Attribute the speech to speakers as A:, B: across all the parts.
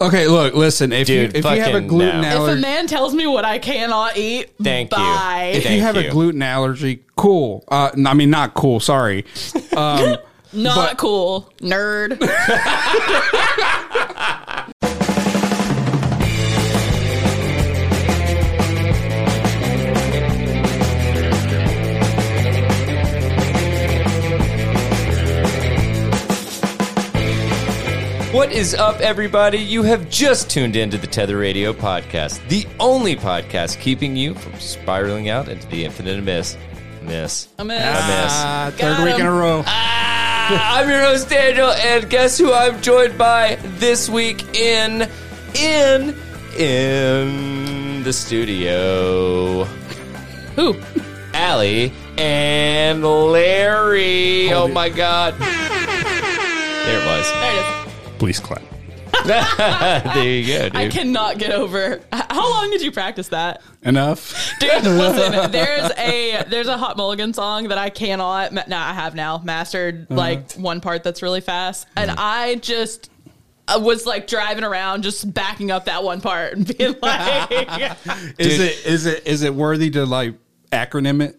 A: Okay, look, listen. If
B: Dude,
A: you if you have a
B: fucking
A: gluten
B: no.
C: If a
A: allergy,
C: man tells me what I cannot eat,
B: Thank you.
C: bye.
B: If
A: if you
B: Thank
A: have
B: you.
A: a gluten allergy, cool. Uh, n- I mean, not cool. Sorry. Um,
C: Not
A: But-
C: cool, nerd.
B: What is up, everybody? You have just tuned into the Tether Radio podcast, the only podcast keeping you from spiraling out into the infinite abyss. Miss.
C: I'm in.
A: uh, third
C: Got
A: week in a
C: him.
A: row.
B: Ah, I'm your host, Daniel, and guess who I'm joined by this week in, in, in the studio?
C: Who?
B: Allie and Larry.
A: Hold
B: oh
A: it.
B: my God. There it was.
C: There it is.
A: Please clap.
B: there you go, dude.
C: I cannot get over. h- How long did you practice that?
A: Enough.
C: Dude, listen, there's a there's a Hot Mulligan song that I cannot. ma- Nah, I have now mastered like one part that's really fast, and I just I was like driving around, just backing up that one part and being like,
A: Is
B: Dude.
A: it is it is it worthy to like acronym it?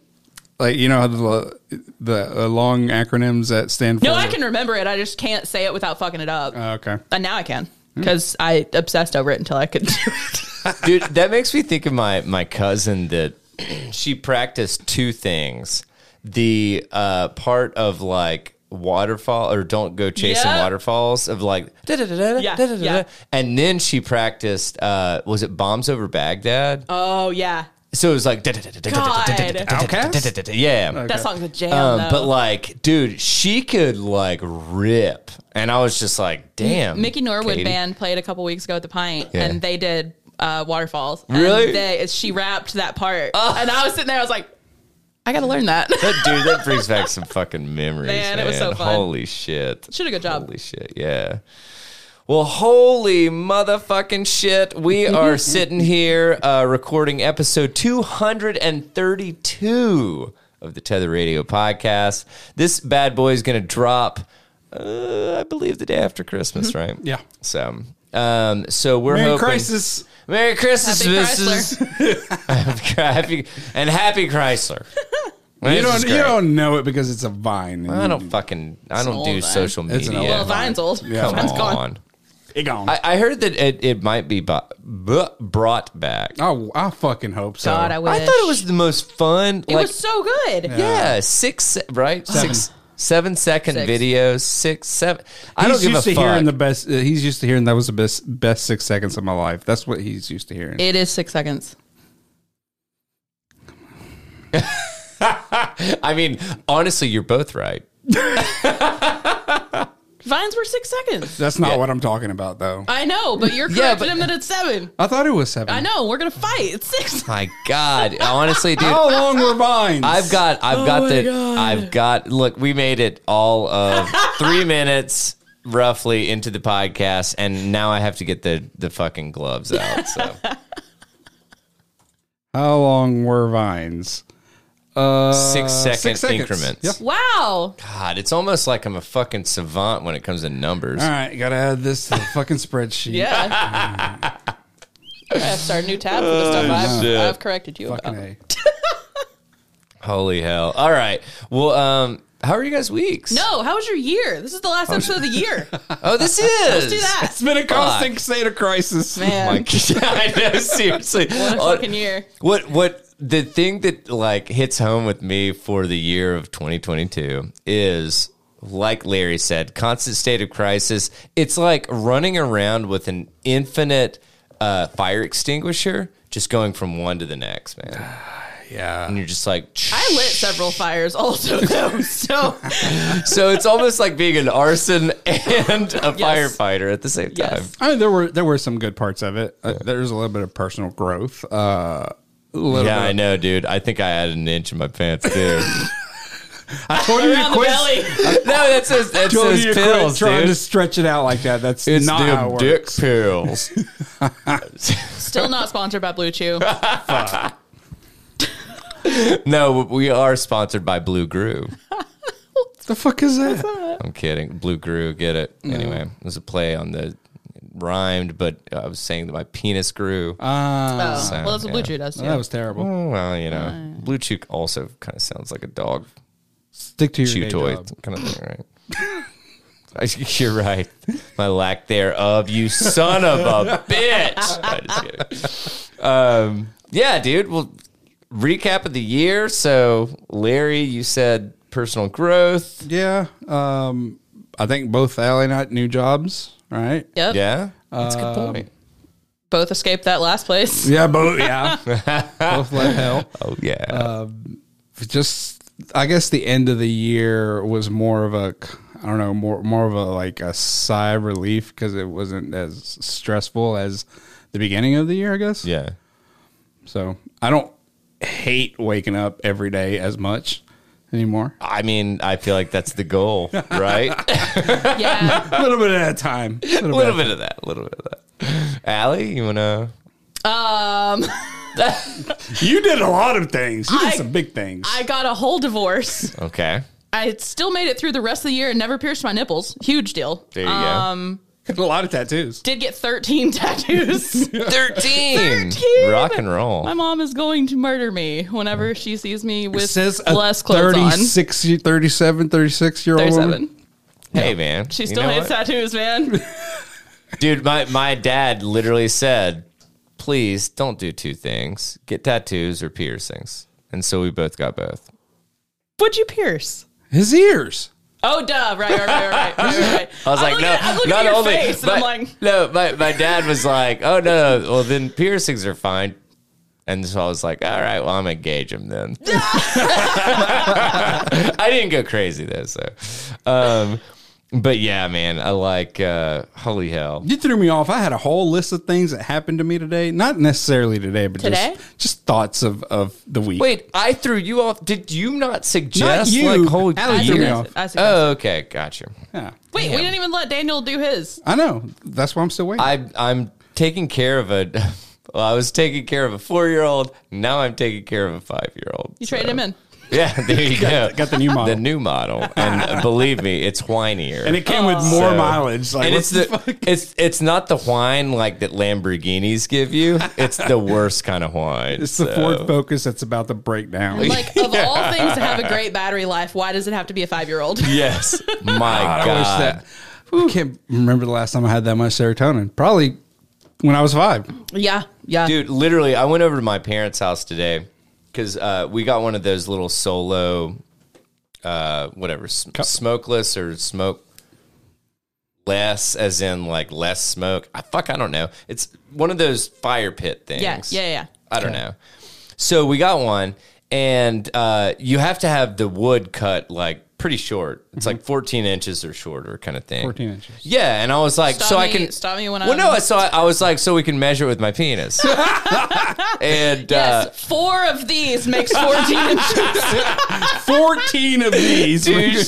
A: Like you know how the the uh, long acronyms that stand for.
C: "No, I can remember it. I just can't say it without fucking it up."
A: Uh, okay.
C: and now I can because I obsessed over it until I could do it.
B: dude that makes me think of my my cousin that she practiced two things the uh part of like waterfall or don't go chasing
C: Yeah.
B: waterfalls of like da-da-da-da,
C: Yeah,
B: da-da-da-da.
C: yeah.
B: and then she practiced uh was it bombs over baghdad
C: Oh yeah,
B: so it was like
C: God.
B: da-da-da-da-da-da-da-da-da-da-da-da. yeah
C: that song's a jam.
B: um,
C: though.
B: but like dude she could like rip and i was just like damn
C: Mickey Norwood
B: Katie.
C: band played a couple weeks ago at the Pint,
B: Yeah.
C: and they did uh, Waterfalls.
B: Really? Oh.
C: And they, she rapped that part, and I was sitting there. I was like, I got to learn that.
B: That- dude, that brings back some fucking memories. Man,
C: Man, it was so fun.
B: Holy shit.
C: She did a good job.
B: Holy shit, yeah. Well, holy motherfucking shit. We are sitting here uh, recording episode 232 of the Tether Radio podcast. This bad boy is going to drop, uh, I believe, the day after Christmas,
C: Mm-hmm.
B: right?
A: Yeah.
B: So. Um, so we're
A: Merry
B: hoping
A: Christmas.
B: Merry Christmas,
C: Happy
B: Mrs. happy and Happy Chrysler.
A: You
B: This is
A: don't you
B: great.
A: don't know it because it's a vine.
B: I don't fucking. I don't
C: old
B: do
C: Vine.
B: social
A: It's an
B: media.
A: old
C: well,
A: Vine.
C: Vine's old.
A: Yeah.
B: Come
C: Vine's
B: on.
C: gone.
A: It gone.
B: I, I heard that it, it might be bu- bu- brought back.
A: oh, I fucking hope so.
C: God, I wish.
B: I thought it was the most fun.
C: It
B: like,
C: was so good.
B: yeah, six se- right, six, seven second
C: Six.
B: videos, six, seven. I
A: He's
B: don't give
A: used
B: a
A: to
B: fuck.
A: hearing the best. Uh, he's used to hearing that was the best best six seconds of my life. That's what he's used to hearing.
C: It is six seconds.
B: I mean, honestly, you're both right.
C: Vines were six seconds.
A: That's not what I'm talking about, though.
C: I know, but you're correcting
B: Yeah, but-
C: him that it's seven.
A: I thought it was seven.
C: I know. We're gonna fight. It's six.
B: My God, honestly, dude.
A: How long were vines?
B: I've got,
A: Oh
B: I've got
C: my
B: the,
C: God.
B: I've got. Look, we made it all of three minutes roughly into the podcast, and now I have to get the the fucking gloves out. So
A: Uh, How long were vines? Uh,
B: Six second
A: seconds.
B: increments.
A: Yep.
C: Wow.
B: God, it's almost like I'm a fucking savant when it comes to numbers.
A: All right, gotta add this to the fucking spreadsheet.
C: Yeah. I have to start a new tab for the stuff I've,
B: shit.
C: I've corrected you
A: Fucking
C: about.
A: A.
B: Holy hell! All right, well, um, how are you guys weeks?
C: No, Oh, how was your year? This is the last episode of the year.
B: oh, this is let's
C: do that.
A: It's been a constant state of crisis.
C: Man,
B: I know, seriously.
C: what a
B: Oh,
C: fucking year.
B: What what the thing that like hits home with me for the year of 2022 is like Larry said, constant state of crisis. It's like running around with an infinite uh, fire extinguisher, just going from one to the next, man.
A: Yeah.
B: And you're just like,
C: I lit several fires also though, so
B: so it's almost like being an arson and a firefighter at the same time.
C: Yes.
A: I mean, there were there were some good parts of it. Uh, there was a little bit of personal growth. Uh, a little
B: Yeah,
A: bit
B: I know, dude. I think I had an inch in my pants too.
A: I told you to
C: around the
A: quit.
C: belly.
B: no, that's those, that's
A: told
B: those
A: you to quit
B: pills,
A: trying
B: dude.
A: to stretch it out like that. That's
B: It's
A: not how it
B: them
A: works.
B: dick pills.
C: Still not sponsored by Blue Chew.
B: no, we are sponsored by Blue Grew.
A: The fuck is that?
B: I'm kidding. Blue Grew, get it. Anyway, it was a play on the rhymed, but I was saying that my penis grew.
A: Ah,
C: Oh,
B: So,
C: well, that's what
B: yeah.
C: Blue Chew does. Too.
A: that was terrible.
B: Oh, well, you know, blue chew also kind of sounds like a dog
A: Stick to your
B: chew
A: day
B: toy
A: job.
B: kind of thing, right? You're right. My lack thereof, you son of a bitch. No, just kidding. Um, yeah, dude. Well, recap of the year. So, Larry, you said personal growth.
A: Yeah, um, I think both Allie and I had new jobs. Right?
C: Yep.
B: Yeah, Um, that's a good point.
C: Both escaped that last place.
A: Yeah, both. Yeah, both left hell.
B: Oh yeah,
A: just I guess the end of the year was more of a I don't know more more of a like a sigh of relief because it wasn't as stressful as the beginning of the year I guess
B: yeah.
A: so I don't hate waking up every day as much anymore
B: I mean, I feel like that's the goal, right?
C: yeah.
A: a little bit at a time a
B: a
A: little
B: little
A: bit
B: bit of that. A little bit of that. Allie, you wanna?
C: Um,
A: you did a lot of things you did
C: I-
A: some big things
C: I got a whole divorce.
B: Okay.
C: I still made it through the rest of the year and never pierced my nipples. Huge deal.
B: There you
C: um,
A: a lot of tattoos
C: Did get 13 tattoos.
B: go. Thirteen.
C: 13.
B: Rock and roll.
C: my mom is going to murder me whenever she sees me with
A: says a
C: less clothes on.
A: 36 37 36 year old woman
C: 37.
B: Hey man,
C: She
B: you
C: still
B: know
C: hates
B: what?
C: tattoos, man.
B: dude. My my dad literally said, "Please don't do two things: get tattoos or piercings." And so we both got both.
C: Would you pierce?
A: his ears
C: Oh, duh. Right, right, right, right. right, right.
B: I was
C: I'm
B: like,
C: looking
B: "No,
C: at- I'm looking
B: not
C: at your
B: only."
C: face, and
B: but,
C: I'm like,
B: no, my my dad was like, "Oh no, well then piercings are fine." And so I was like, "All right, well I'm gonna gauge him then." I didn't go crazy though, so. Um, but yeah, man, I like uh, holy hell.
A: You threw me off. I had a whole list of things that happened to me today. Not necessarily today, but
C: Today?
A: Just, just thoughts of, of the week.
B: Wait, I threw you off. Did you not suggest
A: you.
B: like holy
A: Allie
C: I
A: threw me
C: suggested-
A: off.
C: I suggested-
B: Oh, okay, gotcha.
A: Yeah.
C: Wait, we didn't even let Daniel do his.
A: I know. That's why I'm still waiting.
B: I I'm taking care of a. Well, I was taking care of a four year old. Now I'm taking care of a five year old.
C: You traded him in.
B: Yeah, there you go.
A: got the new model.
B: The new model, and believe me, it's whinier.
A: and it came with more
B: Oh. So-
A: mileage. Like,
B: And
A: what
B: it's the,
A: fuck?
B: it's it's not the wine like that Lamborghinis give you. It's the worst kind of wine.
A: It's the Ford Focus that's about to break down.
C: Like, of all things to have a great battery life, why does it have to be a five year old?
B: Yes, my God.
A: I wish that. I can't remember the last time I had that much serotonin. Probably when I was five.
C: Yeah, yeah.
B: dude literally i went over to my parents house today because uh, we got one of those little solo uh, whatever sm- smokeless or smoke less as in like less smoke i fuck i don't know it's one of those fire pit things
C: yeah, yeah, yeah.
B: I don't know. So we got one, and uh, you have to have the wood cut like pretty short. It's like 14 inches or shorter, kind of thing.
A: 14 inches.
B: Yeah, and I was like,
C: Stop
B: so I
C: me-
B: can
C: stop me when
B: well,
C: I'm-
B: no, so I, I was like, so we can measure it with my penis. and
C: Yes,
B: uh,
C: four of these makes 14 inches.
A: 14 of these.
B: touche,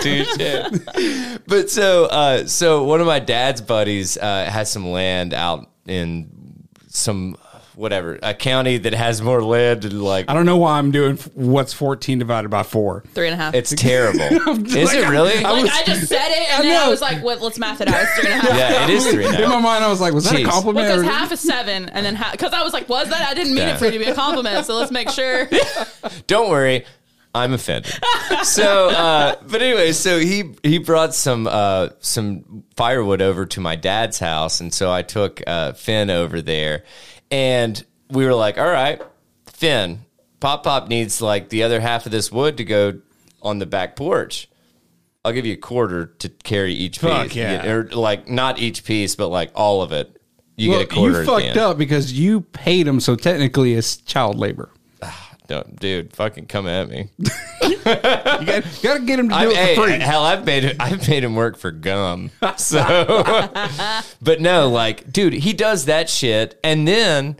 B: touche. But so, uh, so one of my dad's buddies uh, has some land out in some whatever a county that has more land and like
A: I don't know why I'm doing f- what's 14 divided by four.
C: Three and a half.
B: It's terrible. Is
A: like,
B: it
A: I'm-
B: really?
A: I
C: like,
A: was-
C: I just said it, and
A: I
C: then I
A: know.
C: was like, well, let's math it out. It's three and a half.
B: yeah, it is three
A: In
B: now.
A: my mind, I was like, was that
B: Jeez.
A: a compliment?
C: Because
A: or-
C: half is seven, and then because I was like, was that? I didn't mean
B: Yeah.
C: it for it to be a compliment, so let's make sure.
B: Don't worry, I'm offended. So, uh, but anyway, so he he brought some uh, some firewood over to my dad's house, and so I took uh, Finn over there, and we were like, all right, Finn, Pop Pop needs like the other half of this wood to go on the back porch. I'll give you a quarter to carry each piece,
A: Fuck yeah.
B: or like not each piece, but like all of it. You
A: Well,
B: get a quarter.
A: you
B: at the
A: fucked
B: end.
A: up because you paid him, so technically it's child labor.
B: Don't, dude, fucking come at me.
A: You got, to get him to do
B: I,
A: it for
B: hey,
A: free.
B: hell, I've made I've made him work for gum. So, but no, like, dude, he does that shit, and then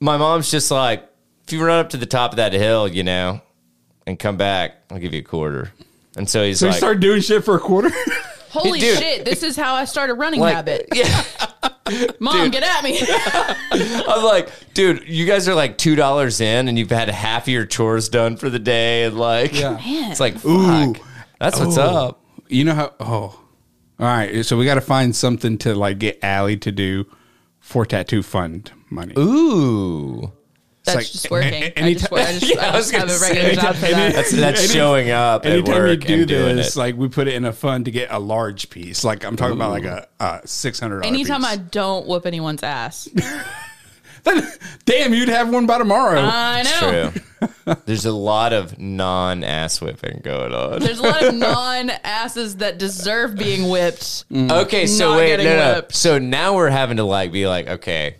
B: my mom's just like, if you run up to the top of that hill, you know, and come back, I'll give you a quarter. And so he's
A: so
B: like,
A: you start doing shit for a quarter.
C: Holy
B: Dude.
C: shit! This is how I started running
B: like,
C: habit.
B: yeah.
C: Mom, get at me.
B: I'm like, dude, you guys are like two dollars in, and you've had half of your chores done for the day, and like,
A: Yeah.
B: it's like, fuck, that's what's
A: Oh,
B: up.
A: You know how? Oh, All right, so we got to find something to like get Allie to do for tattoo fund money.
B: Ooh.
C: That's
A: like,
C: just
A: a-
C: working.
A: a-
C: I just,
A: anytime-
C: wor- I just, I
B: I was
C: just have
B: gonna
C: a
B: say,
C: regular job for that.
B: That's, that's showing up at
A: Anytime you
B: work
A: do
B: and doing
A: this,
B: it.
A: like we put it in a fund to get a large piece. Like I'm talking about like a, a six hundred.
C: Anytime
A: piece.
C: I don't whoop anyone's ass,
A: Then, damn, you'd have one by tomorrow.
C: I know.
B: True. There's a lot of non ass whipping going on.
C: There's a lot of non asses that deserve being whipped.
B: Okay, so
C: Mm. Not
B: wait, no,
C: getting
B: no.
C: whipped.
B: So now we're having to like be like, okay,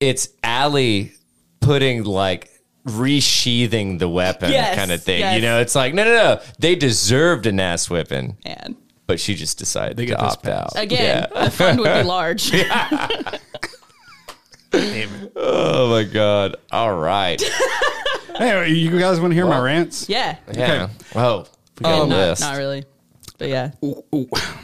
B: it's Allie putting like resheathing the weapon
C: Yes,
B: kind of thing. You
C: yes.
B: know, it's like, no, no, no. They deserved an ass whipping,
C: Man,
B: but she just decided
A: They
B: to
A: get this
B: opt
A: pass.
B: out.
C: again,
B: Yeah.
C: the fund would be large.
B: Oh my God. All right.
A: Anyway, you guys want to hear my rants?
C: Yeah.
B: Yeah. Oh, we got
C: Well,
B: a
C: not,
B: list.
C: not really. But yeah.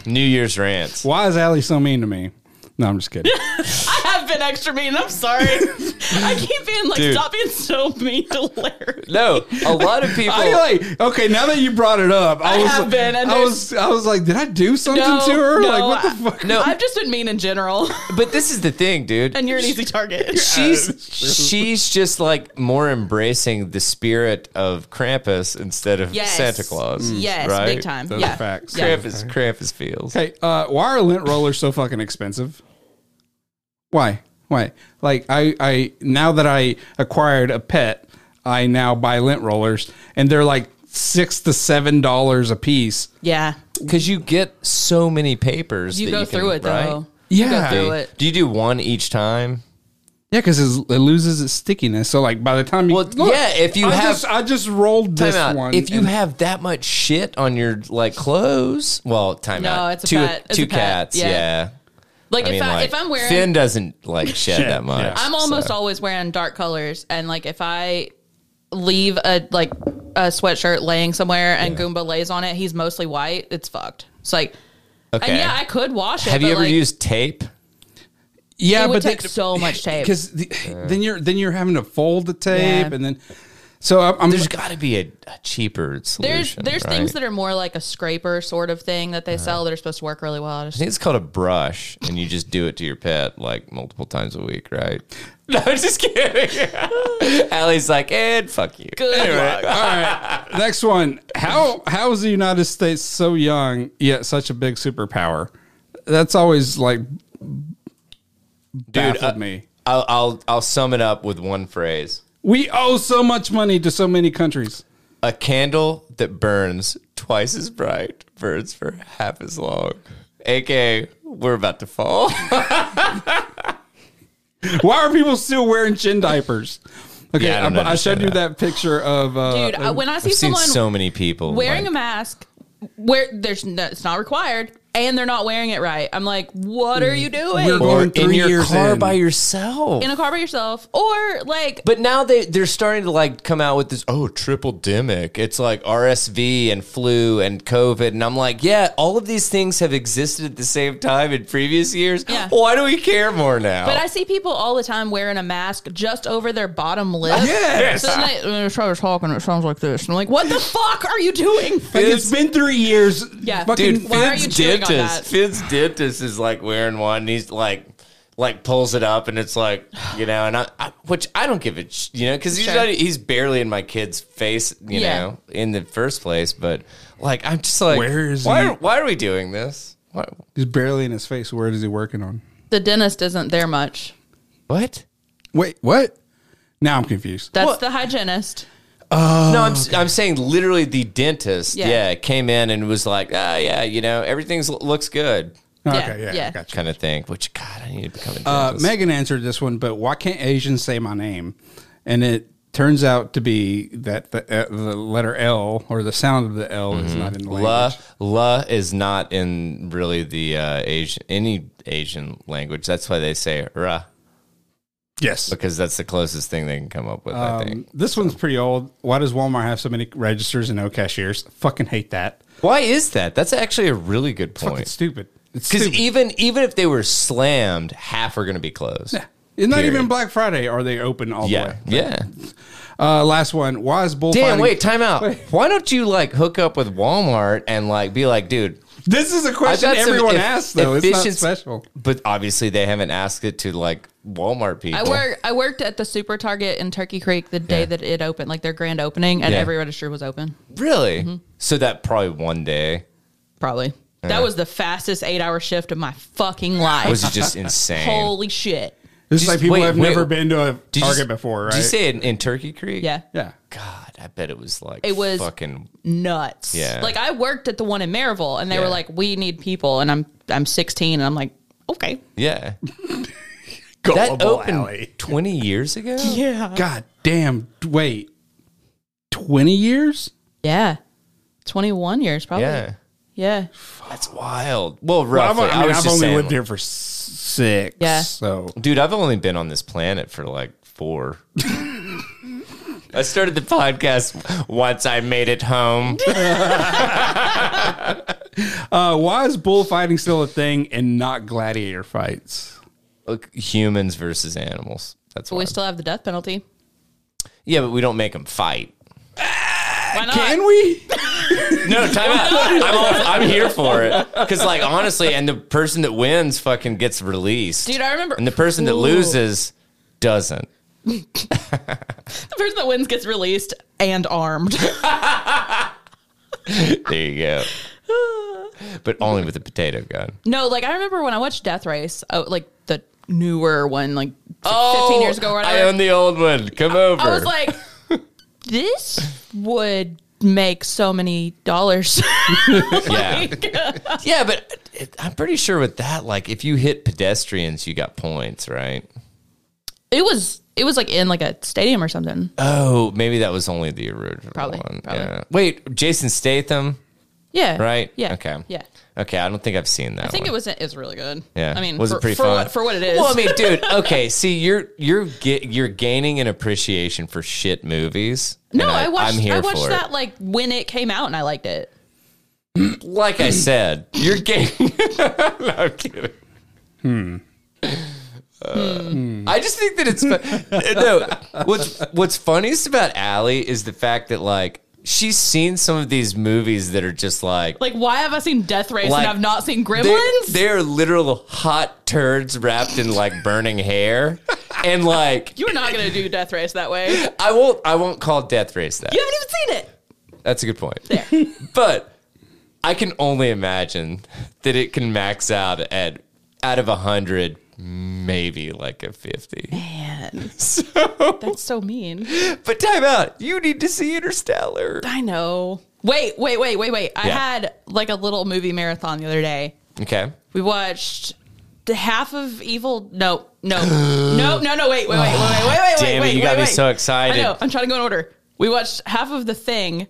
B: New Year's rants.
A: Why is Allie so mean to me? No, I'm just kidding.
C: I have been extra mean. I'm sorry. I keep being like,
B: Dude.
C: stop being so mean to Larry.
B: No, a lot of people.
A: I feel like okay. Now that you brought it up, I,
C: I
A: was
C: have been, and
A: I was I was like, did I do something to her? like what the fuck?
C: I, I've just been mean in general,
B: But this is the thing, dude.
C: and you're an easy target.
B: she's she's just like more embracing the spirit of Krampus instead of
C: Yes. Mm.
B: Santa Claus.
C: Yes,
B: right?
C: big time.
A: Those
C: yeah.
A: are facts.
C: Yeah.
B: Krampus, Krampus feels.
A: Okay, uh, why are lint rollers so fucking expensive? Why? Why? Like I, I now that I acquired a pet, I now buy lint rollers, and they're like six to seven dollars a piece.
C: Yeah.
B: Because you get so many papers.
C: You
B: that
C: go
B: can-
C: through it,
B: right?
C: though.
A: Yeah.
C: You go through it.
B: Do you do one each time?
A: Yeah, because it loses its stickiness. So like by the time you,
B: Well, yeah, if you
A: I
B: have-
A: just, I just rolled
B: Time
A: this
B: out.
A: one.
B: if you
A: and-
B: have that much shit on your like clothes, well, time
C: No,
B: out.
C: it's a
B: two
C: pet. It's
B: two
C: a pet.
B: cats.
C: Yeah.
B: Yeah.
C: Like,
B: I
C: if,
B: mean,
C: I,
B: like,
C: if I'm wearing.
B: Finn doesn't like shed
A: Shed,
B: that much.
A: yeah.
C: I'm almost
B: so.
C: always wearing dark colors, and like if I leave a like a sweatshirt laying somewhere and Goomba lays on it, he's mostly white. It's fucked. It's like,
B: okay.
C: and yeah, I could wash it.
B: Have
C: but,
B: you ever
C: like,
B: used tape?
A: yeah,
C: It
A: but
C: would take so much tape.
A: because the, then you're then you're having to fold the tape,
C: Yeah.
A: and then so I'm, I'm
B: There's got to be a, a cheaper
C: There's
B: solution.
C: there's
B: right?
C: things that are more like a scraper sort of thing that they
A: Uh-huh.
C: sell that are supposed to work really well. I
B: I
C: just-
B: think it's called a brush, and you just do it to your pet like multiple times a week, right? No, I'm just kidding. Allie's like, and fuck you.
C: Good luck.
A: All right. Next one. How how is the United States so young yet such a big superpower? That's always like baffled
B: uh,
A: me.
B: I'll, I'll I'll sum it up with one phrase:
A: We owe so much money to so many countries.
B: a candle that burns twice as bright burns for half as long. AKA, we're about to fall.
A: Why are people still wearing chin diapers? Okay,
B: Yeah, I don't
A: I, I showed
B: understand
A: you that
B: that.
A: picture of uh,
C: Dude, I, when I see
B: I've seen
C: someone
B: so many people
C: wearing a
B: like,
C: mask where there's no, it's not required and they're not wearing it right, I'm like, what are you doing?
A: Mm. We're
B: or
A: going
B: in
A: three
B: your
A: years
B: car
A: in.
B: by yourself.
C: in a car by yourself, or like
B: But now they they're starting to like come out with this oh triple demic. It's like RSV and flu and COVID, and I'm like, yeah, all of these things have existed at the same time in previous years.
C: Yeah.
B: Why do we care more now?
C: But I see people all the time wearing a mask just over their bottom lip.
A: Yes.
C: So then they, when they start talking, it sounds like this. And I'm like, what the fuck are you doing?
A: like, it's been three years.
C: Yeah.
A: fucking,
B: Dude,
C: Why are you
B: Finn's
C: chewing on
B: dentist,
C: that?
B: Finn's dentist is like wearing one. And he's like, like pulls it up, and it's like, you know, and I, I which I don't give a, sh- you know, because he's
C: Sure.
B: not, he's barely in my kid's face, you
C: Yeah.
B: know, in the first place. But like, I'm just like,
A: Where is
B: why?
A: he?
B: Are, why are we doing this? What?
A: he's barely in his face. Where is he working on?
C: The dentist isn't there much.
B: What?
A: Wait, what? Now I'm confused.
C: That's
B: What?
C: the hygienist.
B: no,
A: Oh,
B: I'm, I'm saying literally the dentist. Yeah.
C: Yeah.
B: came in and was like, ah, yeah, you know, everything's looks good,
A: okay, yeah,
C: yeah.
A: gotcha.
B: kind of thing. Which God, I need to become a dentist.
A: Uh, Megan answered this one, but why can't Asians say my name? And it turns out to be that the, uh, the letter L or the sound of the L is not in the language.
B: Mm-hmm. La la is not in really the uh, Asian any Asian language. That's why they say ra
A: Yes.
B: because that's the closest thing they can come up with. I
A: Um,
B: think.
A: this one's pretty old. Why does Walmart have so many registers and no cashiers? Fucking hate that.
B: Why is that? That's actually a really good
A: Fucking
B: point.
A: stupid. It's
B: Because
A: stupid.
B: even even if they were slammed, half are going to be closed. Yeah,
A: it's not
B: period.
A: even Black Friday. Are they open all the
B: yeah,
A: way? Uh, last one. Why is bullfighting?
B: Damn, wait, time out. Why don't you like hook up with Walmart and like be like, dude,
A: This is a question
B: got some
A: everyone
B: eff-
A: asks, though. It's not
B: efficiency-
A: special.
B: But obviously, they haven't asked it to like Walmart people.
C: I work. I worked at the Super Target in Turkey Creek the day
B: Yeah.
C: that it opened, like their grand opening, and
B: Yeah.
C: every register was open.
B: Really?
C: Mm-hmm.
B: So that probably one day
C: Probably
B: Yeah.
C: that was the fastest eight-hour shift of my fucking life.
B: was it just insane?
C: Holy shit!
A: This is
B: Just-
A: like people
B: wait,
A: have
B: wait.
A: never been to a
B: Did you
A: Target
B: s-
A: before, right?
B: Did you say it in, in Turkey Creek?
C: Yeah,
A: yeah.
B: God, I bet it was like
C: It was-
B: fucking
C: nuts.
B: Yeah.
C: Like I worked at the one in Maryville, and they
B: Yeah.
C: were like, "We need people," and I'm I'm 16, and I'm like, "Okay,
B: yeah. That
A: Gullible
B: opened
A: Alley.
B: twenty years ago.
C: yeah,
A: God damn. Wait. 20 years?
C: yeah." 21 years probably. Yeah.
B: Yeah.
C: Yeah.
B: That's wild. Well,
A: I've,
B: roughly.
A: I
B: I
A: mean,
B: was
A: I've
B: just
A: only
B: saying,
A: lived here for s- six.
C: Yeah.
A: So
B: dude. I've only been on this planet for like four. I started the podcast once I made it home.
A: Uh, why is bullfighting still a thing and not gladiator fights?
B: Look, humans versus animals. That's
C: But
B: why.
C: we still have the death penalty.
B: yeah, but we don't make them fight.
C: Why
B: Uh,
C: not?
A: Can we?
B: No, time out. I'm, all, I'm here for it. Because, like, honestly, and the person that wins fucking gets released.
C: Dude, I remember-
B: And the person that
C: Ooh.
B: loses doesn't.
C: The person that wins gets released and armed.
B: There you go. But only with a potato gun.
C: no, like I remember when I watched Death Race, oh, like the newer one, like 15 years ago or
B: Oh, I
C: whatever.
B: own the old one. Come over.
C: I was like, this would make so many dollars.
B: yeah. yeah, but it- I'm pretty sure with that, like, if you hit pedestrians, you got points, right?
C: it was it was like in like a stadium or something.
B: Oh, maybe that was only the original
C: Probably,
B: one.
C: probably.
B: Yeah. Wait, Jason Statham,
C: Yeah.
B: right?
C: Yeah.
B: Okay.
C: Yeah.
B: Okay, I don't think I've seen that
C: I think
B: one.
C: it was it was really good.
B: Yeah.
C: I mean,
B: Was it
C: for,
B: pretty
C: for
B: fun?
C: What, for what it is.
B: Well, I mean, dude. Okay, see, you're you're get, you're gaining an appreciation for shit movies.
C: no,
B: and
C: I, watched
B: I'm here
C: I watched
B: for
C: that like when it came out and I liked it.
B: It. Like I said, you're gaining. no, I'm kidding. Hmm. Uh, I just think that it's fu- no. What's what's funniest about Allie is the fact that like she's seen some of these movies that are just like
C: Like, why have I seen Death Race
B: Like,
C: and I've not seen
B: They-
C: Gremlins?
B: They're, literal hot turds wrapped in like burning hair, and like
C: you were not going to do Death Race that way. You haven't
B: I won't I won't call Death Race that.
C: even seen it.
B: That's a good point.
C: There.
B: But I can only imagine that it can max out at out of a hundred, maybe like a fifty.
C: Man,
B: So,
C: that's so mean.
B: but time out. You need to see Interstellar.
C: I know. Wait, wait, wait, wait, wait. I
B: Yeah.
C: had like a little movie marathon the other day.
B: Okay.
C: We watched the half of Evil. No, no, no, no, no. Wait, wait, wait, wait, wait, wait, wait.
B: Damn it,
C: wait,
B: you
C: wait,
B: got me
C: wait.
B: so excited.
C: I know. I'm trying to go in order. We watched half of The Thing,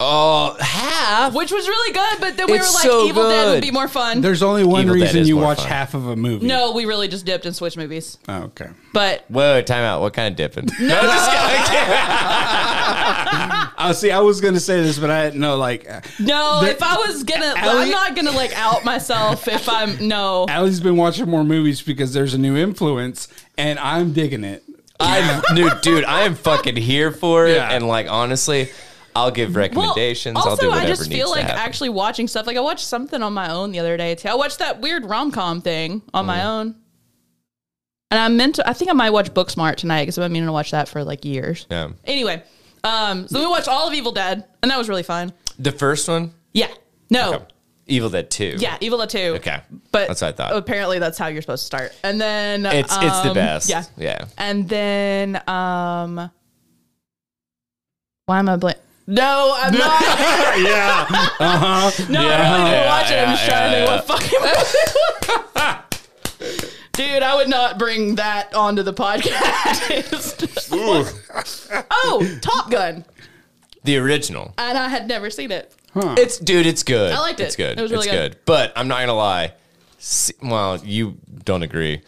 B: Oh, half.
C: which was really good, but then we
B: It's
C: were like,
B: so
C: Evil Dead
B: good.
C: would be more fun.
A: There's only one
B: Evil Dead
A: reason
B: is
A: you
B: more
A: watch
B: fun.
A: half of a movie.
C: no, we really just dipped and switched movies.
A: Oh, okay.
C: But
B: Whoa, time out. What kind of dipping? No, I'm just kidding.
A: I Uh, see. I was gonna say this, but I didn't know. Like, uh,
C: no,
A: There-
C: if I was gonna,
A: Elliot-
C: I'm not gonna like out myself if I'm no.
A: Allie's been watching more movies because there's a new influence, and I'm digging it.
B: I'm no, dude. I am fucking here for it,
A: Yeah.
B: and like honestly, I'll give recommendations.
C: Also,
B: I'll do whatever
C: I just
B: needs
C: feel
B: to
C: like
B: happen.
C: actually watching stuff. Like I watched something on my own the other day too. I watched that weird rom com thing on my
B: Mm-hmm.
C: own, and I meant to. I think I might watch Booksmart tonight because I've been meaning to watch that for like years.
B: Yeah.
C: Anyway, um, so we watched all of Evil Dead, and that was really fun.
B: the first one,
C: Yeah. No.
B: Evil Dead Two.
C: Oh. Yeah, Evil Dead Two.
B: Okay.
C: But
B: That's what I thought.
C: Apparently, that's how you're supposed to start. And then
B: It's it's the
C: um,
B: best.
C: Yeah.
B: Yeah.
C: And then, um, why am I blank? No, I'm not.
A: yeah. Uh-huh.
C: No, I really didn't watch it. I'm just trying to
B: yeah,
C: think what fucking. Dude, I would not bring that onto the podcast. oh, Top Gun,
B: The original.
C: and I had never seen it.
B: It's dude. It's good. I
C: liked it.
B: It's good.
C: It was really
B: it's
C: good.
B: good. But I'm not gonna lie. See, well, you don't agree.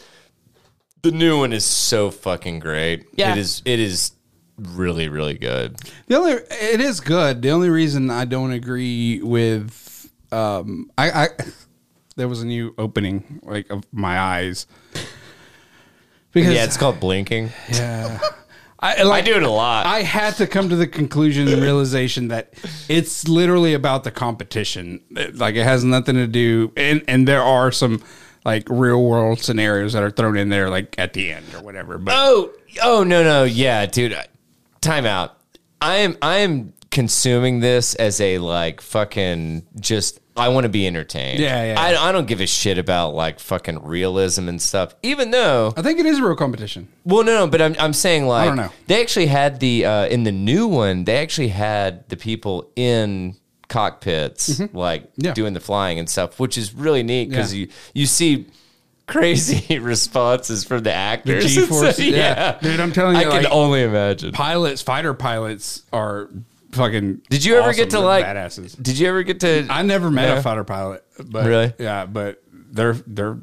B: The new one is so fucking great.
C: Yeah.
B: It is. It is really really good.
A: The only it is good. The only reason I don't agree with um I, I there was a new opening like of my eyes because
B: Yeah. It's called Blinking.
A: yeah. I,
B: I do it a lot.
A: I had to come to the conclusion and realization that it's literally about the competition. It- Like it has nothing to do, and and there are some like real world scenarios that are thrown in there, like at the end or whatever. But
B: Oh, oh no, no, yeah, dude. I- Time out. I am, I am consuming this as a like fucking just. I want to be entertained.
A: Yeah, yeah, yeah.
B: I, I don't give a shit about like fucking realism and stuff. Even though,
A: I think it is a real competition.
B: well, no, no, but I'm, I'm saying like
A: don't know.
B: they actually had the uh, in the new one. They actually had the people in cockpits like
A: Mm-hmm. Yeah.
B: doing the flying and stuff, which is really neat because
A: Yeah.
B: you you see. Crazy responses from the actors. It's
A: G force,
B: like,
A: yeah. dude. I'm telling you,
B: I can
A: like,
B: only imagine.
A: pilots, fighter pilots are fucking.
B: Did you ever
A: awesome.
B: get to
A: They're
B: like
A: badasses?
B: Did you ever get to?
A: I never met
B: Yeah.
A: a fighter pilot, but
B: Really?
A: yeah, but they're they're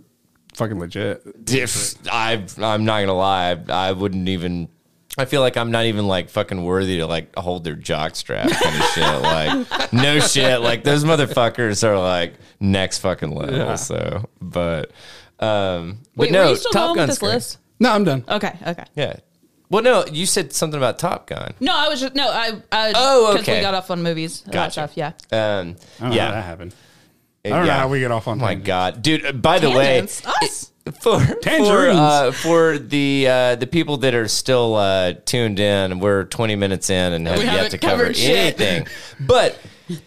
A: fucking legit.
B: If- I I'm not gonna lie. I, I wouldn't even. I feel like I'm not even like fucking worthy to like hold their jock strap kind of shit. Like no shit. Like those motherfuckers are like next fucking level. So, but um, but
C: Wait,
B: no,
C: were you still
B: Top
C: going with
B: Gun's
C: this
B: great.
C: list?
A: No, I'm done.
C: Okay, okay.
B: Yeah. Well, no, you said something about Top Gun.
C: No, I was just no. I, I
B: Oh,
C: 'cause
B: okay.
C: We got off on movies. Gotcha.
B: Gotcha.
C: stuff. Yeah.
B: Um,
A: I don't know how Oh, that
B: yeah. Uh,
A: happened. I don't know
B: Yeah.
A: how we get off on
B: Oh my
A: tangents.
B: god, dude! uh, By the
C: Tangents.
B: way,
C: Us.
B: for for,
A: Tangerines.
B: uh, for the uh, the people that are still uh, tuned in, we're 20 minutes in and have
C: We
B: yet
C: haven't
B: to cover
C: covered shit.
B: anything. But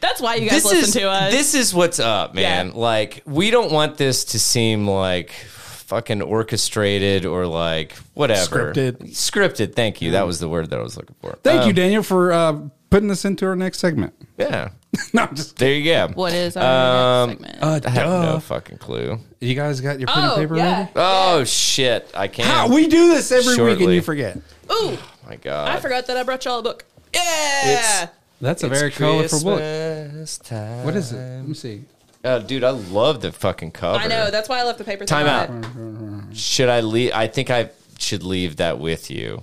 C: That's why you guys
B: this
C: listen
B: is
C: to us.
B: this is what's up, man.
C: Yeah.
B: Like we don't want this to seem like fucking orchestrated or like whatever
A: Scripted.
B: Scripted. Thank you. That was the word that I was looking for.
A: Thank you, Daniel, for uh, putting this into our next segment.
B: Yeah.
A: no, I'm just
B: There you go.
C: what is our
B: Um,
C: next segment?
A: uh,
B: I have no
A: duh.
B: fucking clue.
A: You guys got your pen
C: oh
A: and paper
C: yeah.
A: ready?
B: Oh shit! I can't.
A: How, we do this every week and
B: Shortly.
A: you forget.
C: Ooh,
B: oh my god!
C: I forgot that I brought y'all a book. Yeah.
A: That's a
B: It's
A: very colorful book.
B: Christmas time.
A: What is it? Let me see.
B: Oh, dude, I love the fucking cover.
C: I know. That's why I left the paper.
B: Time
C: thing
B: out.
C: on it.
B: Should I leave? I think I should leave that with you.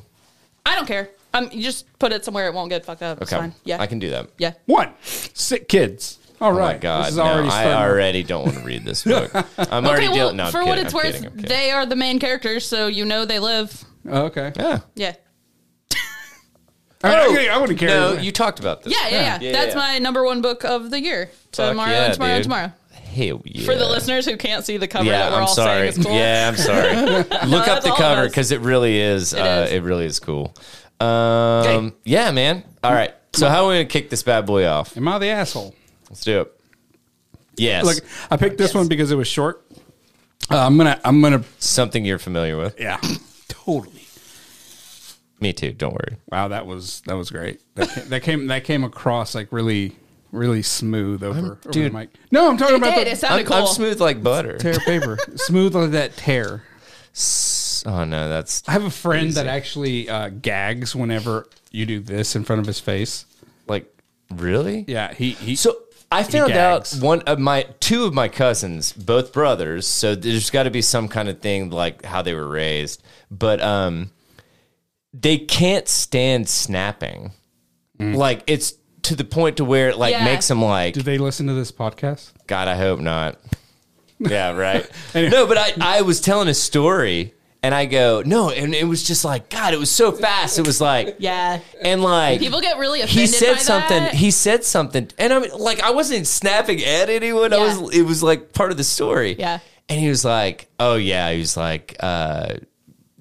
C: I don't care. Um, you just put it somewhere it won't get fucked up. It's
B: Okay.
C: fine. Yeah.
B: I can do that.
C: Yeah.
A: One, sick kids. All
B: Oh
A: right.
B: my god!
A: This is
B: no,
A: already
B: I
A: starting.
B: already don't want to read this book. I'm already
C: Okay. Well,
B: dealing. No, I'm
C: for
B: kidding,
C: what it's
B: I'm
C: worth,
B: kidding, I'm kidding.
C: they are the main characters, so you know they live.
A: Oh, okay.
B: Yeah.
C: Yeah.
A: I, mean,
B: Oh,
A: I could- I wouldn't care.
B: No,
A: either.
B: you talked about this.
C: Yeah, yeah, yeah.
B: Yeah,
C: That's
B: yeah.
C: my number one book of the year.
B: Fuck
C: Tomorrow
B: yeah,
C: and tomorrow and
B: dude.
C: tomorrow.
B: Hell yeah.
C: For the listeners who can't see the cover
B: Yeah,
C: that we're
B: I'm
C: all
B: sorry.
C: saying is cool.
B: Yeah, I'm sorry. Look up
C: that's
B: the
C: all of
B: cover
C: us.
B: because it really is. uh,
C: is.
B: It really is cool. Um, yeah, man. All right. So how are we gonna kick this bad boy off?
A: Am I the asshole?
B: Let's do it. Yes.
A: Look, I picked this one because it was short. Uh, I'm gonna. I'm gonna.
B: Something you're familiar with.
A: Yeah. totally.
B: Me too. Don't worry.
A: Wow, that was that was great. That came that came, that came across like really really smooth over, over the
B: dude.
A: mic. No, I'm talking
C: It
A: about
C: did.
A: the
C: It
B: I'm,
C: sounded
B: I'm
C: cool.
B: smooth like butter.
A: tear paper, smooth like that tear.
B: Oh, no. That's.
A: I have a friend that actually uh, gags whenever you do this in front of his face.
B: Like, really?
A: Yeah, he he.
B: So I found out
A: gags.
B: one of my two of my cousins, both brothers. So there's got to be some kind of thing like how they were raised, but um, they can't stand snapping. Like it's to the point to where it like
C: Yeah.
B: makes them like
A: Mm. do they listen to this podcast?
B: God, I hope not. Yeah, right.
A: Anyway.
B: No, but I, I was telling a story and I go, no, and it was just like, God, it was so fast. It was like,
C: Yeah.
B: and like
C: People get really
B: he
C: offended.
B: said
C: by
B: something.
C: that.
B: He said something, and I mean, like I wasn't snapping at anyone. I
C: Yeah.
B: was. It was like part of the story.
C: Yeah.
B: And he was like, "Oh yeah," he was like, uh,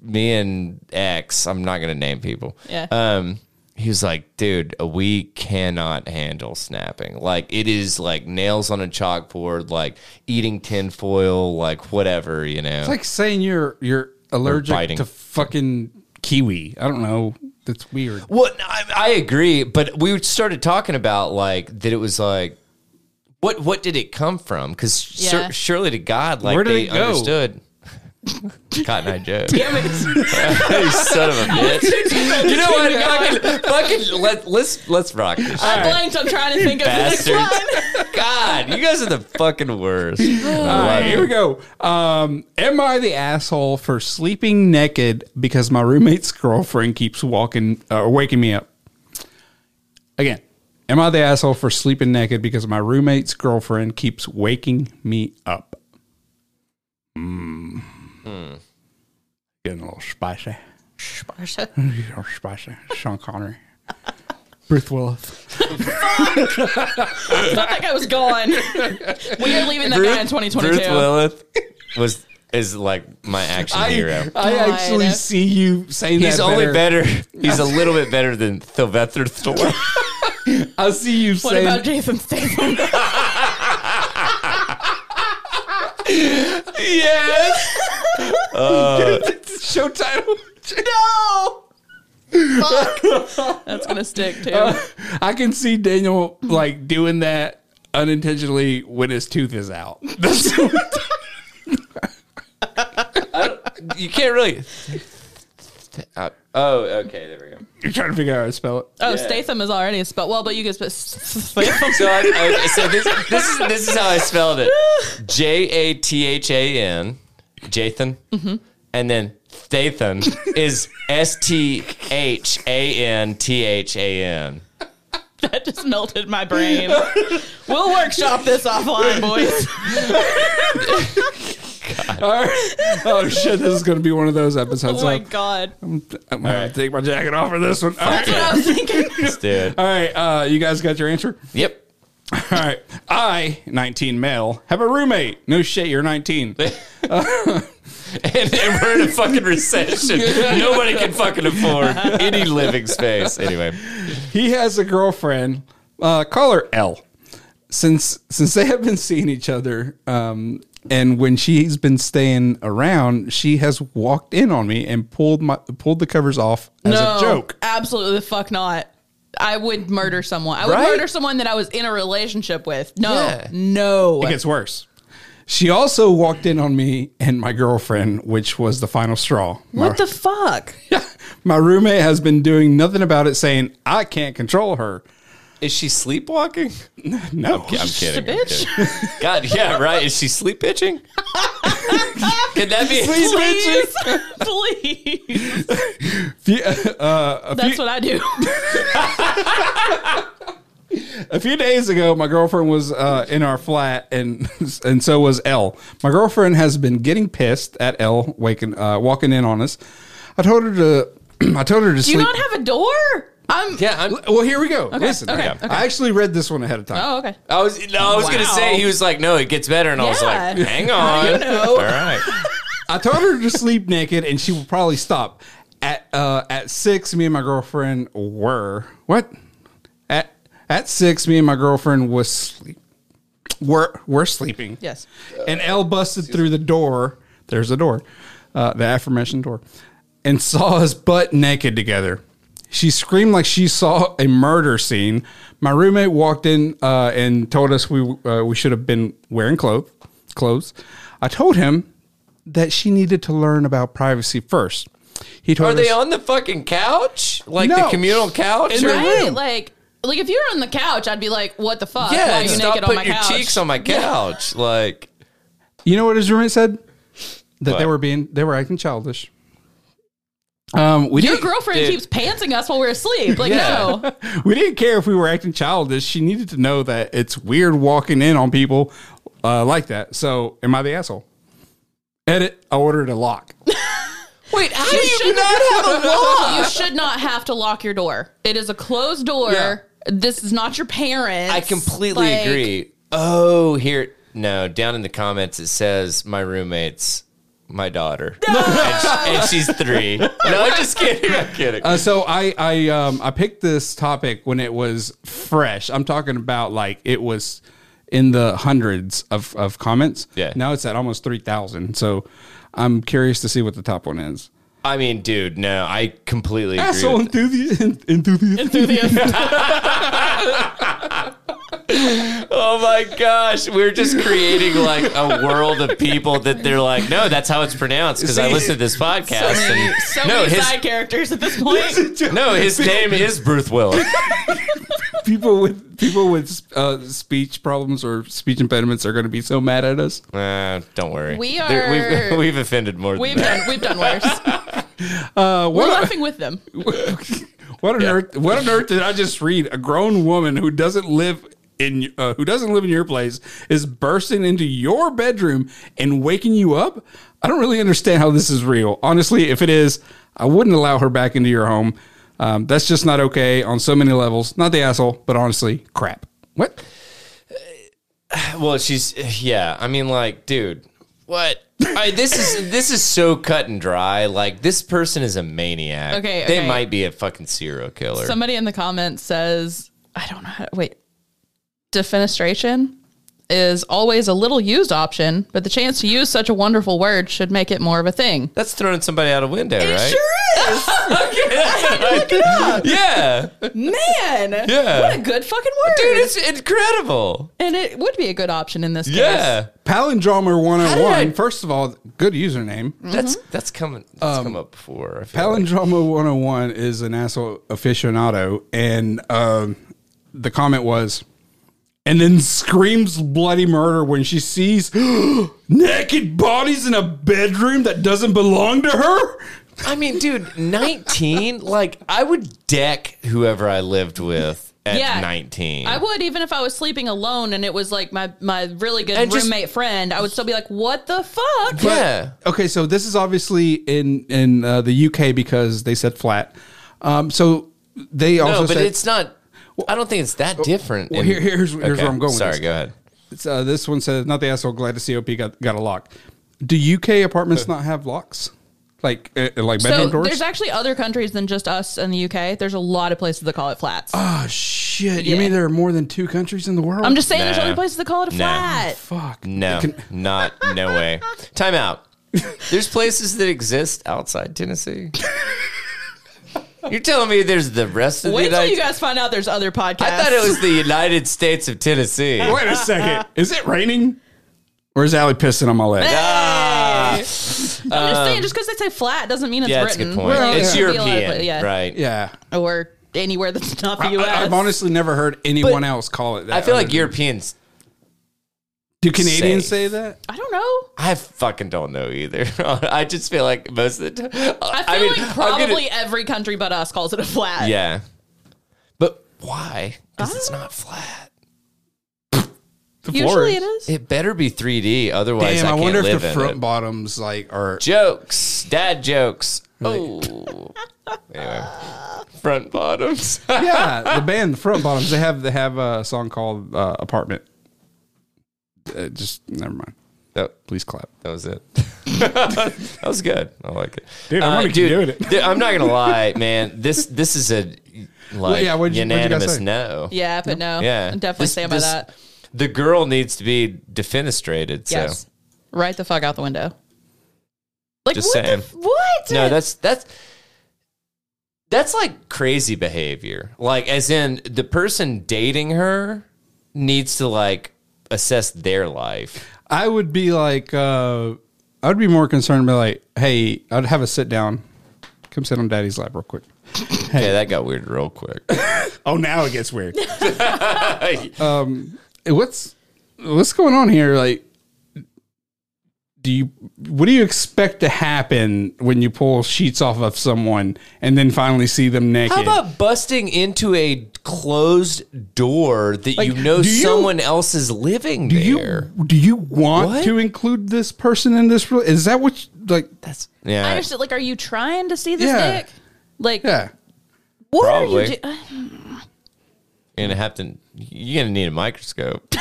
B: "Me and X, I'm not gonna name people."
C: Yeah.
B: Um, he was like, "Dude, we cannot handle snapping. Like it is like nails on a chalkboard, like eating tinfoil, like whatever, you know."
A: It's like saying you're you're allergic
B: biting.
A: to fucking kiwi. I don't know. That's weird.
B: Well, no, I, I agree, but we started talking about like that. It was like, what what did it come from? Because
C: Yeah.
B: surely to God, like
A: Where did
B: they
A: it go?
B: understood. Cotton Eye Joe,
C: Damn it.
B: you son of a bitch! you know what? Fucking, fucking let, let's let's rock this.
C: I
B: shit.
C: blanked. I'm trying to think of the next one.
B: Bastards! God, you guys are the fucking worst.
A: All right,
B: I love
A: here we
B: you.
A: go. Um, am I the asshole for sleeping naked because my roommate's girlfriend keeps walking or waking me up? Again, am I the asshole for sleeping naked because my roommate's girlfriend keeps waking me up? Mm. Mmm. Getting a little spicy.
C: Sparsha.
A: Sean Connery. Bruce Willis.
C: I thought that guy was gone. we are leaving that guy in 2022.
B: Ruth Lilith was is like my action hero.
A: I
C: God.
A: actually see you saying
B: He's
A: that.
B: only
A: better.
B: better. He's a little bit better than Sylvester Stallone.
A: I see you
C: what
A: saying.
C: about Jason Statham?
B: yes.
A: show title.
C: Uh, no. Fuck. That's gonna stick too.
A: I can see Daniel like doing that unintentionally when his tooth is out. That's what-
B: You can't really. Oh, okay. There we go.
A: You're trying to figure out how to spell it.
C: oh,
B: yeah.
C: Statham is already a spell. Well, but you guys,
B: So, I, okay, so this, this is this is how I spelled it: J A T H A N, Jathan, and then Stathan is S T H A N T H A N.
C: that just melted my brain. we'll workshop this offline, boys.
A: All right. Oh shit! This is gonna be one of those episodes.
C: Oh my
A: I'm-
C: god.
A: I'm gonna have to take my jacket off for this one. All
C: That's
A: right.
C: what I was thinking.
B: Dude.
A: All right, uh, you guys got your answer?
B: Yep.
A: All right. I, 19 male, have a roommate. No shit, you're 19.
B: and, and we're in a fucking recession. Nobody can fucking afford any living space. Anyway,
A: he has a girlfriend. Uh, call her L. Since since they have been seeing each other, um, and when she's been staying around, she has walked in on me and pulled my pulled the covers off as
C: no,
A: a joke.
C: Absolutely the fuck not. I would murder someone. I would
B: Right?
C: murder someone that I was in a relationship with. No,
B: Yeah.
C: no.
A: It gets worse. She also walked in on me and my girlfriend, which was the final straw. My-
C: What the fuck?
A: My roommate has been doing nothing about it, saying I can't control her.
B: is she sleepwalking?
A: No,
B: I'm kidding.
C: a
B: I'm
C: bitch.
B: kidding. God, yeah, right. Is she sleep bitching? Could that be?
A: Please.
C: Please, please.
A: Few- uh, a,
C: That's
A: few,
C: what I do.
A: a few days ago, my girlfriend was uh, in our flat, and and so was L. My girlfriend has been getting pissed at L waking uh, walking in on us. I told her to. I told her to
C: Do
A: sleep.
C: you not have a door? I'm.
B: Yeah, I'm,
A: well, here we go. Listen,
C: okay,
A: I, I actually read this one ahead of time.
C: Oh, okay.
B: I was no, I was gonna
C: Wow.
B: say he was like, no, it gets better, and I was like,
C: Yeah.
B: hang on,
C: know.
B: all right,
A: I told her to sleep naked, and she will probably stop. At uh, at six, me and my girlfriend were what? At at six, me and my girlfriend was sleep. Were were sleeping.
C: Yes.
A: And L busted through the door. There's the door, uh, the aforementioned door, and saw us butt naked together. She screamed like she saw a murder scene. My roommate walked in uh, and told us we uh, we should have been wearing clothes. Clothes. I told him that she needed to learn about privacy first. He told
B: Are they
A: us,
B: on the fucking couch, like the
A: No.
B: communal couch?
A: In
B: or-
A: the
C: Right?
A: room.
C: Like, like if you were on the couch, I'd be like, "What the fuck? Why
B: yeah,
C: are you
B: stop
C: naked on my
B: putting your
C: couch?"
B: cheeks on my couch, like.
A: You know what his roommate said? That they
B: What?
A: were being they were acting childish. Um, we
C: Your
A: didn't-
C: girlfriend
B: Dude.
C: keeps pantsing us while we're asleep. Like,
B: Yeah.
C: no.
A: we didn't care if we were acting childish. She needed to know that it's weird walking in on people uh, like that. So, am I the asshole? Edit. I ordered a lock.
B: Wait, how do you
C: should-
B: not have a wall?
C: You should not have to lock your door. It is a closed door.
A: Yeah.
C: This is not your parents.
B: I completely
C: Like,
B: agree. Oh, here, no, down in the comments it says my roommate's my daughter, and, she- and she's three. No, I'm just kidding. I'm kidding.
A: Uh, so I I um I picked this topic when it was fresh. I'm talking about like it was in the hundreds of of comments.
B: Yeah.
A: Now it's at almost three thousand. So I'm curious to see what the top one is.
B: I mean, dude, no, I completely agree.
A: Asshole
B: with-
A: enthusiast. Enthusiast.
C: Enthusiast.
B: Oh my gosh, we're just creating like a world of people that they're like, no, that's how it's pronounced because I
A: See,
B: listened to this podcast. and
C: so
B: no,
C: many
B: his
C: side characters at this point.
B: no, his name is Bruce Willis.
A: people with people with uh, speech problems or speech impediments are going to be so mad at us.
B: Uh, don't worry,
C: We
B: There-
C: are-
B: we've, we've offended more.
C: We've
B: than that.
C: done. We've done worse.
A: Uh,
C: We're
A: what,
C: laughing with them.
A: what on earth? What on earth did I just read? A grown woman who doesn't live in uh, who doesn't live in your place is bursting into your bedroom and waking you up. I don't really understand how this is real. Honestly, if it is, I wouldn't allow her back into your home. Um, that's just not okay on so many levels. Not the asshole, but honestly, crap. What?
B: Well, she's yeah. I mean, like, dude, what? I, this is this is so cut and dry. Like, this person is a maniac.
C: Okay,
B: they
C: okay.
B: might be a fucking serial killer.
C: Somebody in the comments says, I don't know how to wait. Defenestration is always a little used option, but the chance to use such a wonderful word should make it more of a thing.
B: That's throwing somebody out a window, right?
C: is.
B: Yeah,
C: Man.
B: Yeah.
C: What a good fucking word.
B: dude, it's incredible.
C: and it would be a good option in this case.
B: Yeah,
A: Palindromer 101.
B: How did I-
A: First of all, good username.
B: that's
C: Mm-hmm.
B: that's coming. That's
A: Um,
B: come up before. I feel like.
A: Palindroma 101 is an asshole aficionado, and um, the comment was, and then screams bloody murder when she sees naked bodies in a bedroom that doesn't belong to her.
B: I mean, dude, 19? like, I would deck whoever I lived with at
C: Yeah.
B: 19.
C: I would even if I was sleeping alone and it was like my my really good
B: And just-
C: roommate friend, I would still be like, "What the fuck?"
B: yeah.
A: Okay, so this is obviously in in uh, the UK because they said flat. Um, so they also
B: No, but
A: said,
B: it's not. I don't think it's that different.
A: well,
B: in-
A: here- here's- here's where I'm going with
B: Sorry,
A: this.
B: go ahead.
A: it's, uh, this one says not the asshole. Glad to see OP got got a lock. Do UK apartments not have locks? Like uh, like bedroom
C: So
A: doors?
C: there's actually other countries than just us and the UK. There's a lot of places that call it flats.
A: Oh shit! You
C: Yeah.
A: mean there are more than two countries in the world?
C: I'm just saying there's
B: Nah.
C: other places that call it a
B: Nah.
C: flat.
A: fuck.
B: No, not, no way. Time out. There's places that exist outside Tennessee. You're telling me there's the rest of
C: Wait
B: the
C: till
B: United
C: you guys find out there's other podcasts.
B: I thought it was the United States of Tennessee.
A: Wait a second. Is it raining? Or is Allie pissing on my leg?
C: I'm just saying, just because they say flat doesn't mean it's
B: Um, Yeah, that's a
C: Britain.
B: good point.
A: Well,
B: it's
A: yeah.
C: Could be a lot of
B: European,
C: pla- yeah.
B: right?
A: Yeah.
C: or anywhere that's not the
A: I,
C: U.S.
A: have honestly never heard anyone else call it that.
B: I feel
A: other
B: like
C: Um,
A: than-
B: Europeans
A: Do Canadians
B: safe.
A: say that?
C: I don't know.
B: I fucking don't know either. I just feel like most of the time.
C: I feel like probably every country but us calls it a flat.
B: yeah. But why? Because
C: I
B: it's
C: don't
B: not flat.
A: The
C: Usually it is.
B: It better be 3D. Otherwise,
A: Damn,
B: I,
A: I,
B: can't
A: wonder if
B: live
A: the
B: in
A: front
B: it.
A: bottoms like are.
B: jokes, dad jokes. Oh. anyway, front bottoms.
A: yeah, the band, the front bottoms. They have they have a song called uh, "Apartment." Uh, just never mind.
B: that,
A: Please clap.
B: that was it. that was good. I like it, Uh,
A: Dude, I'm gonna keep doing it.
B: dude, I'm not gonna lie, man. This this is a like
A: yeah, what'd you- what'd you guys
B: unanimous
A: say?
B: no.
C: Yeah, but no.
B: Yeah,
C: I'm definitely
B: This-
C: stand by
B: this-
C: that.
B: The girl needs to be defenestrated. So
C: Yes. Right the fuck out the window. Like
B: Just
C: what? the
B: saying.
C: f- what?
B: no, that's that's that's like crazy behavior. Like, as in the person dating her needs to like assess their life.
A: I would be like, uh, I would be more concerned about like, hey, I'd have a sit down. Come sit on daddy's lap real quick.
B: Yeah, that got weird real quick.
A: Oh, now it gets weird. what's what's going on here? Like, do you what do you expect to happen when you pull sheets off of someone and then finally see them naked?
B: How about busting into a closed door that you
A: Like,
B: know
A: do you-
B: someone else is living
A: do
B: there?
A: you do you want
B: What?
A: to include this person in this? rel- Is that what you, like?
B: That's
C: I
B: yeah.
C: understand. Like, are you trying to see this
A: Yeah.
C: dick? Like,
A: Yeah.
C: what are
B: Probably.
C: you doing?
B: You're gonna have to. You're gonna need a microscope.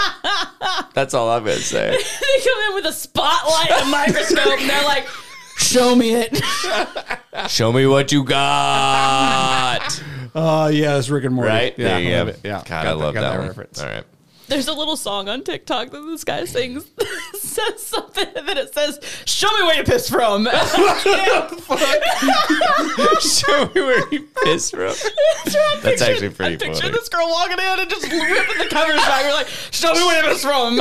B: That's all I'm gonna say.
C: they come in with a spotlight and a microscope, and they're like, "Show me it."
B: Show me what you got.
A: Oh yeah, it's Rick and Morty.
B: right?
A: Yeah,
B: there you
A: I
B: go.
A: love it. Yeah,
B: God, I love
A: got
B: that, one. All right.
C: There's a little song on TikTok that this guy sings. says something, and then it says, "Show me where you pissed from."
B: Show me where you piss from. That's actually pretty
C: I picture
B: funny.
C: this girl walking in and just ripping the covers back. You're like, "Show me where you pissed from."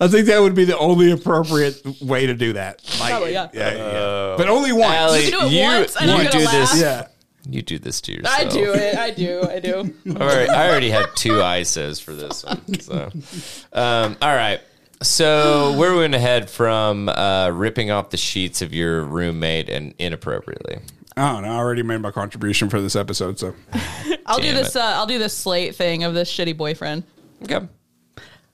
A: I think that would be the only appropriate way to do that. Like,
C: Probably, yeah.
B: Uh,
A: yeah. But only once.
B: Allie,
C: You can do it once and
B: you
C: I'm gonna
B: do
C: laugh.
B: this.
A: Yeah.
B: You do this to yourself.
C: I do it. I do. I do.
B: All right, I already have two ISOs for this one. So, um, all right. So we're going to head from uh, ripping off the sheets of your roommate and inappropriately.
A: I don't know. I already made my contribution for this episode, so
C: I'll do
B: Damn
C: this.
B: it.
C: Uh, I'll do this slate thing of this shitty boyfriend.
B: Okay.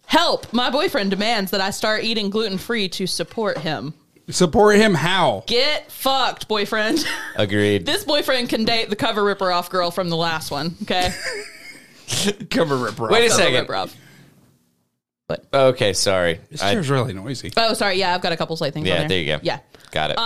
C: Help! My boyfriend demands that I start eating gluten free to support him.
A: Support him how?
C: Get fucked, boyfriend.
B: Agreed.
C: this boyfriend can date the cover ripper off girl from the last one. Okay,
A: Cover rip rock.
B: Wait a
C: cover
B: second.
C: ripper off.
B: Okay, sorry.
A: This
B: I,
A: chair's really noisy.
C: Oh, sorry. Yeah, I've got a couple slight things.
B: Yeah,
C: on there.
B: there you go.
C: Yeah, Uh,
B: got it.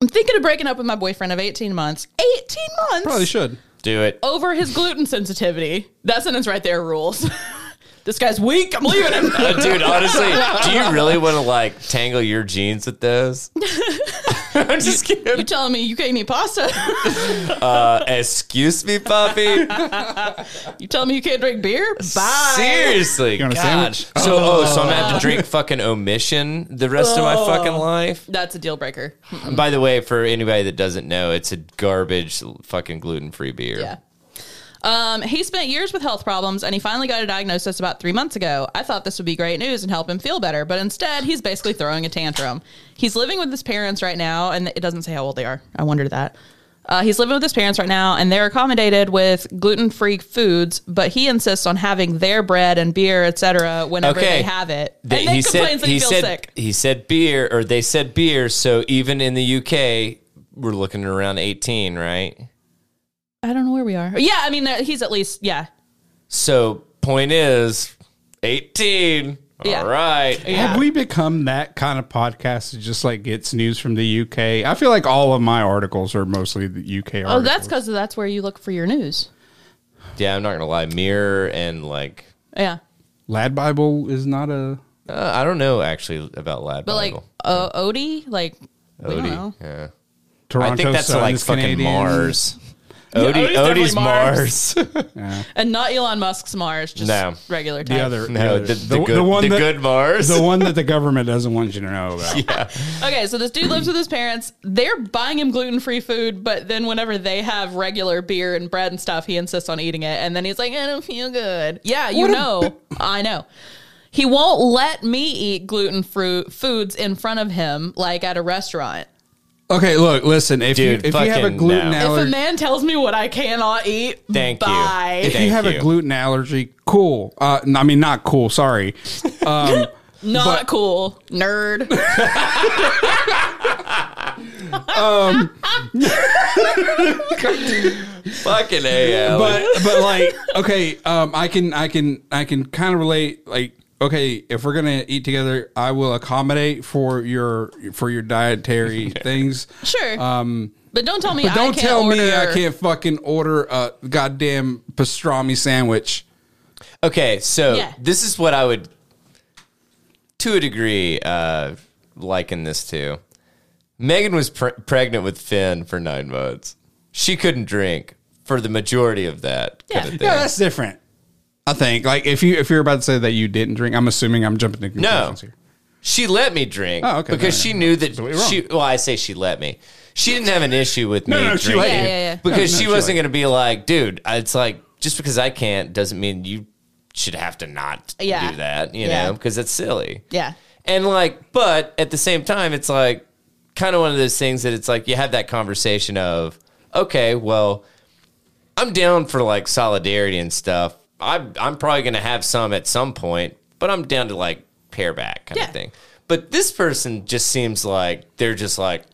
C: I'm thinking of breaking up with my boyfriend of 18 months. 18 months.
A: Probably should.
B: Do it.
C: over his gluten sensitivity. That sentence right there rules. this guy's weak. I'm leaving him.
B: Uh, dude, honestly, do you really want to like tangle your jeans with those? I'm just
C: you
B: kidding.
C: telling me you can't eat pasta?
B: Uh, excuse me, puppy.
C: you telling me you can't drink beer? Bye.
B: Seriously,
A: You want a
B: gosh.
A: sandwich?
B: So, oh, so I'm gonna have to drink fucking omission the rest of my
C: Oh.
B: fucking life.
C: That's a deal breaker.
B: By the way, for anybody that doesn't know, it's a garbage fucking gluten free beer.
C: Yeah. Um, he spent years with health problems and he finally got a diagnosis about three months ago. I thought this would be great news and help him feel better, but instead he's basically throwing a tantrum. He's living with his parents right now, and it doesn't say how old they are. I wondered that. Uh, he's living with his parents right now, and they're accommodated with gluten free foods, but he insists on having their bread and beer, etc., whenever
B: Okay.
C: they have it.
B: They-
C: and then
B: he said
C: complains that he,
B: he
C: feels
B: said
C: sick.
B: he said beer or they said beer. So even in the UK, we're looking at around 18, right?
C: I don't know where we are. Yeah, I mean, there- he's at least, yeah.
B: So point is 18.
C: Yeah.
B: All right.
A: Have we become that kind of podcast that just like gets news from the UK? I feel like all of my articles are mostly the UK articles.
C: Oh, that's because that's where you look for your news.
B: Yeah, I'm not gonna lie. Mirror and like
C: Yeah.
A: Lad Bible is not a.
B: uh, I don't know actually about Lad
C: But like
B: Bible.
C: uh, Odie, like we don't know.
B: Odie. Yeah.
A: Toronto
B: I think that's
A: Sun
B: like
A: is
B: fucking
A: uh, Canadian.
B: Mars. Odie, Odie's
C: Odie's definitely
B: Mars.
C: and not Elon Musk's Mars, just
B: No.
C: regular type.
A: The other,
B: no,
A: other-
B: the, the, good, the,
A: that,
B: good Mars.
A: the one that the government doesn't want you to know about.
C: Okay, so this dude lives with his parents. They're buying him gluten free food, but then whenever they have regular beer and bread and stuff, he insists on eating it. And then he's like, I don't feel good. Yeah, you know, I know. He won't let me eat gluten fruit foods in front of him, like at a restaurant.
A: Okay, look, listen. If
B: Dude,
A: you if you have a
B: fucking
A: gluten
B: no.
C: If a
A: allergy,
C: man tells me what I cannot eat,
B: Thank you.
C: bye.
A: if
B: Thank
A: you have
B: you.
A: a gluten allergy, cool. Uh, n- I mean, not cool. Sorry. Um,
C: Not
A: But-
C: cool, nerd.
B: fucking AL.
A: but but like okay, um, I can I can I can kind of relate. Like okay, if we're gonna eat together, I will accommodate for your for your dietary things.
C: Sure. Um, but don't tell me.
A: But
C: I
A: don't
C: can't
A: tell me I
C: order-
A: can't fucking order a goddamn pastrami sandwich.
B: Okay, so
C: Yeah.
B: this is what I would, to a degree, uh, liken this to. Megan was pre- pregnant with Finn for nine months. She couldn't drink for the majority of that. Kind
C: Yeah.
B: of thing.
A: Yeah, that's different. I think. Like if you if you're about to say that you didn't drink, I'm assuming I'm jumping to
B: No,
A: conclusions here.
B: she let me drink
A: Oh, okay.
B: because
A: No,
B: she
A: no,
B: knew that
A: we were wrong.
B: she. Well, I say she let me. She didn't have an issue with
A: No,
B: me
A: no, she
B: drinking
A: let you.
C: Yeah, yeah, yeah.
B: because
A: No, no,
B: she
A: she let
B: wasn't
A: you.
B: going to be like, dude. It's like just because I can't doesn't mean you should have to not
C: Yeah.
B: do that. You
C: Yeah.
B: know, because it's silly.
C: Yeah.
B: And like, but at the same time, it's like kind of one of those things that it's like you have that conversation of, okay, well, I'm down for like solidarity and stuff. I'm I'm probably gonna have some at some point, but I'm down to like pare back kind
C: Yeah.
B: of thing. But this person just seems like they're just like,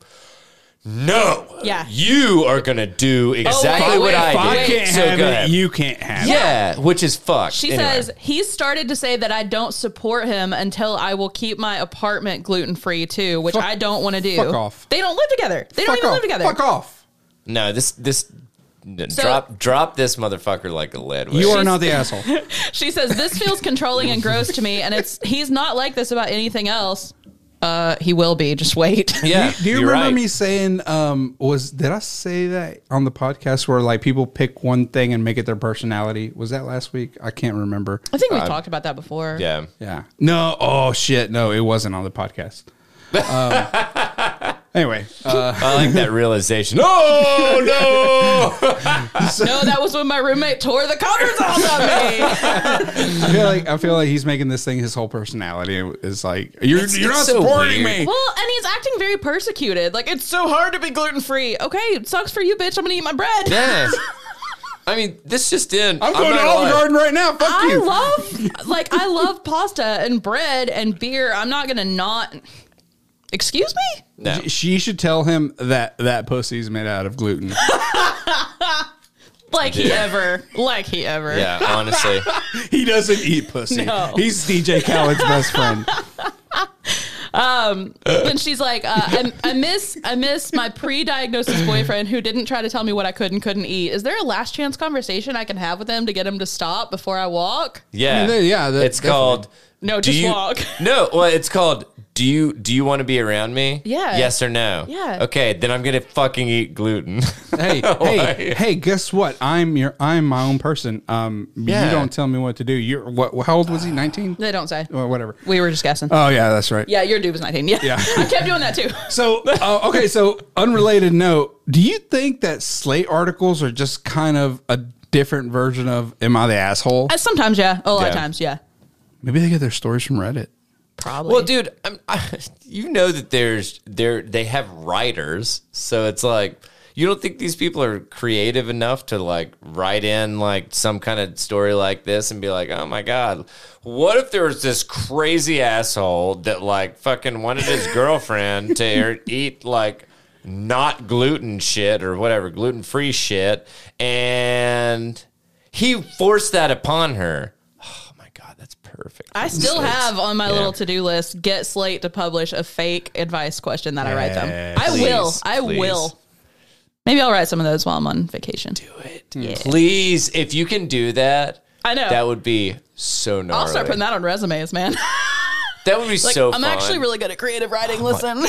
B: no,
C: Yeah.
B: you are gonna do exactly
C: wait,
B: what
C: wait,
B: I
C: if
A: If
B: did.
A: I
C: Wait,
A: can't
B: so
A: have
B: go
A: it,
B: ahead.
A: you can't have it.
B: yeah, which is fucked.
C: She
B: Anyway.
C: says he started to say that I don't support him until I will keep my apartment gluten free too, which I don't want to do.
A: fuck off.
C: They don't live together. They don't
A: Fuck
C: even
A: off.
C: live together.
A: Fuck off.
B: No, this this n- drop drop this motherfucker like a lead. weight.
A: You are not the asshole.
C: She says this feels controlling and gross to me, and it's he's not like this about anything else. Uh, he will be. Just wait.
B: Yeah,
A: Do you
B: you're
A: remember
B: right.
A: me saying um was did I say that on the podcast where like people pick one thing and make it their personality? Was that last week? I can't remember.
C: I think we have talked about that before.
B: Yeah,
A: Yeah. No, oh shit, no, it wasn't on the podcast. Um, anyway, uh,
B: I like that realization. Oh no!
C: No, that was when my roommate tore the covers off of me.
A: I feel like I feel like he's making this thing his whole personality is like you're
B: It's-
A: you're
B: it's
A: not
B: so
A: supporting
B: weird.
A: me.
C: Well, and he's acting very persecuted. Like it's so hard to be gluten free. Okay, it sucks for you, bitch. I'm gonna eat my bread.
B: yeah. I mean, this just in.
A: I'm going
B: not
A: to Olive
B: lying.
A: Garden right now. Fuck
C: I
A: you.
C: love like I love pasta and bread and beer. I'm not gonna not. Excuse me.
B: No.
A: she should tell him that that pussy's made out of gluten.
C: Like he
B: Dude.
C: ever. Like he ever.
B: Yeah, honestly.
A: he doesn't eat pussy.
C: No.
A: He's DJ Khaled's best friend.
C: Then she's like, uh, I, I miss I miss my pre-diagnosis boyfriend who didn't try to tell me what I could and couldn't eat. Is there a last chance conversation I can have with him to get him to stop before I walk?
B: Yeah.
A: I mean, they- yeah, that-
B: it's
A: definitely.
B: called
C: No,
B: do
C: just
B: you-
C: walk.
B: No, well, it's called do you do you want to be around me?
C: Yeah.
B: Yes or no?
C: Yeah.
B: Okay, then I'm gonna fucking eat gluten.
A: Hey, hey, hey! Guess what? I'm your, I'm my own person. Um,
B: Yeah.
A: you don't tell me what to do. You're what? How old was he? Nineteen?
C: They don't say.
A: Or whatever.
C: We were just guessing.
A: Oh yeah, that's right.
C: yeah, your dude was 19. Yeah.
A: Yeah.
C: I kept doing that too.
A: So uh, okay, so unrelated note: Do you think that Slate articles are just kind of a different version of "Am I the asshole"?
C: Uh, Sometimes, yeah. A lot of
B: Yeah.
C: times, yeah.
A: Maybe they get their stories from Reddit.
C: Probably.
B: well, dude, I'm, I, you know that there's there they have writers, so it's like you don't think these people are creative enough to like write in like some kind of story like this and be like, oh my god, what if there was this crazy asshole that like fucking wanted his girlfriend to er- eat like not gluten shit or whatever, gluten free shit, and he forced that upon her. Oh my god, that's perfect.
C: I still
B: It's-
C: have on my
B: yeah.
C: little to do list get Slate to publish a fake advice question that I write them. I
B: Please,
C: will. I
B: please.
C: will. Maybe I'll write some of those while I'm on vacation. Do it. Yeah.
B: Please, if you can do that,
C: I know.
B: that would be so gnarly.
C: I'll start putting that on resumes, man.
B: That would be
C: like,
B: so.
C: I'm
B: fun.
C: actually really good at creative writing. Listen,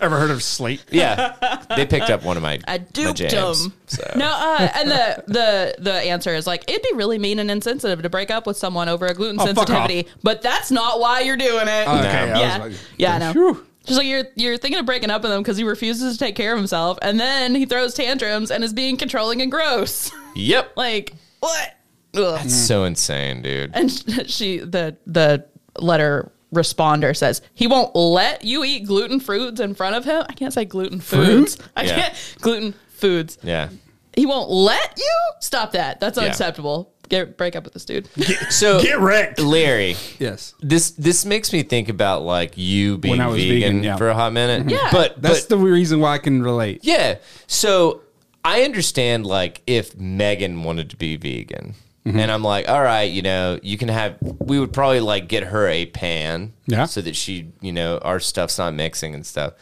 A: Ever heard of Slate?
B: Yeah, they picked up one of my. my
C: I duped
B: jams.
C: them. No, uh, and the the the answer is like it'd be really mean and insensitive to break up with someone over a gluten
A: Oh, fuck off.
C: sensitivity, but that's not why you're doing it.
A: Uh, Okay,
B: No.
A: I
C: yeah,
A: was like,
C: yeah, I know.
A: Phew.
C: Just like you're you're thinking of breaking up with him because he refuses to take care of himself, and then he throws tantrums and is being controlling and gross.
B: Yep,
C: like Uh, what? Ugh.
B: so insane, dude.
C: And she the the letter responder says he won't let you eat gluten foods in front of him. I can't say gluten foods. I
B: Yeah.
C: can't gluten foods.
B: Yeah.
C: He won't let you stop that. That's
B: Yeah.
C: unacceptable. Get break up with this dude.
B: So
A: Get wrecked.
B: Larry.
A: Yes,
B: This this makes me think about like you being
A: I was
B: vegan,
A: vegan, yeah.
B: for a hot minute.
C: Yeah.
B: but
A: that's
B: but
A: the reason why I can relate.
B: Yeah. So I understand like if Megan wanted to be vegan.
A: Mm-hmm.
B: And I'm like, all right, you know, you can have. We would probably like get her a pan,
A: Yeah.
B: so that she, you know, our stuff's not mixing and stuff.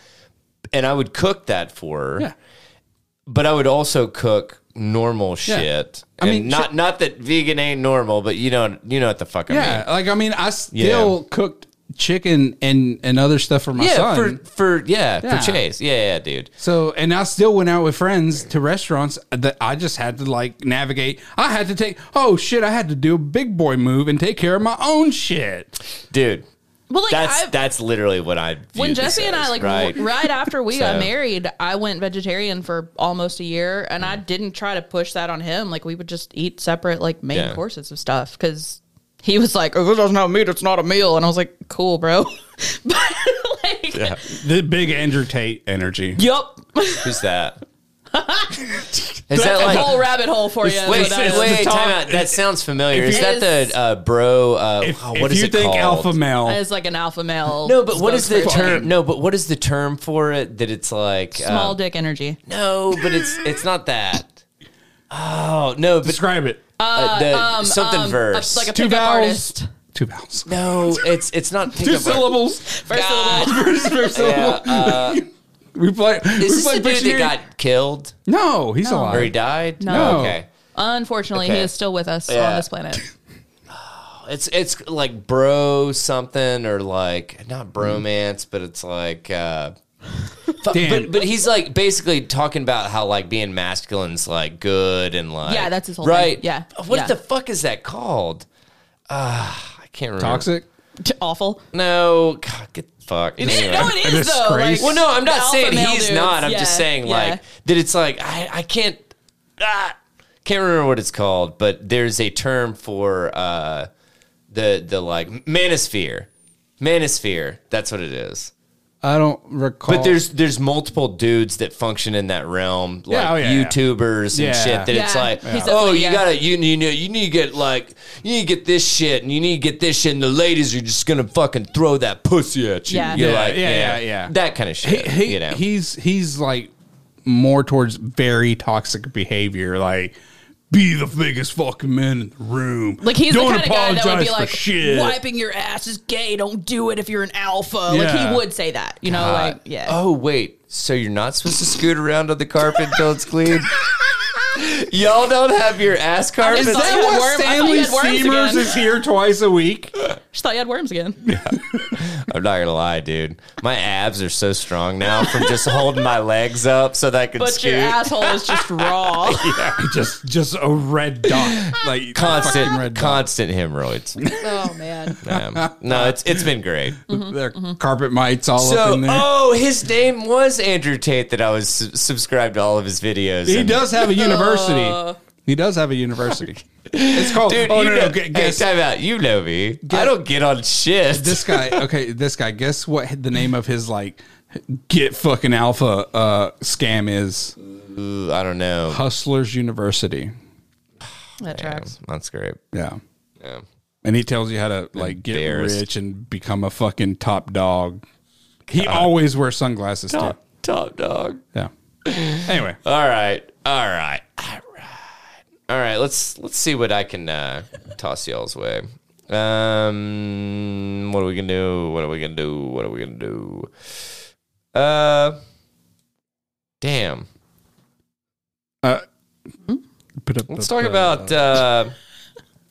B: And I would cook that for her,
A: Yeah.
B: but I would also cook normal
A: Yeah.
B: shit.
A: I
B: I
A: mean,
B: mean, not not that vegan ain't normal, but you know, you know what the fuck I
A: Yeah,
B: mean.
A: like I mean, I still cooked chicken and and other stuff for my
B: Yeah,
A: son.
B: for for yeah,
A: Yeah.
B: for Chase. Yeah, yeah, dude.
A: So, and I still went out with friends to restaurants that I just had to like navigate. I had to take, oh shit, I had to do a big boy move and take care of my own shit.
B: Dude.
C: Well, like
B: that's
C: I've-
B: that's literally what I view
C: when
B: this
C: Jesse and I
B: as,
C: like
B: right?
C: right, after we got
B: So-
C: married, I went vegetarian for almost a year, and
B: Mm.
C: I didn't try to push that on him. Like we would just eat separate like main
B: Yeah.
C: courses of stuff because he was like, "Oh, this doesn't have meat; it's not a meal," and I was like, "Cool, bro." but like,
A: The big Andrew Tate energy.
C: yup,
B: Who's that? Is that
C: a
B: like?
C: whole rabbit hole for you.
B: Wait,
C: is what that
B: wait,
C: is.
B: wait,
A: the
B: time
A: top-
B: out. That sounds familiar.
A: if
B: Is
A: you-
B: that the uh, bro? Uh,
A: If,
B: wow,
A: if
B: what is
A: you
B: it
A: think
B: called?
A: alpha male,
C: It's like an alpha male.
B: No, but what is the
C: spokesperson.
B: term? No, but what is the term for it? That it's like
C: Small
B: uh,
C: dick energy.
B: no, but it's it's not that. Oh no, but
A: describe it.
B: uh, the something
C: Um,
B: verse.
C: like a
A: Two
C: pickup
A: vowels.
C: artist.
A: Two vowels.
B: no, it's it's not
A: Two
B: pickup artist.
A: syllables.
C: First
B: God.
C: of all,
A: First, first syllable.
B: Yeah, uh,
A: we play. we
B: is this
A: play
B: the dude that
A: Pictionary.
B: got killed
A: no, he's
B: or he
A: alive.
B: died? Oh,
A: No.
B: okay.
C: unfortunately, he
B: Okay.
C: is still with us on
B: Yeah.
C: this planet.
B: It's it's like bro something or like not bromance, but it's like uh fu-
A: Dan.
B: but but he's like basically talking about how like being masculine's like good and like
C: Yeah, that's his whole
B: right.
C: thing. Yeah.
B: What
C: Yeah.
B: the fuck is that called? Ah, I can't remember.
A: Toxic.
C: Awful.
B: No, God, get the fuck. Anyway.
C: No, it is though.
A: disgrace.
C: Like,
B: well, no, I'm
C: the
B: not
C: alpha
B: saying
C: male
B: he's
C: dudes.
B: not. I'm
C: Yeah,
B: just saying
C: yeah.
B: like that it's like I I can't ah, can't remember what it's called, but there's a term for uh the the like manosphere. Manosphere. That's what it is.
A: I don't recall.
B: But there's there's multiple dudes that function in that realm, like
A: Yeah, oh, yeah, yeah.
B: YouTubers and
A: Yeah.
B: shit. That it's
C: Yeah.
B: like,
C: Yeah. He's
B: oh,
C: definitely-
B: you
C: yeah.
B: gotta you you know you need to get like you need to get this shit and you need to get this shit, and the ladies are just gonna fucking throw that pussy at you.
C: Yeah.
B: You're
A: Yeah,
B: like,
A: yeah,
B: yeah,
A: yeah, yeah.
B: that kind of
A: he,
B: shit.
A: he-
B: you know,
A: he's he's like more towards very toxic behavior, like be the biggest fucking man in the room.
C: Like he's
A: Don't
C: the kind of guy that would
A: apologize
C: be
A: for
C: like,
A: shit.
C: wiping your ass is gay. Don't do it if you're an alpha. Like
A: Yeah.
C: he would say that, you know, like yeah.
B: Oh wait, so you're not supposed to scoot around on the carpet until it's clean. Y'all don't have your ass carpet.
C: Is that what- worm- I thought
A: Stanley
C: you had worms
A: Seamers
C: again.
A: is here twice a week.
C: Just thought you had worms again.
B: I'm not gonna lie, dude. My abs are so strong now from just holding my legs up so that I can
C: But
B: scoot.
C: your asshole is just raw.
A: just just a red dot, like fucking
B: constant,
A: red dot.
B: constant hemorrhoids.
C: oh man.
B: Um, no, it's it's been great.
C: Mm-hmm.
A: There are carpet mites all up
B: So,
A: in there.
B: oh, his name was Andrew Tate. That I was su- subscribed to all of his videos.
A: he
B: and-
A: does have a university. he does have a university. It's called.
B: Dude,
A: oh
B: you
A: no,
B: know,
A: no, gu-
B: hey,
A: guess
B: time out. You know me. I don't get on shit.
A: this guy. Okay, this guy. Guess what the name of his like get fucking alpha uh, scam is?
B: Ooh, I don't know.
A: Hustlers University.
C: That tracks.
B: That's great.
A: Yeah,
B: Yeah.
A: and he tells you how to like get
B: Embarrassed.
A: rich and become a fucking top dog. He always wears sunglasses
B: Top, top dog.
A: too. Yeah. Anyway,
B: All right. All right. All right. All right. Let's let's see what I can uh, toss y'all's way. Um, what are we gonna do? What are we gonna do? What are we gonna do? Uh, damn.
A: uh, put up-
B: Let's
A: up,
B: talk
A: uh,
B: about. Uh,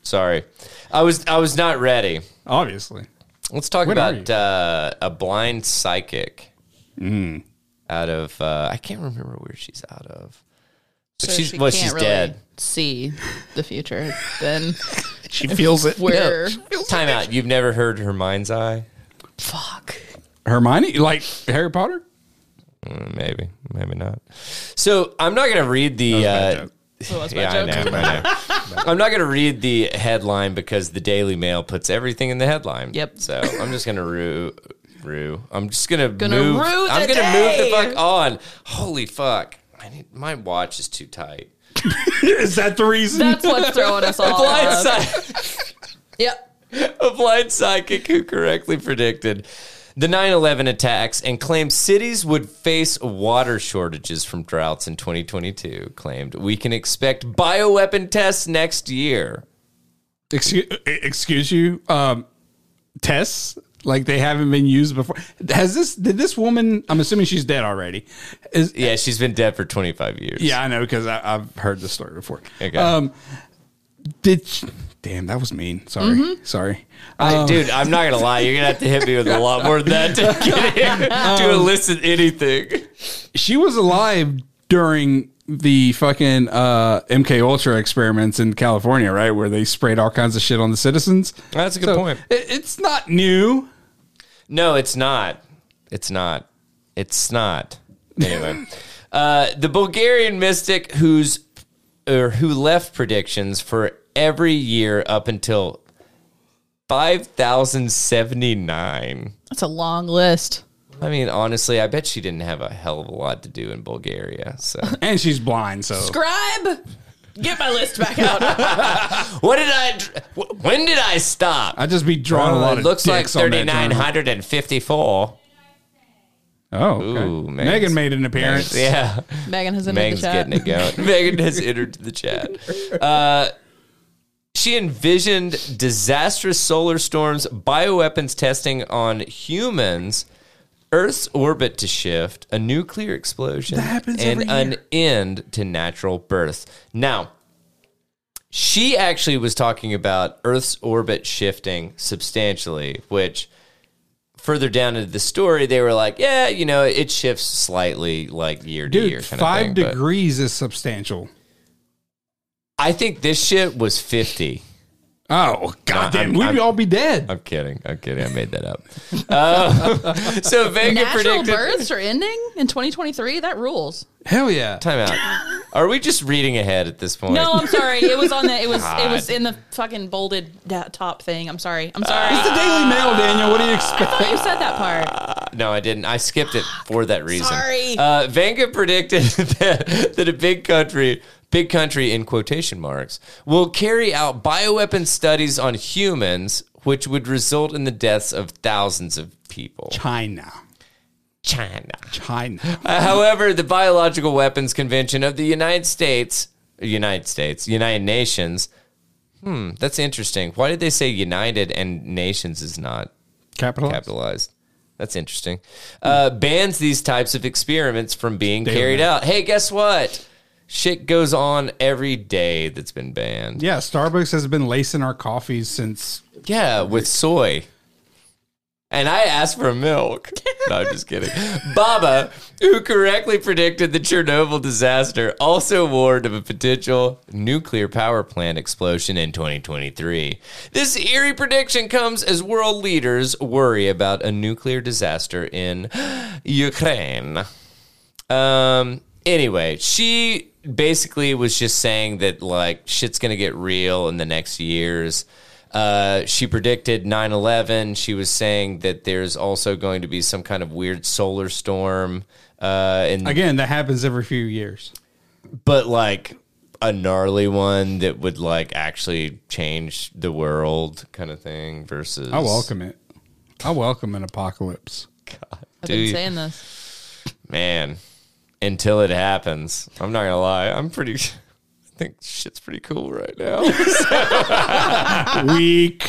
B: sorry, I was I was not ready.
A: obviously.
B: Let's talk
A: When are
B: about uh, a blind psychic
A: Mm-hmm.
B: out of uh, I can't remember where she's out of. But she's well, she's dead.
C: See the future. Then
A: She feels it.
C: where?
B: Time out. You've never heard her mind's eye?
C: Fuck.
A: Hermione, like Harry Potter.
B: Mm, Maybe, maybe not. So I'm not gonna read the.
A: bad
B: Uh,
A: joke.
C: So that's my
B: yeah, I
C: joke.
B: know, I know. I'm not gonna read the headline because the Daily Mail puts everything in the headline.
C: Yep.
B: So I'm just gonna rue, rue. I'm just gonna,
C: Gonna
B: move.
C: rue
B: I'm
C: the
B: gonna move the
C: day.
B: fuck on. Holy fuck! I need, my watch is too tight.
A: Is that the reason?
C: That's what's throwing us all.
B: Blind
C: off.
B: side.
C: Yep.
B: a blind psychic who correctly predicted the 9 11 attacks and claimed cities would face water shortages from droughts in 2022. Claimed we can expect bioweapon tests next year.
A: excuse, e-, excuse you. Um, tests like they haven't been used before. Has this? Did this woman? I'm assuming she's dead already. Is
B: Yeah, she's been dead for 25 years.
A: yeah, I know because I, I've heard this story before.
B: Okay.
A: Um, did she- damn that was mean. Sorry, sorry. Um,
B: I-
A: Oh.
B: dude, I'm not going to lie. You're going to have to hit me with a lot more than that to get here, to elicit anything.
A: she was alive during the fucking uh, MK Ultra experiments in California, right, where they sprayed all kinds of shit on the citizens.
B: That's a good
A: So,
B: point.
A: it- it's not new.
B: No, it's not. It's not. It's not. Anyway, uh, the Bulgarian mystic who's or who left predictions for every year up until 5079.
C: That's a long list.
B: I mean, honestly, I bet she didn't have a hell of a lot to do in Bulgaria. So,
A: And she's blind, so
C: Scribe. Get my list back out.
B: what did I? wh- When did I stop?
A: I'd just be drawing a lot
B: Uh, it
A: of
B: looks like
A: dicks on that journal.
B: 3954.
A: Oh, okay.
B: Ooh,
A: Megan
B: Megan's-
A: made an appearance.
B: Yeah.
C: Megan has entered
B: Megan's
C: the chat.
B: getting it going. Megan has entered the chat. Uh, she envisioned disastrous solar storms, bioweapons testing on humans, Earth's orbit to shift, a nuclear explosion,
A: happens
B: and
A: every year.
B: an end to natural birth. Now, she actually was talking about Earth's orbit shifting substantially, which further down into the story, they were like, yeah, you know, it shifts slightly like year to year.
A: Dude,
B: Kind
A: five
B: of thing, but-
A: degrees is substantial.
B: I think this shit was 50.
A: Oh, goddamn.
B: I'm-
A: We'd
B: I'm-
A: all be dead.
B: I'm kidding. I'm kidding. I made that up. Uh, so Vega
C: Natural
B: predicted.
C: births are ending in 2023. That rules.
A: Hell yeah.
B: Time out. Are we just reading ahead at this point?
C: No, I'm sorry. It was on the. It was. It was
B: God.
C: in the fucking bolded da- top thing. I'm sorry. I'm sorry.
A: Daily Mail, Daniel. What do you expect?
C: I thought you said that part.
B: no, I didn't. I skipped it for that reason.
C: Sorry.
B: Uh, Vanga predicted that, that a big country, big country in quotation marks, will carry out bioweapon studies on humans, which would result in the deaths of thousands of people.
A: China.
B: China.
A: China.
B: Uh, however, the Biological Weapons Convention of the United States, United States, United Nations. Hmm, that's interesting. Why did they say United and Nations is not
A: Capital.
B: capitalized. That's interesting. Uh, bans these types of experiments from being carried out. Hey, guess what? Shit goes on every day that's been banned.
A: Yeah, Starbucks has been lacing our coffees since
B: Yeah, with soy. And I asked for milk. No, I'm just kidding. Baba, who correctly predicted the Chernobyl disaster, also warned of a potential nuclear power plant explosion in 2023. This eerie prediction comes as world leaders worry about a nuclear disaster in Ukraine. Um. Anyway, she basically was just saying that like shit's gonna get real in the next years. Uh, she predicted 9-11. She was saying that there's also going to be some kind of weird solar storm. Uh, and
A: again, that happens every few years.
B: but like a gnarly one that would like actually change the world, kind of thing. Versus,
A: I welcome it. I welcome an apocalypse.
C: I've
B: Dude.
C: been saying this.
B: man. Until it happens, I'm not gonna lie. I'm pretty. I think shit's pretty cool right now.
A: Weak.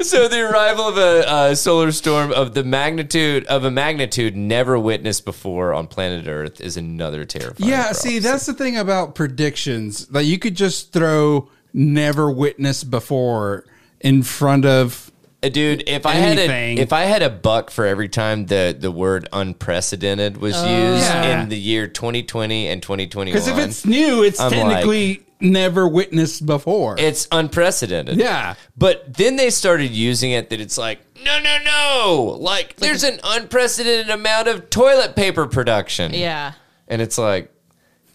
B: So the arrival of a uh, solar storm of the magnitude of a magnitude never witnessed before on planet Earth is another terrifying.
A: Yeah,
B: problem.
A: see, that's the thing about predictions. Like you could just throw never witnessed before in front of
B: Uh, dude, if I had
A: Anything.
B: a if I had a buck for every time the the word unprecedented was used
A: Yeah.
B: in the year 2020 and 2021,
A: because if it's new, it's
B: I'm like-
A: technically never witnessed before.
B: it's unprecedented.
A: yeah.
B: But then they started using it that it's like, no, no, no. Like, there's an unprecedented amount of toilet paper production.
C: Yeah.
B: And it's like,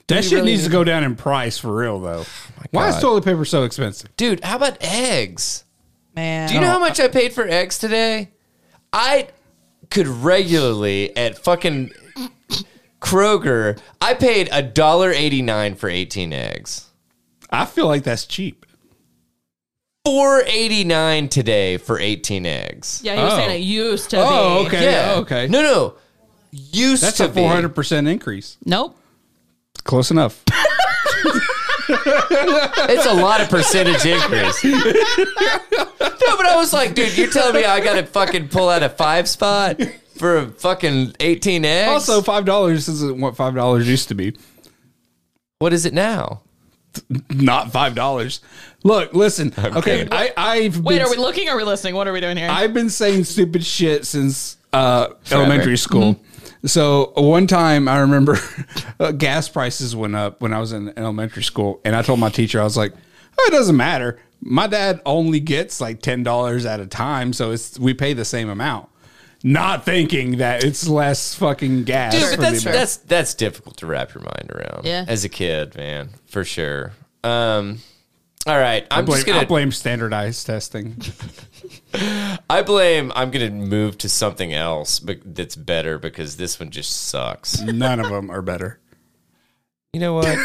A: That shit
B: really Oh
A: needs to go down in price for real, though. Why is
B: God.
A: toilet paper so expensive?
B: dude, how about eggs?
C: Man.
B: Do you know how much I paid for eggs today? I could regularly at fucking Kroger, I paid a dollar eighty nine for eighteen eggs.
A: I feel like that's cheap.
B: Four eighty nine today for eighteen eggs.
C: yeah, he was
A: Oh.
C: saying it used to
A: Oh,
C: be.
A: okay. oh, okay.
B: No, no. Used
A: That's
B: to
A: a
B: be.
A: four hundred percent increase.
C: Nope.
A: Close enough.
B: It's a lot of percentage increase. no, but I was like, dude, you're telling me I gotta fucking pull out a five spot for a fucking eighteen eggs?
A: Also, five dollars isn't what five dollars used to be.
B: what is it now?
A: Not five dollars. Look, listen. Okay,
B: kidding.
A: I, I've
C: Wait,
A: been,
C: are we looking or are we listening? What are we doing here?
A: I've been saying stupid shit since uh, elementary school. So one time, I remember uh, gas prices went up when I was in elementary school, and I told my teacher, I was like, oh, "It doesn't matter. My dad only gets like ten dollars at a time, so it's we pay the same amount." Not thinking that it's less fucking gas.
B: Dude,
A: for
B: but
A: the
B: that's
A: amount.
B: that's that's difficult to wrap your mind around.
C: Yeah.
B: As a kid, man, for sure. Um all right, I'm
A: blame,
B: just gonna.
A: I blame standardized testing.
B: I blame. I'm gonna move to something else, but that's better because this one just sucks.
A: None of them are better.
B: You know what?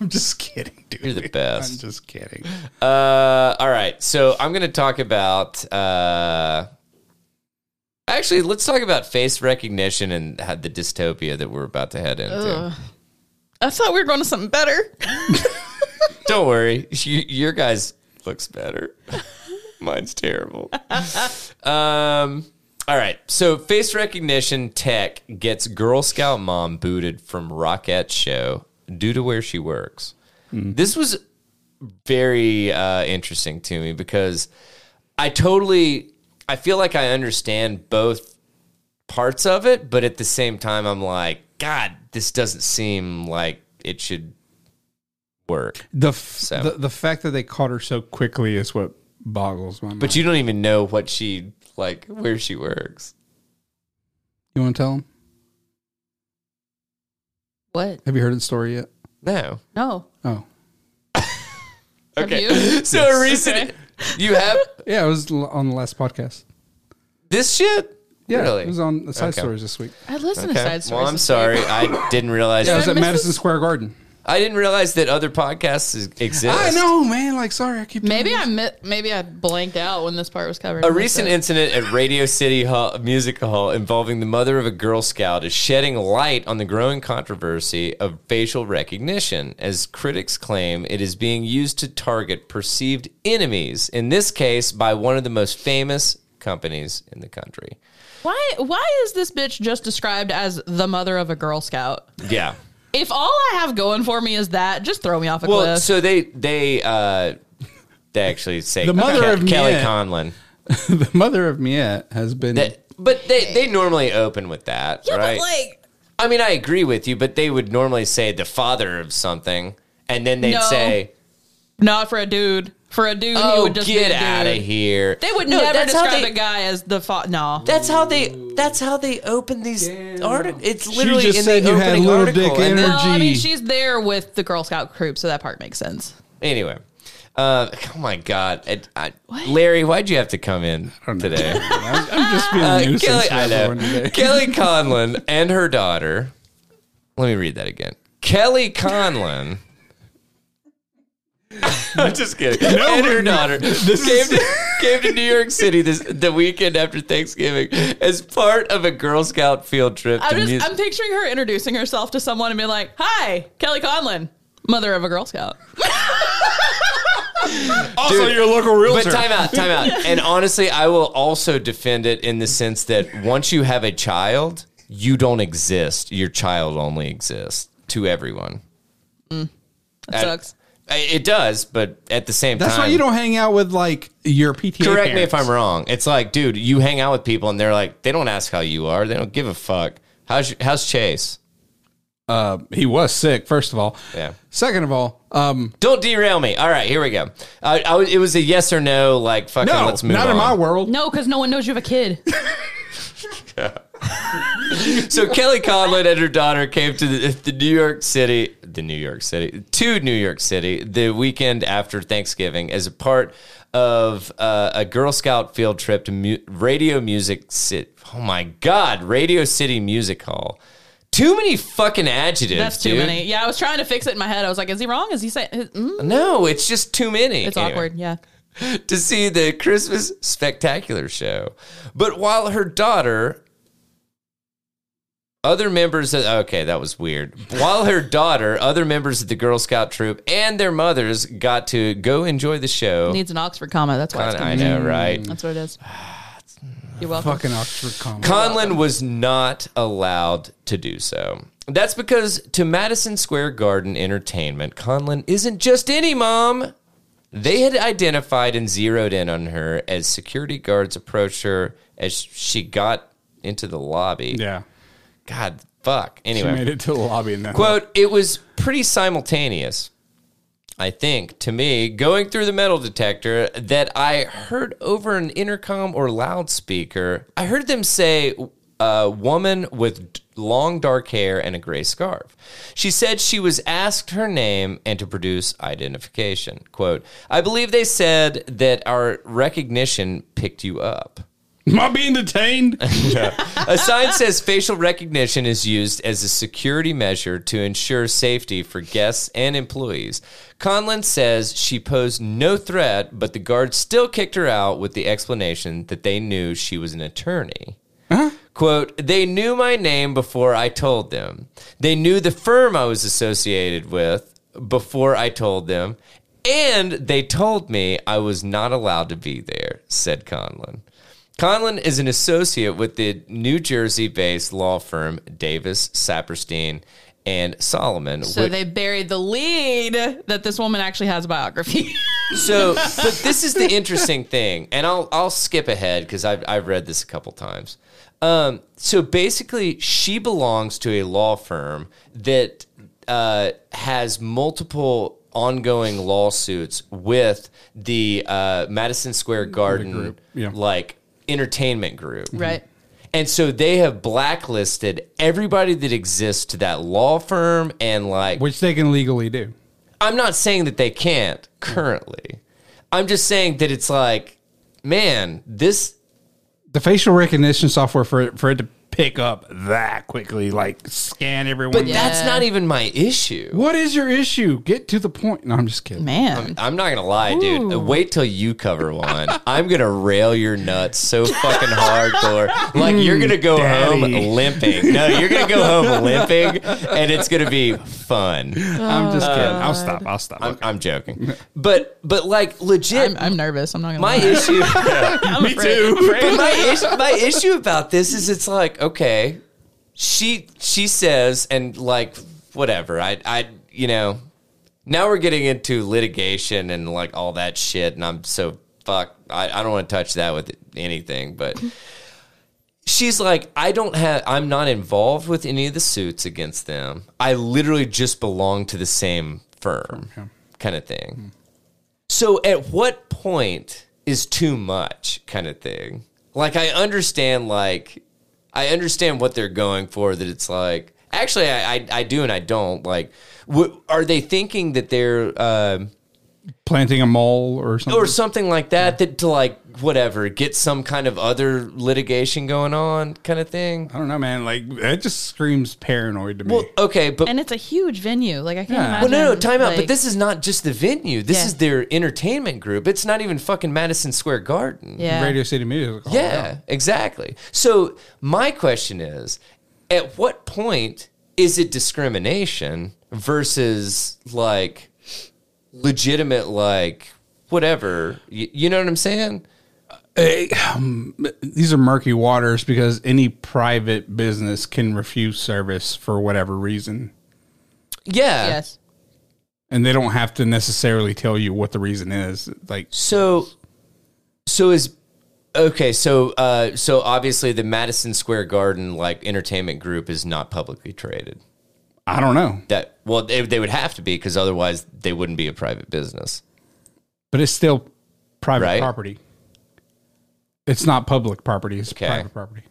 A: I'm just kidding, dude.
B: You're the best.
A: I'm just kidding.
B: Uh, all right, so I'm gonna talk about. Uh, actually, let's talk about face recognition and how- the dystopia that we're about to head into.
C: I thought we were going to something better.
B: Don't worry, you, your guys looks better. Mine's terrible. um, all right. So face recognition tech gets Girl Scout mom booted from Rocket Show due to where she works. This was very uh, interesting to me because I totally I feel like I understand both parts of it, but at the same time I'm like, God, this doesn't seem like it should work.
A: The, f-
B: So-
A: the the fact that they caught her so quickly is what boggles my mind.
B: But you don't even know what she like where she works.
A: you want to tell them?
C: What?
A: Have you heard the story yet?
B: No.
C: No.
A: Oh,
C: Have
B: Okay.
C: you?
B: So a recent you have
A: yeah, it was l- on the last podcast.
B: this shit?
A: Yeah,
B: Really?
A: it was on the side
B: Okay.
A: stories this week.
C: I listen to
B: Okay.
C: side stories.
B: Well, I'm sorry. I didn't realize.
A: Yeah, it
C: I
A: was at
C: miss
A: Madison
C: this?
A: Square Garden.
B: I didn't realize that other podcasts is- exist.
A: I know, man. Like, sorry, I keep. doing
C: Maybe
A: this.
C: I mi- maybe I blanked out when this part was covered.
B: A recent incident at Radio City Hall, Music Hall involving the mother of a Girl Scout is shedding light on the growing controversy of facial recognition, as critics claim it is being used to target perceived enemies, in this case, by one of the most famous companies in the country.
C: why why is this bitch just described as the mother of a Girl Scout?
B: Yeah.
C: If all I have going for me is that, just throw me off a
B: Well,
C: cliff.
B: so they, they, uh, they actually say
A: The mother
B: Ke-
A: of
B: Kelly
A: Mia.
B: Conlon.
A: the mother of Miette has been.
B: That, but they, they normally open with that,
C: yeah,
B: right?
C: but like
B: I mean, I agree with you, but they would normally say the father of something, and then they'd
C: No.
B: say,
C: not for a dude. For a dude, he
B: "Oh,
C: would just
B: get
C: be a dude.
B: out of here."
C: They would
B: No,
C: never
B: that's how
C: describe
B: they-
C: a guy as the fa- no.
B: That's how they. That's how they open these articles. It's literally
A: just
B: in
A: said
B: the
A: you
B: opening
A: had little dick
B: article. and then-
A: energy.
C: Well, I mean,
A: Gee.
C: she's there with the Girl Scout group, so that part makes sense.
B: anyway, uh, oh my god, I, I- Larry, why'd you have to come in today?
A: I'm, I'm just being
B: Uh,
A: a nuisance
B: Kelly,
A: to
B: I know.
A: everyone today.
B: Kelly Conlon and her daughter. Let me read that again. Kelly Conlon. I'm just kidding. and her daughter came, to, came to New York City this the weekend after Thanksgiving as part of a Girl Scout field trip.
C: I'm
B: to
C: just
B: Mus-
C: I'm picturing her introducing herself to someone and being like, "Hi, Kelly Conlon, mother of a Girl Scout."
A: Also, your local
B: but
A: realtor.
B: time out, time out. And honestly, I will also defend it in the sense that once you have a child, you don't exist. Your child only exists to everyone.
C: That
B: I-
C: sucks.
B: I- It does, but at the same
A: That's
B: time,
A: why you don't hang out with like your PTA.
B: correct me if
A: parents.
B: I'm wrong. It's like, dude, you hang out with people and they're like, they don't ask how you are. They don't give a fuck. How's your, how's Chase?
A: He was sick, first of all.
B: Yeah.
A: Second of all, um,
B: Don't derail me. All right, here we go. I, I was- it was a yes or no. Like, fucking,
A: no,
B: let's move
A: not
B: on.
A: in my world.
C: No, because no one knows you have a kid.
B: So Kelly Conlon and her daughter came to the, the New York City, the New York City, to New York City the weekend after Thanksgiving as a part of uh, a Girl Scout field trip to mu- Radio Music City. Oh my God, Radio City Music Hall. Too many fucking adjectives.
C: That's too
B: dude.
C: many. Yeah, I was trying to fix it in my head. I was like, "Is he wrong? Is he saying?" Mm?
B: No, it's just too many.
C: It's
B: Anyway.
C: awkward. Yeah.
B: to see the Christmas spectacular show. But while her daughter, other members, of, okay, that was weird. While her daughter, other members of the Girl Scout troop, and their mothers got to go enjoy the show.
C: Needs an Oxford comma. That's why it's
B: I
C: coming.
B: know, right?
C: That's what it is. You're welcome.
A: Fucking Oxford comma.
B: Conlon was not allowed to do so. That's because to Madison Square Garden Entertainment, Conlon isn't just any mom. They had identified and zeroed in on her as security guards approached her as she got into the lobby.
A: yeah.
B: God, fuck.
A: She
B: Anyway,
A: made it to the lobby and then
B: quote, it was pretty simultaneous. I think, to me, going through the metal detector that I heard over an intercom or loudspeaker, I heard them say, a woman with d- long dark hair and a gray scarf. She said she was asked her name and to produce identification. Quote, I believe they said that our recognition picked you up.
A: Am I being detained?
B: A sign says facial recognition is used as a security measure to ensure safety for guests and employees. Conlon says she posed no threat, but the guards still kicked her out with the explanation that they knew she was an attorney. Quote, they knew my name before I told them. They knew the firm I was associated with before I told them. And they told me I was not allowed to be there, said Conlon. Conlon is an associate with the New Jersey based law firm Davis, Saperstein, and Solomon.
C: So
B: which-
C: they buried the lead that this woman actually has a biography.
B: So, but this is the interesting thing, and I'll I'll skip ahead because I've I've read this a couple times. Um, so basically, she belongs to a law firm that uh, has multiple ongoing lawsuits with the uh, Madison Square Garden
A: yeah.
B: like entertainment group,
C: right.
B: and so they have blacklisted everybody that exists to that law firm and like
A: Which they can legally do.
B: I'm not saying that they can't currently. I'm just saying that it's like, man, this
A: the facial recognition software for it, for it to pick up that quickly, like scan everyone.
B: But
C: Yeah.
B: that's not even my issue.
A: what is your issue? Get to the point. No, I'm just kidding.
C: Man.
B: I'm not gonna lie, dude. Wait till you cover one. I'm gonna rail your nuts so fucking hardcore. Like you're gonna go
A: daddy.
B: home limping. No, you're gonna go home limping, and it's gonna be fun.
A: I'm just kidding. I'll stop. I'll stop.
B: I'm, I'm joking, but but like legit,
C: I'm, I'm nervous. I'm not gonna
B: my
C: lie.
B: issue.
C: I'm
A: Me
C: afraid.
A: too.
B: but my issue, my issue about this is it's like okay, she she says and like whatever. I I you know now we're getting into litigation and like all that shit, and I'm so fuck. I, I don't want to touch that with anything, but. She's like, I don't have, I'm not involved with any of the suits against them. I literally just belong to the same firm, kind of thing. So at what point is too much kind of thing? Like I understand like I understand what they're going for that it's like actually I I, I do and I don't like wh- are they thinking that they're um
A: Planting a mole or something.
B: or something like that that to like whatever get some kind of other litigation going on kind of thing?
A: I don't know, man. Like that just screams paranoid to me.
B: Well, okay, but
C: And it's a huge venue. Like I can't
A: Yeah.
B: Well,
C: imagine.
B: no, no, time out. But
C: like-
B: this is not just the venue. This
C: Yeah.
B: is their entertainment group. It's not even fucking Madison Square Garden.
C: Yeah.
A: Radio City Music. Hall.
B: Yeah, exactly. So my question is, at what point is it discrimination versus like legitimate like whatever? You, you know what I'm saying?
A: these are murky waters because any private business can refuse service for whatever reason.
B: Yeah.
C: Yes.
A: And they don't have to necessarily tell you what the reason is. Like
B: So so is okay, so uh so obviously the Madison Square Garden like entertainment group is not publicly traded.
A: I don't know.
B: That well they, they would have to be because otherwise they wouldn't be a private business.
A: But it's still private
B: Right.
A: property. It's not public property, it's
B: Okay.
A: private property.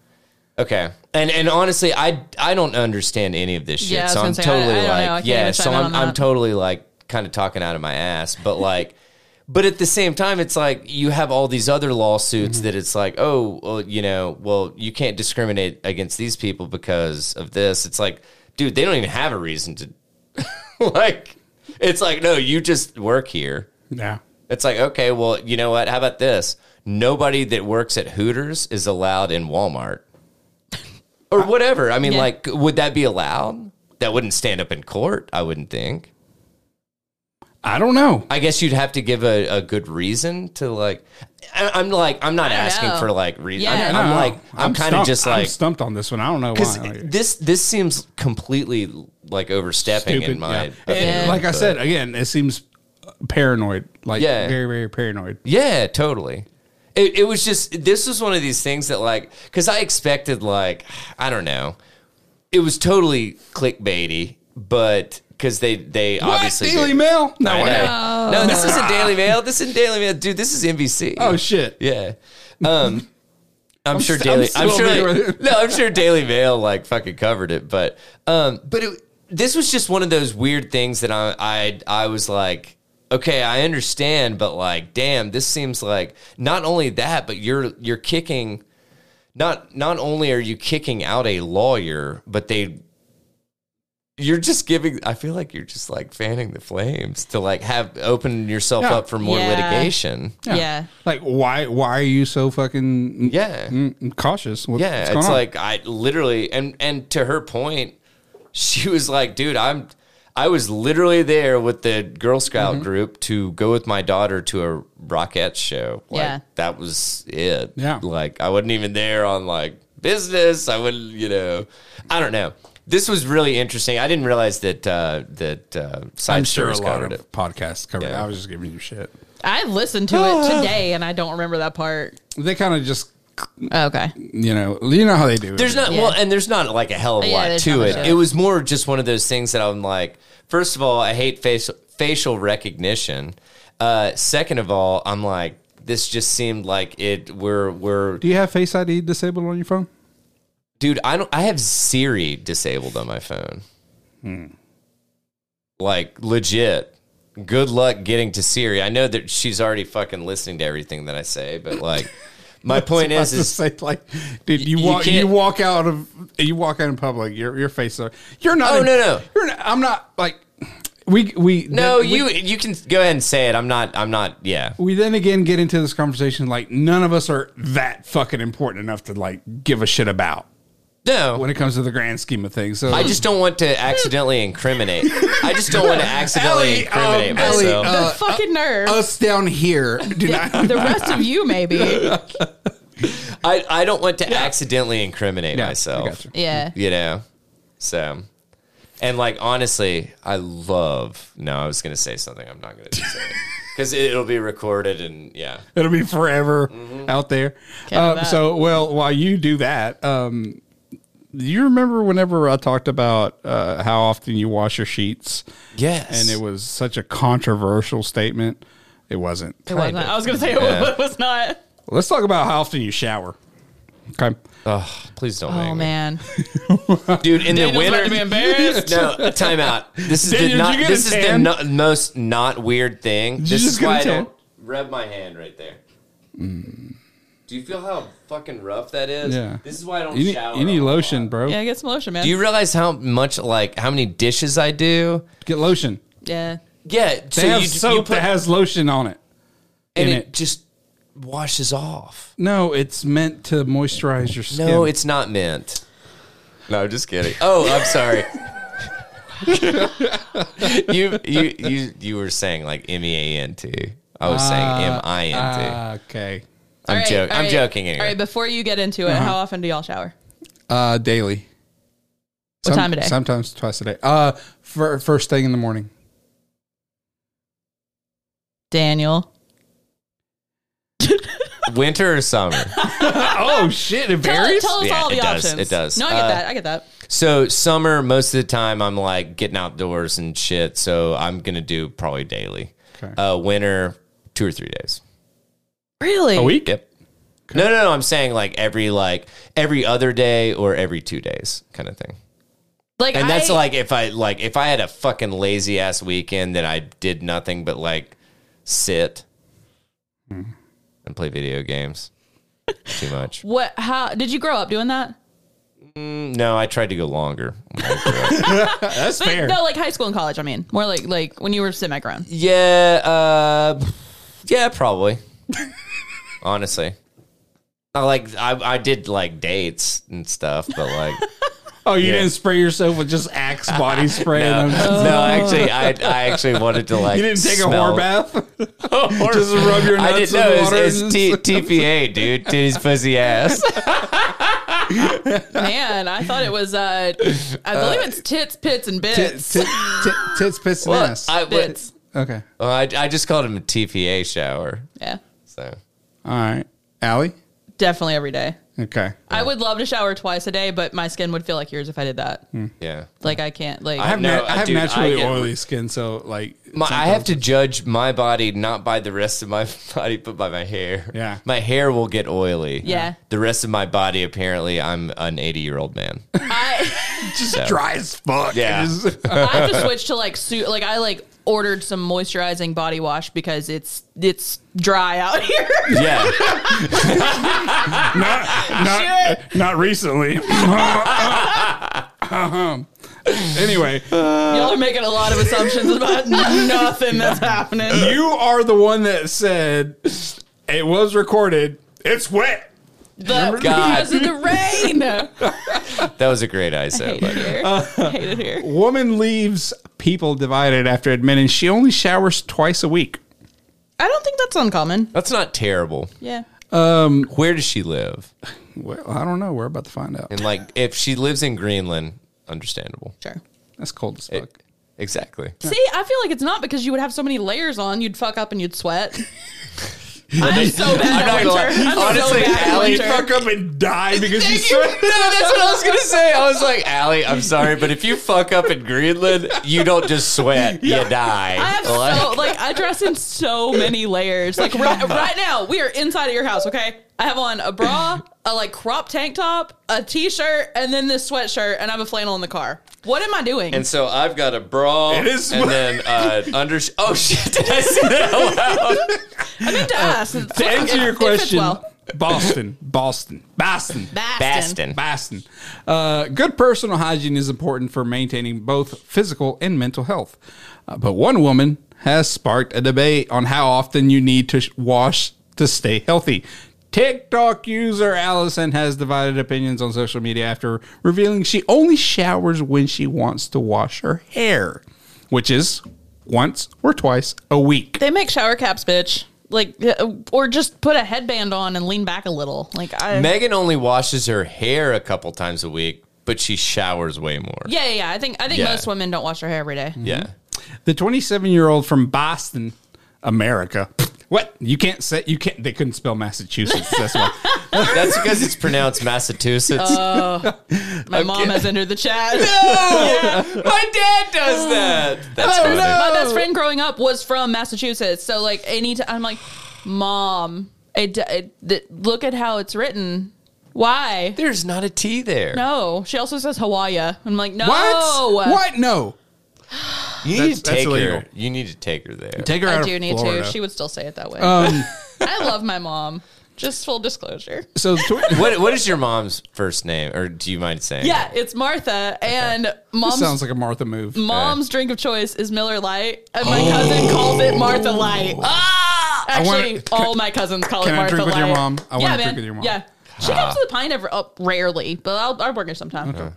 B: Okay, and and honestly, I I don't understand any of this shit,
C: Yeah, I was
B: so I'm
C: gonna say, I-
B: totally
C: I don't know. I
B: like,
C: can't
B: yeah,
C: even
B: so
C: chime in
B: I'm
C: on
B: I'm
C: that.
B: totally like kind of talking out of my ass, but like, but at the same time, it's like you have all these other lawsuits that it's like, oh, well, you know, well, you can't discriminate against these people because of this. It's like, dude, they don't even have a reason to, like, it's like, no, you just work here.
A: Yeah.
B: It's like, okay, well, you know what? How about this? Nobody that works at Hooters is allowed in Walmart or whatever. I mean,
C: Yeah.
B: like, would that be allowed? That wouldn't stand up in court, I wouldn't think.
A: I don't know.
B: I guess you'd have to give a, a good reason to like. I, I'm like, I'm not
C: I don't
B: asking
C: know.
B: for like reason.
C: Yeah.
B: I'm,
A: I
B: I'm
A: don't
B: like,
A: know.
B: I'm, kind of
A: stumped.
B: just
A: I'm
B: like
A: stumped on this one. I don't know
B: because
A: why.
B: this this seems completely like overstepping in my
A: yeah.
B: opinion,
A: And like I
B: but-
A: said, again, it seems paranoid. Like
B: Yeah.
A: very, very paranoid.
B: Yeah, totally. It, it was just this was one of these things that like because I expected like I don't know, it was totally clickbaity, but because they they obviously
A: What? Daily
B: did-
A: Mail? No
B: I
A: way.
B: know. No, this isn't Daily Mail. This isn't Daily Mail, dude. This is NBC.
A: Oh shit.
B: yeah. Um, I'm, sure
A: st- I'm
B: Daily. I'm,
A: still
B: sure.
A: there.
B: no, I'm sure Daily Mail like fucking covered it, but um, but it, this was just one of those weird things that I I I was like. Okay, I understand, but like, damn, this seems like not only that, but you're you're kicking not not only are you kicking out a lawyer, but they you're just giving I feel like you're just like fanning the flames to like have open yourself
A: Yeah.
B: up for more
C: Yeah.
B: litigation.
C: Yeah.
A: Like why why are you so fucking
B: Yeah.
A: mm, cautious? What-
B: Yeah,
A: what's
B: it's
A: going on?
B: like I literally and and to her point, she was like, "Dude, I'm I was literally there with the Girl Scout
A: Mm-hmm.
B: group to go with my daughter to a rockette show. Like,
C: Yeah.
B: that was it.
A: Yeah.
B: like I wasn't even there on like business. I wouldn't, you know, I don't know." This was really interesting. I didn't realize that uh, that uh, side
A: I'm sure a
B: stories
A: lot
B: covered
A: of
B: it.
A: podcasts covered. it.
B: Yeah.
A: I was just giving you shit.
C: I listened to
B: Ah.
C: it today and I don't remember that part.
A: They kind of just
B: Oh,
C: Okay.
A: you know you know how they do. it.
B: There's not
C: Yeah. Oh,
B: well, and there's not like a hell of a
C: Yeah,
B: lot
C: there's not
B: to
C: much
B: it.
C: to it.
B: It was more just one of those things that I'm like. First of all, I hate facial facial recognition. Uh, second of all, I'm like, this just seemed like it. We're we're
A: Do you have Face ID disabled on your phone?
B: dude. I don't. I have Siri disabled on my phone.
C: Hmm.
B: Like legit. Good luck getting to Siri. I know that she's already fucking listening to everything that I say, but like. My point
A: I was
B: is,
A: to
B: is
A: say, like, dude, you,
B: you
A: walk, you
B: can't-
A: walk out of, you walk out in public, your your face, are, you're not.
B: Oh,
A: in-
B: no, no.
A: you're not, I'm not like, we we
B: no,
A: we-
B: you you can go ahead and say it. I'm not. I'm not. Yeah.
A: We then again get into this conversation like none of us are that fucking important enough to like give a shit about
B: No.
A: when it comes to the grand scheme of things. So
B: I just don't want to accidentally incriminate. I just don't want to
A: Ellie,
B: accidentally
A: um,
B: incriminate
A: Ellie,
B: myself.
A: uh,
C: the
B: oh,
C: fucking nerve.
A: us down here do not.
C: the rest of you, maybe.
B: I, I don't want to accidentally incriminate
A: Yeah, I
B: myself.
A: gotcha.
C: Yeah.
B: you know so and like honestly i love no i was gonna say something i'm not gonna say it because it'll be recorded and yeah
A: It'll be forever
B: Mm-hmm.
A: out there.
C: Can't do
A: Um,
C: that.
A: so, well, while you do that, um, do you remember whenever I talked about uh, how often you wash your sheets,
B: yes
A: and it was such a controversial statement? It wasn't.
C: It wasn't. I was gonna say it
B: Yeah.
C: was- was not.
A: Let's talk about how often you shower. Okay.
B: oh please don't
C: Oh
B: make
C: man,
B: me dude in the
C: Daniel's about
B: winter
C: to be embarrassed.
B: no time out this is
A: Daniel,
B: the
A: did
B: not
A: you get
B: this
A: a
B: is the
A: tan?
B: no, most not weird thing this
A: just
B: is
A: get a
B: why i
A: tan?
B: don't rub my hand right there do you feel how fucking rough that is
A: Yeah.
B: this is why i don't
A: You need,
B: shower
A: you need
B: a lot.
A: lotion, bro.
C: yeah, get some lotion, man.
B: do you realize how much like how many dishes i do
A: Get lotion.
C: yeah,
B: Yeah,
A: They have soap that has lotion on it.
B: and
A: in
B: it,
A: it.
B: just washes off.
A: No, it's meant to moisturize your skin.
B: No, it's not meant. No, I'm just kidding. Oh, I'm sorry. you you you you were saying like M E A N T. I was saying M I N
A: Ah, okay.
B: T. I'm
C: Uh, All right,
B: joking.
C: all
B: I'm
C: right.
B: joking anyway. Uh-huh.
C: All right, before you get into it, how often do y'all shower?
A: Uh, daily.
C: What time of day?
A: Sometimes twice a day. Uh, fir- first thing in the morning.
C: Daniel,
B: Winter or summer?
A: oh shit! It
C: tell, tell us
B: Yeah,
C: all the
B: it does,
C: options.
B: it does.
C: No, I get
B: Uh,
C: that. I get that.
B: So summer, most of the time I'm like getting outdoors and shit. So I'm gonna do probably daily.
A: Okay.
B: Uh, winter, two or three days.
C: Really?
A: a week.
B: Yep. No, no, no. I'm saying like every like every other day or every two days kind of thing.
C: Like,
B: And that's
C: I-
B: like if I like if I had a fucking lazy ass weekend that I did nothing but like sit Hmm. and play video games too much.
C: what? How did you grow up doing that?
B: Mm, No, I tried to go longer.
A: That's fair.
C: No, like high school and college. I mean, more like like when you were semi grown.
B: yeah, uh yeah, probably. Honestly. I like I I did like dates and stuff, but like
A: Oh, you
B: Yeah.
A: didn't spray yourself with just Axe body spray.
B: No,
A: and then-
B: no, actually, I, I actually wanted to like.
A: you didn't take a
B: smell-
A: whore bath. just rub your nuts
B: I didn't
A: in
B: know
A: the
B: it's,
A: water
B: it's
A: and
B: T- TPA, dude. Titty's pussy ass.
C: Man, I thought it was. uh I believe it's tits, pits, and bits.
A: Tit- tit- tits, pits, and ass.
B: I,
C: Bits.
A: okay.
B: well, I, I just called him a TPA shower.
C: Yeah,
B: So
A: All right, Allie.
C: definitely every day.
A: Okay.
C: I would love to shower twice a day, but my skin would feel like yours if I did that.
A: Hmm.
B: yeah,
C: Like I can't. Like
A: I have,
B: No,
A: na- I have
B: dude, I
A: naturally
B: get-
A: oily skin, so like
B: my, I have to judge my body not by the rest of my body, but by my hair.
A: Yeah.
B: my hair will get oily.
C: Yeah.
B: the rest of my body. Apparently, I'm an 80 year old man.
C: I,
A: just
B: so.
A: dry as fuck.
B: Yeah.
A: It's-
C: I have to switch to like suit. Like I like ordered some moisturizing body wash because it's it's dry out here.
B: yeah,
A: not, not recently. Uh-huh. anyway,
C: Y'all are making a lot of assumptions about nothing that's happening.
A: you are the one that said it was recorded. It's wet.
C: The, because of the rain. I
B: that was a great ISO.
C: hate
B: but-
C: it here. I hate it here.
A: Woman leaves people divided after admitting she only showers twice a week.
C: I don't think that's uncommon.
B: That's not terrible.
C: Yeah.
B: Where does she live?
A: Well, I don't know. We're about to find out.
B: And like, if she lives in Greenland, understandable.
C: Sure.
A: That's cold as fuck.
B: Exactly.
C: See, I feel like it's not because you would have so many layers on, you'd fuck up and you'd sweat. I'm so bad at
B: I'm not
C: winter.
B: gonna lie.
C: I'm
B: Honestly,
C: so bad at
B: Allie,
C: winter.
A: Fuck up and die because you
B: no,
A: sweat.
B: that's what I was gonna say. I was like, Allie, I'm sorry, but if you fuck up in Greenland, you don't just sweat, you die.
C: I have
B: Like-
C: so like I dress in so many layers. Like right, right now, we are inside of your house. Okay, I have on a bra, a like crop tank top, a t-shirt, and then this sweatshirt, and I have a flannel in the car. What am I doing?
B: and so I've got a bra,
A: It is-
B: and then uh, under. Oh shit! Did I say that out loud?
C: I meant to ask.
A: To answer your question, Boston, Boston, Boston,
C: Bastin.
B: Bastin.
A: Boston. Uh, good personal hygiene is important for maintaining both physical and mental health. Uh, but one woman has sparked a debate on how often you need to sh- wash to stay healthy. TikTok user Allison has divided opinions on social media after revealing she only showers when she wants to wash her hair, which is once or twice a week.
C: They make shower caps, bitch. Like, uh, or just put a headband on and lean back a little. Like, I.
B: Megan only washes her hair a couple times a week, but she showers way more.
C: yeah, yeah, yeah. I think I think
B: Yeah.
C: most women don't wash their hair every day.
B: Yeah.
A: The 27 year old from Boston, America. What? You can't say, you can't, they couldn't spell Massachusetts. That's why.
B: That's because it's pronounced Massachusetts.
C: Uh, My mom has entered the chat.
B: My dad does
C: uh,
B: that. That's
A: Oh,
B: funny.
A: no.
C: My best friend growing up was from Massachusetts, so like any time I'm like, mom, it, it, th- look at how it's written. Why?
B: There's not a T there.
C: No. She also says Hawaii. I'm like, no.
A: What? What? No.
B: You need
A: That's-
B: to take
A: that's illegal.
B: her. You need to take her there.
A: Take her
C: I
A: out
C: do
A: of
C: need
A: Florida.
C: to. She would still say it that way.
A: um,
C: I love my mom. Just full disclosure.
A: so, the tw-
B: What What is your mom's first name? Or do you mind saying?
C: Yeah, it's Martha, and
A: this
C: mom's
A: sounds like a Martha move.
C: mom's drink of choice is Miller Light, and my cousin calls it Martha Light. Ah! Actually,
A: Oh. wanna- can-
C: all my cousins call
A: can I
C: it Martha
A: drink with
C: Light.
A: your mom? I wanna
C: yeah,
A: drink
C: man.
A: with your mom. Ah.
C: Yeah, she comes to the pint every, oh, rarely, but I'll, I'll bring her sometime.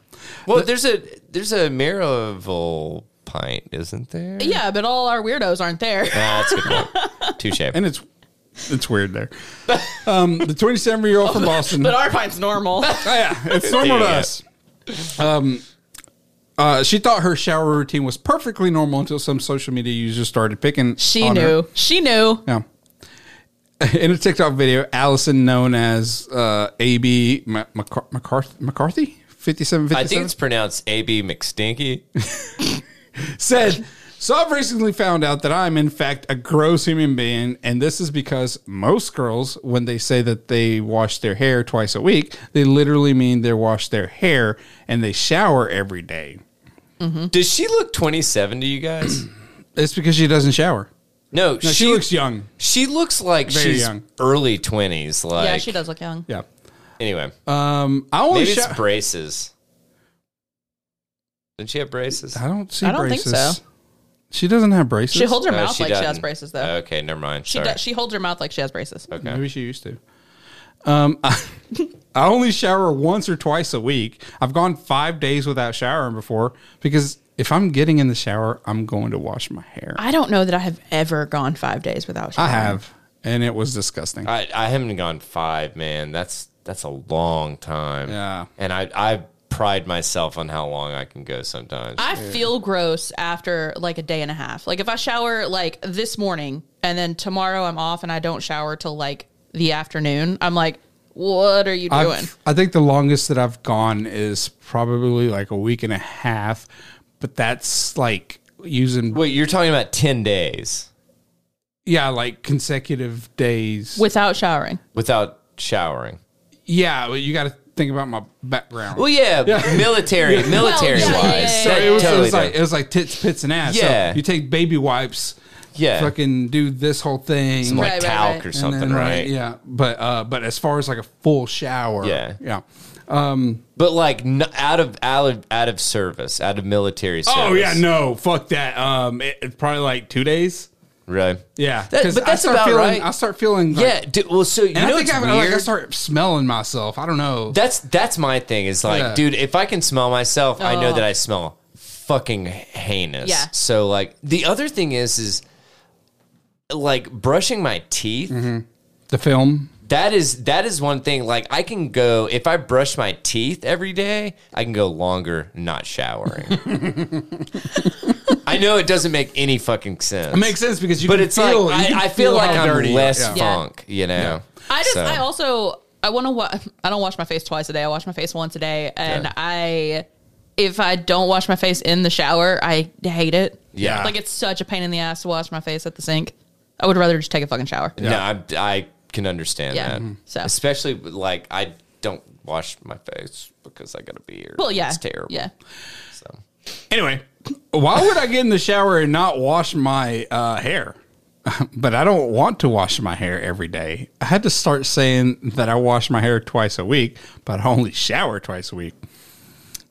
B: Well, there's a there's a Miraval pint, isn't there?
C: Yeah, but all our weirdos aren't there.
B: Nah, that's a good point. Touche.
A: And it's, it's weird there. Um, the 27 year old from Boston.
C: but our pint's normal.
A: Oh, yeah, it's normal to
B: Yeah.
A: us. Um, uh, she thought her shower routine was perfectly normal until some social media users started picking.
C: She
A: on her.
C: knew. She knew.
A: Yeah. In a TikTok video, Allison, known as uh, AB Ma- Macar- McCarthy, McCarthy, fifty-seven,
B: I think
A: fifty-seven,
B: it's pronounced A.B. McStinky.
A: said, "So I've recently found out that I'm in fact a gross human being, and this is because most girls, when they say that they wash their hair twice a week, they literally mean they wash their hair and they shower every day.
B: Does she look 27 to you guys?
A: It's because she doesn't shower.
B: No,
A: No, she, looks young.
B: She looks like
A: Very
B: she's
A: young.
B: early 20s. Like,
C: yeah, she does look young.
A: Yeah.
B: Anyway,
A: Um, I only
B: maybe it's
A: shower.
B: braces. Didn't she have braces?
A: I don't see
C: I don't think
A: braces.
C: so.
A: She doesn't have braces.
C: She holds her
B: No,
C: mouth like she has
B: doesn't.
C: braces, though.
B: Oh, Okay, never mind.
C: she
B: Sorry.
C: does, she holds her mouth like she has braces.
B: Okay.
A: Maybe she used to. Um, I, I only shower once or twice a week. I've gone five days without showering before because if I'm getting in the shower, I'm going to wash my hair. I,
C: I don't know that I have ever gone five days without. showering.
A: have, and it was disgusting.
B: I, I haven't gone five, man. That's that's a long time.
A: Yeah.
B: And I I pride myself on how long I can go sometimes.
C: I feel gross after like a day and a half. Like if I shower like this morning and then tomorrow I'm off and I don't shower till like the afternoon, I'm like, what are you
A: I've-
C: doing?
A: I think the longest that I've gone is probably like a week and a half, but that's like using
B: Wait, you're talking about ten days
A: yeah, like consecutive days.
C: Without showering.
B: without showering?
A: yeah, but you got to think about my background.
B: Well, yeah, military, military
C: yeah,
B: wise.
C: yeah, yeah,
B: That
A: it was, it
B: totally
A: was like
B: different.
A: it was like tits, pits, and ass. So
B: Yeah.
A: you take baby wipes.
B: yeah,
A: fucking do this whole thing
B: Some, like
C: Right, right,
B: talc
C: right.
B: or
C: And
A: and
B: something,
A: then,
B: right?
A: yeah but uh but as far as like a full shower
B: Yeah.
A: yeah
B: But like n- out of out of out of service, out of military service.
A: oh yeah no fuck that um it, it's probably like two days
B: really.
A: yeah
B: That-
A: 'Cause
B: but
A: I
B: that's
A: start
B: about
A: feeling,
B: right.
A: i start feeling like,
B: Yeah. dude, well, so you
A: and
B: know
A: i think
B: it's
A: I,
B: weird.
A: like, I start smelling myself i don't know
B: That's that's my thing. Is like,
A: Yeah.
B: dude, if I can smell myself, I know
C: Ugh.
B: that I smell fucking heinous.
C: Oh. Yeah.
B: So like, the other thing is, is like brushing my teeth.
A: the film
B: That is that is one thing. Like, I can go if I brush my teeth every day, I can go longer not showering. I know it doesn't make any fucking sense.
A: it makes sense because you
B: but
A: can
B: it's
A: feel,
B: like
A: you can
B: I, I feel, like
A: how
B: I'm
A: dirty you are.
B: less
A: yeah.
C: Yeah.
B: funk, you know.
C: I just
B: So,
C: I also I want to wa- I don't wash my face twice a day. I wash my face once a day and
B: Yeah.
C: I if I don't wash my face in the shower, I hate it.
B: Yeah.
C: Like it's such a pain in the ass to wash my face at the sink. I would rather just take a fucking shower.
B: no, I, I can understand
C: Yeah.
B: that.
C: Mhm. So-
B: Especially like I don't wash my face because I got a beard.
C: Well, yeah.
B: it's terrible.
C: Yeah.
B: So.
A: anyway why would i get in the shower and not wash my uh hair but I don't want to wash my hair every day. I had to start saying that I wash my hair twice a week, but I only shower twice a week.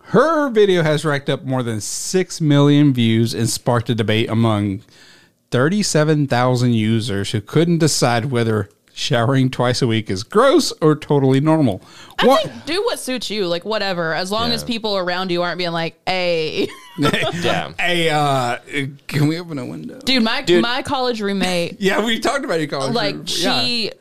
A: Her video has racked up more than 6 million views and sparked a debate among 37,000 users who couldn't decide whether showering twice a week is gross or totally normal.
C: I
A: What?
C: think do what suits you, like whatever, as long
B: Yeah.
C: as people around you aren't being like, hey.
B: Yeah.
A: Hey, uh, can we open a window?
C: Dude, my
B: Dude.
C: my college roommate,
A: Yeah, we talked about your college.
C: like
A: Yeah.
C: she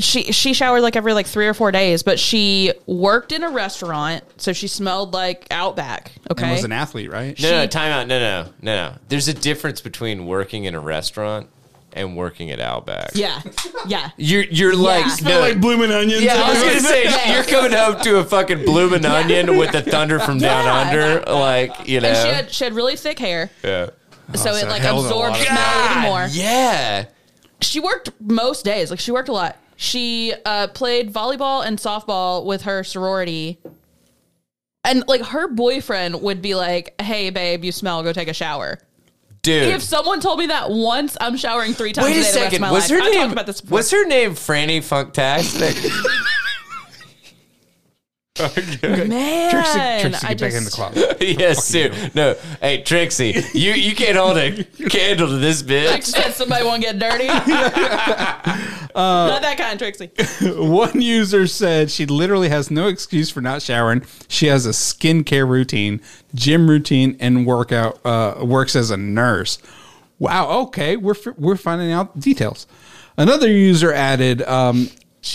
C: she she showered like every like three or four days, but she worked in a restaurant, so she smelled like outback.
A: And
C: Okay.
A: was an athlete, right?
B: No, no,
C: She-
B: time out. No, no, no, no. There's a difference between working in a restaurant and working at Outback.
C: yeah. Yeah.
B: You're you're like
C: Smell
B: no.
A: blooming onions.
B: yeah, I was gonna say
C: Yeah.
B: you're coming home to a fucking blooming onion with the thunder from down
C: Yeah.
B: under, like you know.
C: And she had she had really thick hair,
B: yeah.
C: so
A: so
C: it
A: it
C: like
A: held a
C: absorbed
A: lot of-
C: smell even more.
B: Yeah.
C: She worked most days. Like she worked a lot. She uh, played volleyball and softball with her sorority. And like her boyfriend would be like, "Hey babe, you smell. Go take a shower."
B: Dude.
C: If someone told me that once, I'm showering three times
B: Wait
C: a
B: a
C: day the rest of
B: second.
C: my
B: Was
C: life.
B: her
C: I've
B: name
C: talked about this before.
B: Was her name Franny Funktastic?
C: Man,
A: Trixie, Trixie,
C: I
A: get back in the
C: just-
A: closet.
B: yes, dude. No. Hey, Trixie, you you can't hold a candle to this
C: I
B: bitch.
C: just said somebody won't get dirty.
B: Uh,
C: Not that kind of Trixie.
A: One user said she literally has no excuse for not showering. She has a skincare routine, gym routine, and workout. Uh, works as a nurse. Wow. Okay, we're fi- we're finding out details. Another user added, um,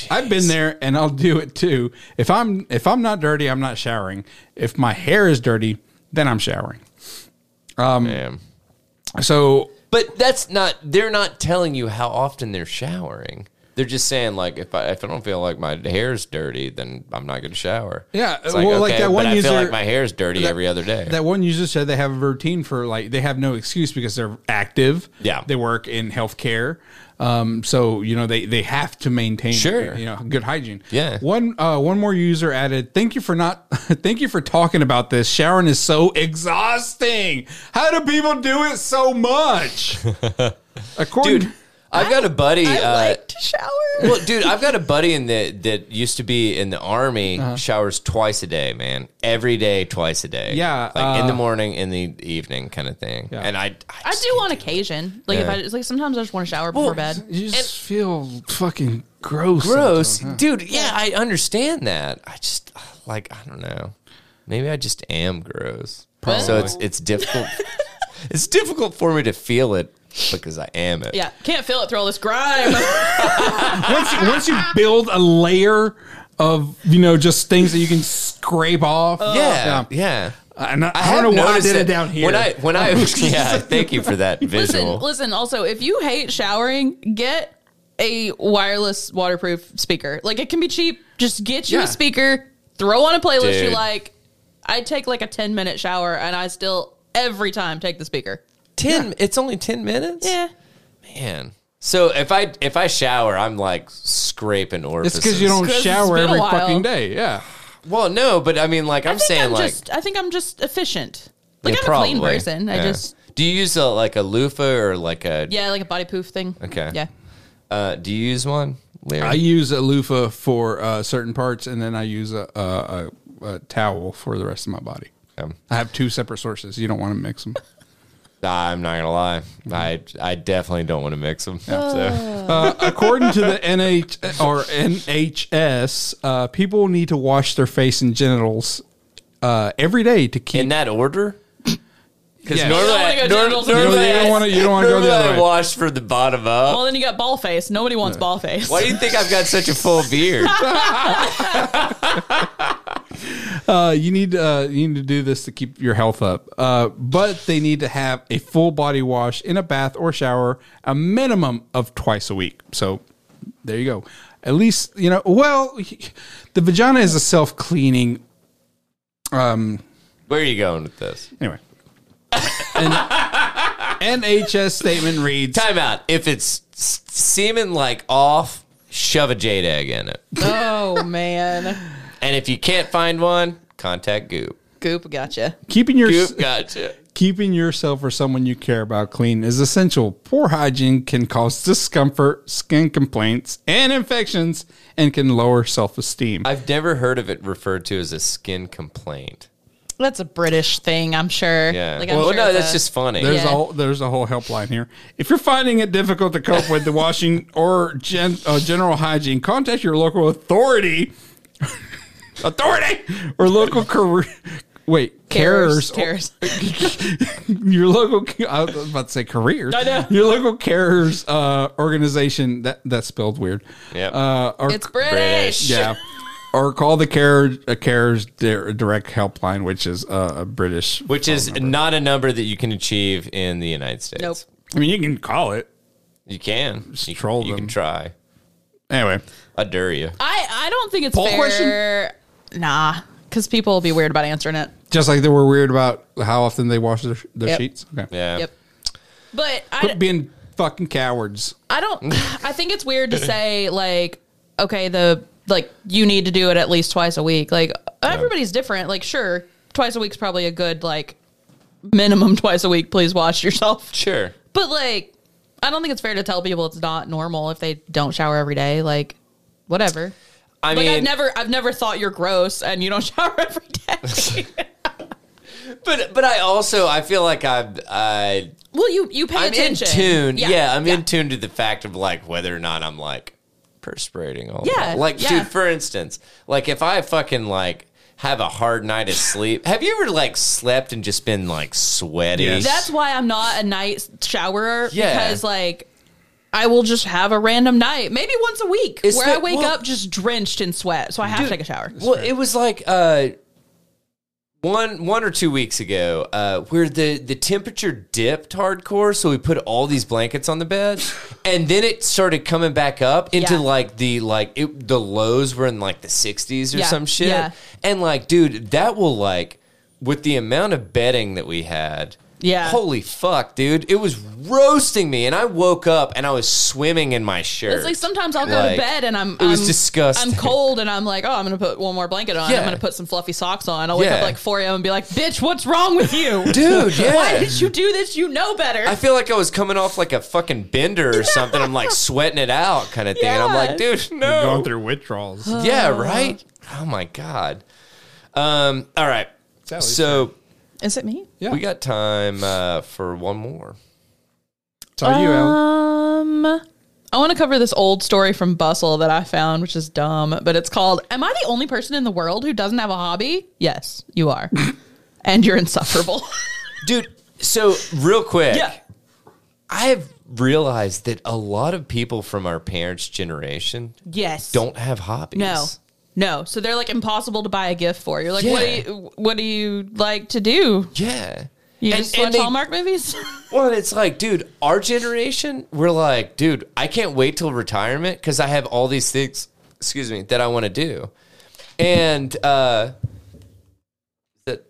A: "I've been there, and I'll do it too. If I'm if I'm not dirty, I'm not showering. If my hair is dirty, then I'm showering."
B: Damn.
A: So
B: But that's not. They're not telling you how often they're showering. They're just saying like, if I if I don't feel like my hair's dirty, then I'm not going to shower.
A: Yeah,
B: It's like,
A: well,
B: okay,
A: like that one
B: but I
A: user-
B: feel like my hair's dirty every other day.
A: That one user said they have a routine for like they have no excuse because they're active.
B: Yeah.
A: they work in healthcare, um, so you know they they have to maintain
B: Sure.
A: you know good hygiene.
B: Yeah.
A: One uh, one more user added, "Thank you for not, thank you for talking about this. Sharon is so exhausting. How do people do it so much?" According,
B: dude, I've got a buddy.
C: I
B: uh,
C: like to shower.
B: well, dude, I've got a buddy in the that used to be in the army.
A: Uh-huh.
B: Showers twice a day, man. Every day, twice a day.
A: Yeah,
B: like in
A: uh,
B: the morning, in the evening, kind of thing. And I, I,
C: I
B: just
C: do
B: can't
C: on occasion. Like if
B: Yeah.
C: I it's like sometimes I just want to shower before bed.
A: you just feel oh, fucking gross.
B: gross,
A: sometimes, huh?
B: dude. Yeah, I understand that. I just like I don't know. Maybe I just am gross. So it's it's difficult. it's difficult for me to feel it because I am it.
C: Yeah, can't feel it through all this grime.
A: once, once you build a layer of you know just things that you can scrape off.
B: Yeah. Yeah.
A: And I, I
B: have
A: don't know why I
B: noticed
A: did it
B: it.
A: down here. Oh,
B: When I when I yeah, thank you for that
C: listen,
B: visual.
C: listen. Also, if you hate showering, get a wireless waterproof speaker. Like it can be cheap. Just get you
A: Yeah.
C: a speaker, throw on a playlist
B: Dude.
C: you like. I take like a ten minute shower, and I still every time take the speaker.
B: Ten. It's only ten minutes.
C: Yeah.
B: Man. So if I if I shower, I'm like scraping
A: it's
B: orifices.
A: because you don't
C: 'Cause it's
A: shower
C: been a
A: every
C: while.
A: fucking day. Yeah.
B: Well, no, but I mean, like I'm
C: I think
B: saying,
C: I'm
B: like
C: just. I think I'm just efficient. Like
B: yeah,
C: I'm a clean
B: probably.
C: person. I
B: Yeah.
C: just
B: Do you use a, like a loofah or like a
C: yeah, like a body poof thing.
B: Okay.
C: Yeah.
B: Uh, do you use one, Larry?
A: I use a loofah for uh, certain parts, and then I use a, a, a, a towel for the rest of my body.
B: Um,
A: I have two separate sources. You don't want to mix them.
B: I'm not gonna lie. I I definitely don't want to mix them.
C: Oh.
B: So.
A: Uh, according to the NH or NHS, uh, people need to wash their face and genitals uh, every day to keep.
B: In that order. Because
A: Yeah.
B: normally,
C: You don't
B: I-
C: wanna go
B: nor-
C: genitals
B: normally
C: first. You don't
B: I-
A: wanna- you don't wanna go
B: normally
A: the other
B: I
A: way.
B: wash from the bottom up.
C: Well, then you got ball face. Nobody wants ball face.
B: Why do you think I've got such a full beard?
A: Uh, you need uh, you need to do this to keep your health up. Uh, but they need to have a full body wash in a bath or shower, a minimum of twice a week. So there you go. At least you know. Well, the vagina is a self cleaning.
B: Where are you going with this?
A: Anyway, an NHS statement reads.
B: Time out. If it's s- seeming like off, shove a jade egg in it.
C: oh man,
B: And if you can't find one, contact Goop.
C: Goop, gotcha.
A: Keeping your
B: Goop, gotcha.
A: Keeping yourself or someone you care about clean is essential. Poor hygiene can cause discomfort, skin complaints, and infections, and can lower self esteem.
B: I've never heard of it referred to as a skin complaint.
C: That's a British thing, I'm sure.
B: Yeah.
C: Like, I'm
B: well,
C: sure
B: no,
C: it's
B: that's
C: a-
B: just funny.
A: There's
C: Yeah.
A: a whole, there's a whole helpline here. If you're finding it difficult to cope with the washing or gen, uh, general hygiene, contact your local authority, authority or local career. Wait, carers,
C: Cares.
A: your local. I was about to say careers.
C: I know.
A: your local carers uh, organization. That that spelled weird.
B: Yep.
A: Uh, or,
C: It's British.
B: British.
A: yeah. Or call the care a carers dir- direct helpline, which is uh, a British.
B: which is not a number that you can achieve in the United States.
C: Nope.
A: I mean, you can call it
B: You can. You,
A: troll
B: you can
A: them.
B: try.
A: anyway.
B: I dare you.
C: I, I don't think it's
A: Poll
C: fair. Nah, because people will be weird about answering it.
A: Just like they were weird about how often they wash their, their
C: Yep.
A: sheets. Okay.
B: Yeah.
C: Yep. But I,
A: Quit being fucking cowards.
C: I don't. I think it's weird to say like, okay, the like you need to do it at least twice a week. Like everybody's different. Like sure, twice a week's probably a good like minimum twice a week. Please wash yourself.
B: Sure.
C: But like, I don't think it's fair to tell people it's not normal if they don't shower every day. Like, whatever.
B: I
C: like
B: mean,
C: I've never, I've never thought you're gross and you don't shower every day.
B: but but I also I feel like I'm I,
C: well, you you pay
B: I'm in
C: attention.
B: tune. Yeah, I'm
C: yeah.
B: in tune to the fact of like whether or not I'm like perspirating all.
C: Yeah,
B: that. Like,
C: yeah.
B: dude, for instance, like if I fucking like have a hard night of sleep, have you ever like slept and just been like sweaty?
A: Yes.
C: That's why I'm not a night showerer
B: Yeah.
C: because like I will just have a random night, maybe once a week,
B: It's
C: where
B: that-
C: I wake
B: well-
C: up just drenched in sweat, so I have to take a shower.
B: Well, it was like uh, one one or two weeks ago, uh, where the the temperature dipped hardcore, so we put all these blankets on the bed, and then it started coming back up into
C: Yeah.
B: like the like it, the lows were in like the sixties or
C: Yeah,
B: some shit,
C: yeah.
B: and like dude, that will like with the amount of bedding that we had.
C: Yeah.
B: Holy fuck, dude. It was roasting me and I woke up and I was swimming in my shirt.
C: It's like sometimes I'll go
B: Like,
C: to bed and I'm
B: it was
C: I'm-
B: disgusting.
C: I'm cold and I'm like, oh, I'm gonna put one more blanket on.
B: Yeah.
C: I'm gonna put some fluffy socks on. I'll wake
B: Yeah.
C: up like 4 a.m. and be like, bitch, what's wrong with you,
B: Dude, yeah.
C: Why did you do this? You know better.
B: I feel like I was coming off like a fucking bender or something. I'm like sweating it out kind of thing. And I'm
C: Yeah.
B: like, dude,
A: You're
B: no.
A: Going through withdrawals.
B: Yeah, right? Oh my God. Um, all right.
A: Sally,
B: So
C: Is it me?
A: Yeah.
B: we got time uh, for one more.
A: So are you, Alan?
C: Um, I want to cover this old story from Bustle that I found, which is dumb, but it's called Am I the Only Person in the World Who Doesn't Have a Hobby? Yes, you are. and you're insufferable.
B: Dude, so real quick,
C: yeah.
B: I have realized that a lot of people from our parents' generation
C: Yes.
B: don't have hobbies.
C: No. No. So they're like impossible to buy a gift for. You're like, what,
B: Yeah.
C: do you, what do you like to do?
B: Yeah.
C: You
B: And-
C: just
B: and
C: watch
B: they-
C: Hallmark movies?
B: Well, and it's like, dude, our generation, we're like, dude, I can't wait till retirement because I have all these things, excuse me, that I want to do. And uh is that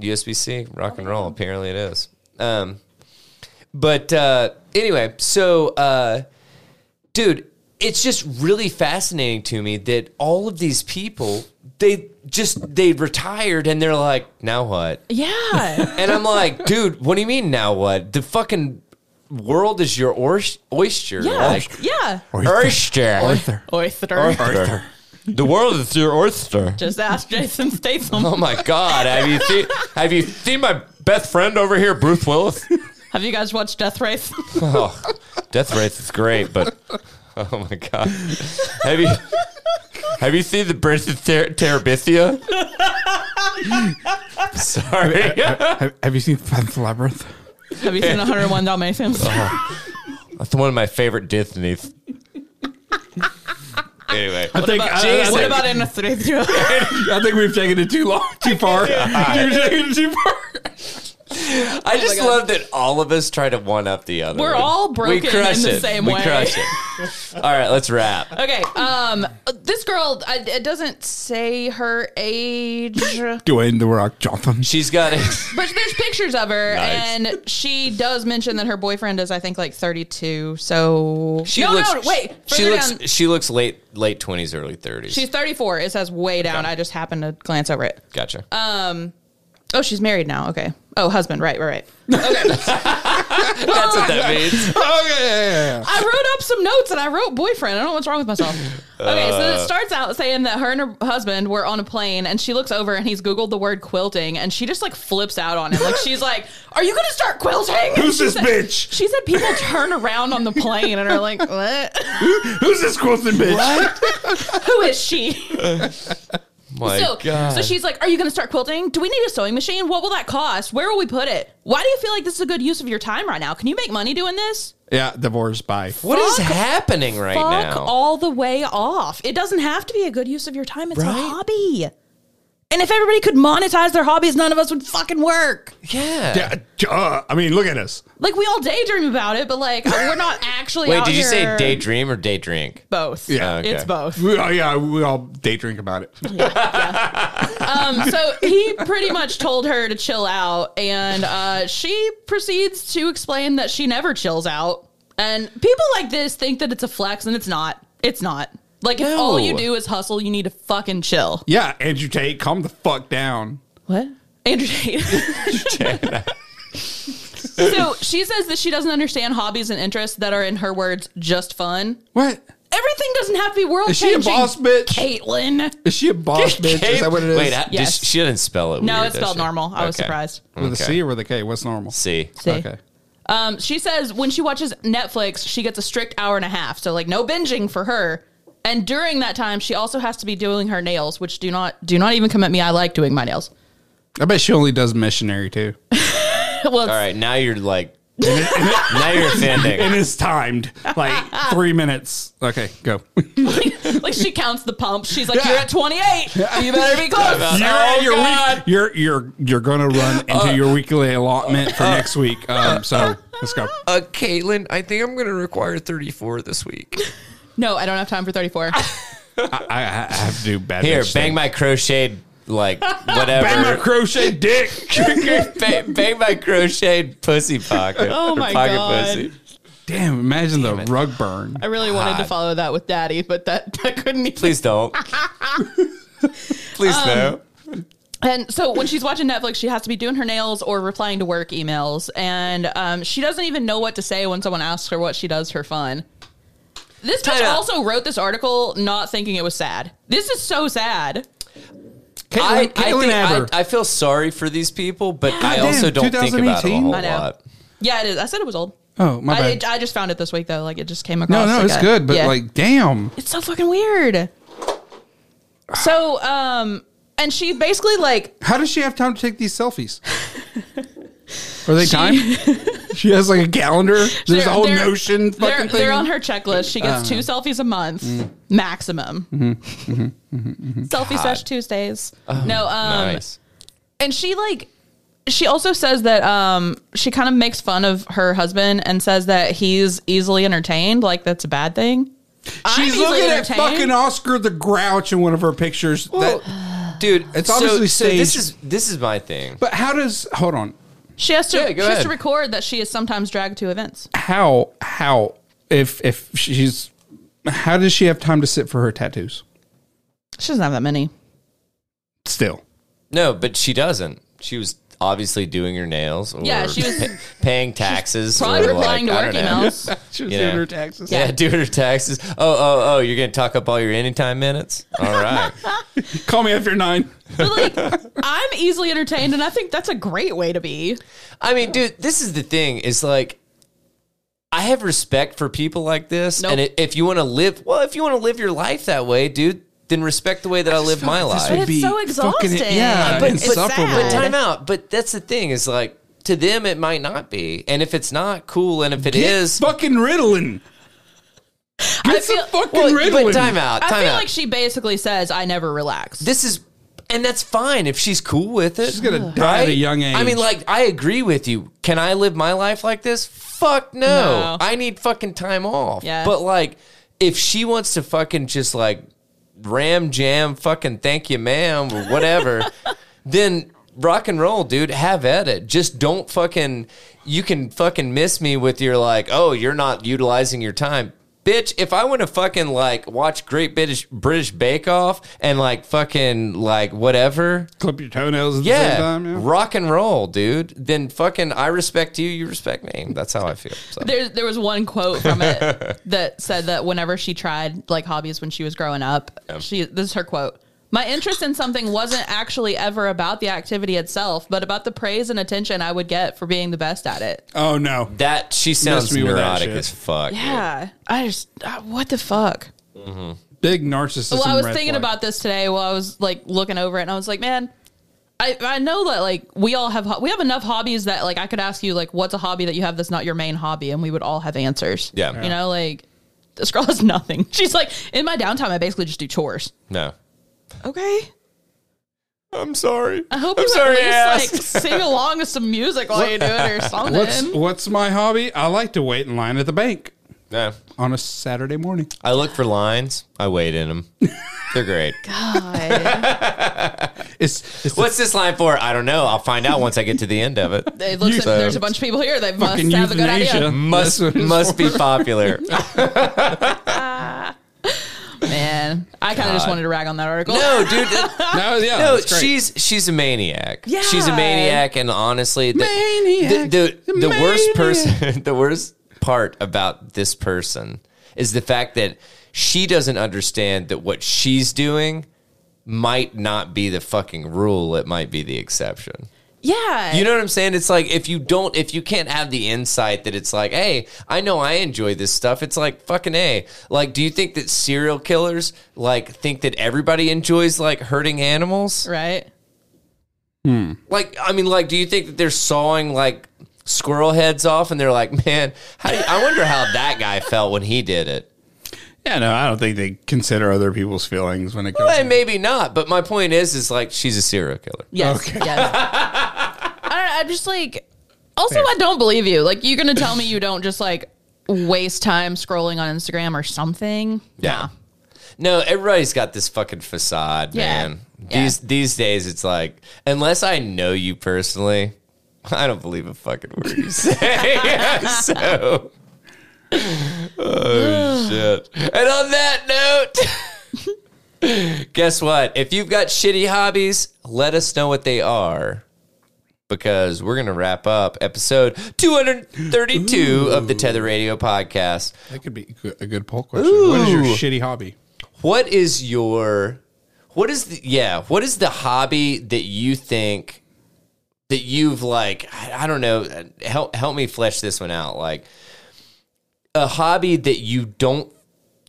B: USB C rock and roll, apparently it is. Um but uh anyway, so uh dude, it's just really fascinating to me that all of these people they just they retired and they're like, now what?
C: yeah.
B: And I'm like, dude, what do you mean now what? The fucking world is your or- oyster.
C: Yeah.
B: Like,
C: yeah.
B: oyster.
C: Oyster.
B: Oyster. The world is your oyster.
C: Just ask Jason Statham.
B: Oh my god, have you seen have you seen my best friend over here, Bruce Willis?
C: Have you guys watched Death Race?
B: Oh, Death Race is great, but oh my god. Have you have you seen the Prince of Ter- Terabithia? Sorry.
A: Have, have you seen Fifth Labyrinth?
C: Have you seen 101 Dalmatians?
B: That's one of my favorite Disney's. anyway.
A: I think,
B: Jesus.
C: What about in Australia?
A: I think we've taken it too long, too far. You're taking it too far.
B: I just
C: Oh God.
B: love that all of us try to one up the other.
C: We're all broken in the
B: it.
C: same
B: we
C: way.
B: crush it. All right, let's wrap.
C: Okay. Um, this girl, I, it doesn't say her age, but
A: Dwayne the Rock Johnson.
B: She's got it.
C: there's pictures of her,
B: Nice.
C: and she does mention that her boyfriend is, I think, like 32. So
B: She
C: no,
B: looks.
C: no, wait.
B: She
C: further
B: looks.
C: down.
B: She looks late. Late twenties, early thirties.
C: She's 34. It says way down. I just happened to glance over it.
B: Gotcha.
C: Oh, she's married now. Okay. Oh, husband. Right, right, right.
B: That's what that means.
A: Oh yeah, yeah, yeah, yeah.
C: I wrote up some notes and I wrote boyfriend. I don't know what's wrong with myself. Okay, so
B: Uh.
C: it starts out saying that her and her husband were on a plane and she looks over and he's Googled the word quilting and she just like flips out on him. Like she's like, Are you gonna start quilting?
A: Who's
C: She
A: this
C: said-
A: bitch?
C: She said people turn around on the plane and are like, What?
A: Who's this quilting bitch?
C: Who is she?
B: My
C: so,
B: God.
C: so she's like, "Are you going to start quilting? Do we need a sewing machine? What will that cost? Where will we put it? Why do you feel like this is a good use of your time right now? Can you make money doing this?
A: Yeah, divorce. Bye.
B: what is
C: fuck-
B: happening right
C: Fuck
B: now?
C: all the way off. It doesn't have to be a good use of your time. It's a
B: Right?
C: hobby. And if everybody could monetize their hobbies, none of us would fucking work.
B: yeah.
A: Yeah, uh, I mean, look at us.
C: Like we all daydream about it, but like we're not actually.
B: Wait,
C: out
B: did you say
C: here-
B: daydream or day drink?
C: Both.
A: Yeah. Okay.
C: it's both.
A: We, oh, yeah, we all day drink about it.
C: Um, so he pretty much told her to chill out, and uh, she proceeds to explain that she never chills out. And people like this think that it's a flex, and it's not. It's not. Like if
B: No.
C: all you do is hustle, you need to fucking chill.
A: Yeah, Andrew Tate, calm the fuck down.
C: What? Andrew Tate. so she says that she doesn't understand hobbies and interests that are, in her words, just fun.
A: What?
C: Everything doesn't have to be world
A: Is she a
C: changing.
A: boss bitch?
C: Caitlin.
A: Is she a boss bitch? Is that what it is?
B: Wait, I,
C: Yes.
B: did, she didn't spell it.
C: No,
B: weird,
C: it's
B: does
C: spelled
B: she?
C: normal. I was
B: Okay.
C: surprised.
A: with a
B: Okay.
A: C or with a K? What's normal?
B: C.
C: See?
A: Okay.
C: Um, she says when she watches Netflix, she gets a strict hour and a half. So like no binging for her. And during that time, she also has to be doing her nails, which do not do not even come at me. I like doing my nails.
A: I bet she only does missionary too,
C: well,
B: All right, now you're like, now you're offending.
A: and it's timed like three minutes. Okay, go.
C: like she counts the pumps. She's like,
A: Yeah.
C: "You're at 28. You better be close."
B: Timeout.
A: You're at your
B: Oh, God. Uh,
A: week. You're you're you're gonna run into your weekly allotment for next week. Um, so let's go.
B: Uh, Caitlin, I think I'm going to require 34 this week.
C: No, I don't have time for 34.
A: I, I, I have to do bad.
B: Here,
A: bitch
B: bang
A: thing.
B: my crocheted, like, whatever.
A: bang my crochet dick.
B: bang, bang my crocheted pussy pocket.
C: Oh
B: or
C: my
B: pocket
C: God.
B: Pussy.
A: Damn! Imagine the rug burn.
C: I really wanted to follow that with daddy, but that that couldn't even.
B: Please don't. Please
A: Um,
B: no.
C: And so when she's watching Netflix, she has to be doing her nails or replying to work emails, and um, she doesn't even know what to say when someone asks her what she does for fun. This bitch
B: Timeout.
C: also wrote this article not thinking it was sad. This is so sad.
A: Caitlin,
B: I, I,
A: Caitlin
B: think, I,
A: Adler.
B: I oh, feel sorry for these people, but I
A: Goddamn,
B: also don't think about it a
A: 2018?
B: whole
C: I know.
B: lot.
C: Yeah, it is. I said it was old.
A: oh my
C: I,
A: bad.
C: I just found it this week though. Like it just came
A: no,
C: across.
A: no,
C: like
A: it's
C: a-
A: good, but
C: yeah.
A: like, damn.
C: It's so fucking weird. So, um, and she basically like
A: How does she have time to take these selfies? Are they
C: She-
A: timed? she has like a calendar. There's a
C: they're-
A: whole
C: they're-
A: Notion fucking
C: they're,
A: thing.
C: They're on her checklist. She gets
B: Uh.
C: two selfies a month
B: Mm.
C: maximum.
B: Mm-hmm.
C: Selfie sesh Tuesdays.
B: Oh,
C: no, um,
B: nice.
C: and she like she also says that um she kind of makes fun of her husband and says that he's easily entertained. Like that's a bad thing.
A: She's
C: easily
A: looking at
C: entertained.
A: fucking Oscar the Grouch in one of her pictures.
B: Well,
A: that,
B: dude,
A: It's
B: so-
A: obviously
B: so this
A: staged.
B: is this is my thing.
A: but how does? Hold on.
C: She has to
B: Yeah,
C: she
B: go
C: has
B: ahead.
C: to record that she is sometimes dragged to events.
A: How? How? If if she's, how does she have time to sit for her tattoos?
C: She doesn't have that many.
A: Still,
B: No, but she doesn't. She was obviously doing her nails. Or
C: Yeah, she was-
B: pa- paying taxes.
C: Probably
B: or
C: replying
B: like, I
C: to work
B: don't know.
C: emails.
A: she was
B: You doing know. her
A: taxes.
B: Yeah, doing her taxes. Oh, oh, oh! You're gonna talk up all your anytime minutes. All right.
A: Call me after nine.
C: But like, I'm easily entertained, and I think that's a great way to be.
B: I mean, dude, this is the thing. Is like, I have respect for people like this,
C: Nope.
B: and it, if you want to live, well, if you want to live your life that way, dude, then respect the way that I, live my life.
C: would But it's so
A: fucking-
C: exhausting.
A: yeah,
C: But- but
A: insufferable.
C: sad.
B: But time out. But that's the thing is like to them it might not be, and if it's not cool, and if it is,
A: Get fucking riddling.
C: I
A: It's a
C: feel,
A: fucking
B: well,
A: riddling.
B: but time out.
C: I
B: Time
C: feel
B: out.
C: like she basically says, "I never relax."
B: this is, and that's fine if she's cool with it.
A: She's gonna die at a young age.
B: I mean, like I agree with you. Can I live my life like this? Fuck no.
C: No.
B: I need fucking time off.
C: Yeah.
B: But like, if she wants to fucking just like ram jam, fucking thank you, ma'am, or whatever, then rock and roll, dude. Have at it. Just don't fucking. You can fucking miss me with your like, oh, you're not utilizing your time. bitch, if I want to fucking like watch Great British British Bake Off and like fucking like whatever,
A: Clip your toenails at the
B: yeah,
A: same time. Yeah.
B: rock and roll, dude. Then fucking, I respect you, you respect me. That's how I feel. So.
C: There, there was one quote from it that said that whenever she tried like hobbies when she was growing up, she this is her quote. My interest in something wasn't actually ever about the activity itself, but about the praise and attention I would get for being the best at it.
A: Oh no.
B: That she sounds
A: me with that
B: neurotic
A: shit.
B: as fuck. dude.
C: Yeah, I just uh, what the fuck.
A: Big narcissism.
C: Well, I was
A: red
C: thinking
A: flag.
C: about this today while I was like looking over it, and I was like, man, I I know that like we all have ho- we have enough hobbies that like I could ask you like what's a hobby that you have that's not your main hobby, and we would all have answers.
B: Yeah.
C: you know, like this girl has nothing. She's like, in my downtime, I basically just do chores.
B: No.
C: Okay.
B: I'm sorry.
C: I hope
B: I'm
C: you
B: sorry.
C: at least
B: I
C: like sing along to some music while you do it or something.
A: What's what's my hobby? I like to wait in line at the bank
B: asked. No.
A: on a Saturday morning.
B: I look for lines. I wait in them. They're great.
C: God.
A: It's, it's
B: What's this line for? I don't know. I'll find out once I get to the end of it.
C: It looks like
B: So-
C: there's a bunch of people here that must
A: Fucking
C: have a good idea.
A: euthanasia.
B: Must
A: That's what it's
B: must be popular.
C: Man, I kind of just wanted to rag on that article.
B: No, dude. that-
A: no, yeah,
B: No,
A: it's great.
B: she's she's a maniac.
C: Yeah.
B: She's a maniac, and honestly, the,
A: Maniac.
B: the, the, the worst
A: Maniac.
B: person, the worst part about this person is the fact that she doesn't understand that what she's doing might not be the fucking rule. It might be the exception.
C: Yeah.
B: You know what I'm saying? It's like if you don't, if you can't have the insight that it's like, hey, I know I enjoy this stuff. It's like fucking a. Like, do you think that serial killers like think that everybody enjoys like hurting animals?
C: right?
B: Like, I mean, like, do you think that they're sawing like squirrel heads off and they're like, man, how do you, I wonder how that guy felt when he did it?
A: yeah, no, I don't think they consider other people's feelings when it comes.
B: And maybe not, but my point is, is like she's a serial killer.
C: Yes.
A: Okay.
C: Yes. I don't know, I'm just like. Also, I don't believe you. Like, you're gonna tell me you don't just like waste time scrolling on Instagram or something.
B: Yeah. No, everybody's got this fucking facade,
C: Yeah.
B: man.
C: Yeah.
B: These these days it's like unless I know you personally, I don't believe a fucking word you say. so Oh shit. And on that note, guess what? If you've got shitty hobbies, let us know what they are. Because we're going to wrap up episode 232 of the Tether Radio podcast.
A: That could be a good poll question. What is your shitty hobby?
B: What is your what is the yeah, what is the hobby that you think that you've like I, I don't know, help help me flesh this one out. Like a hobby that you don't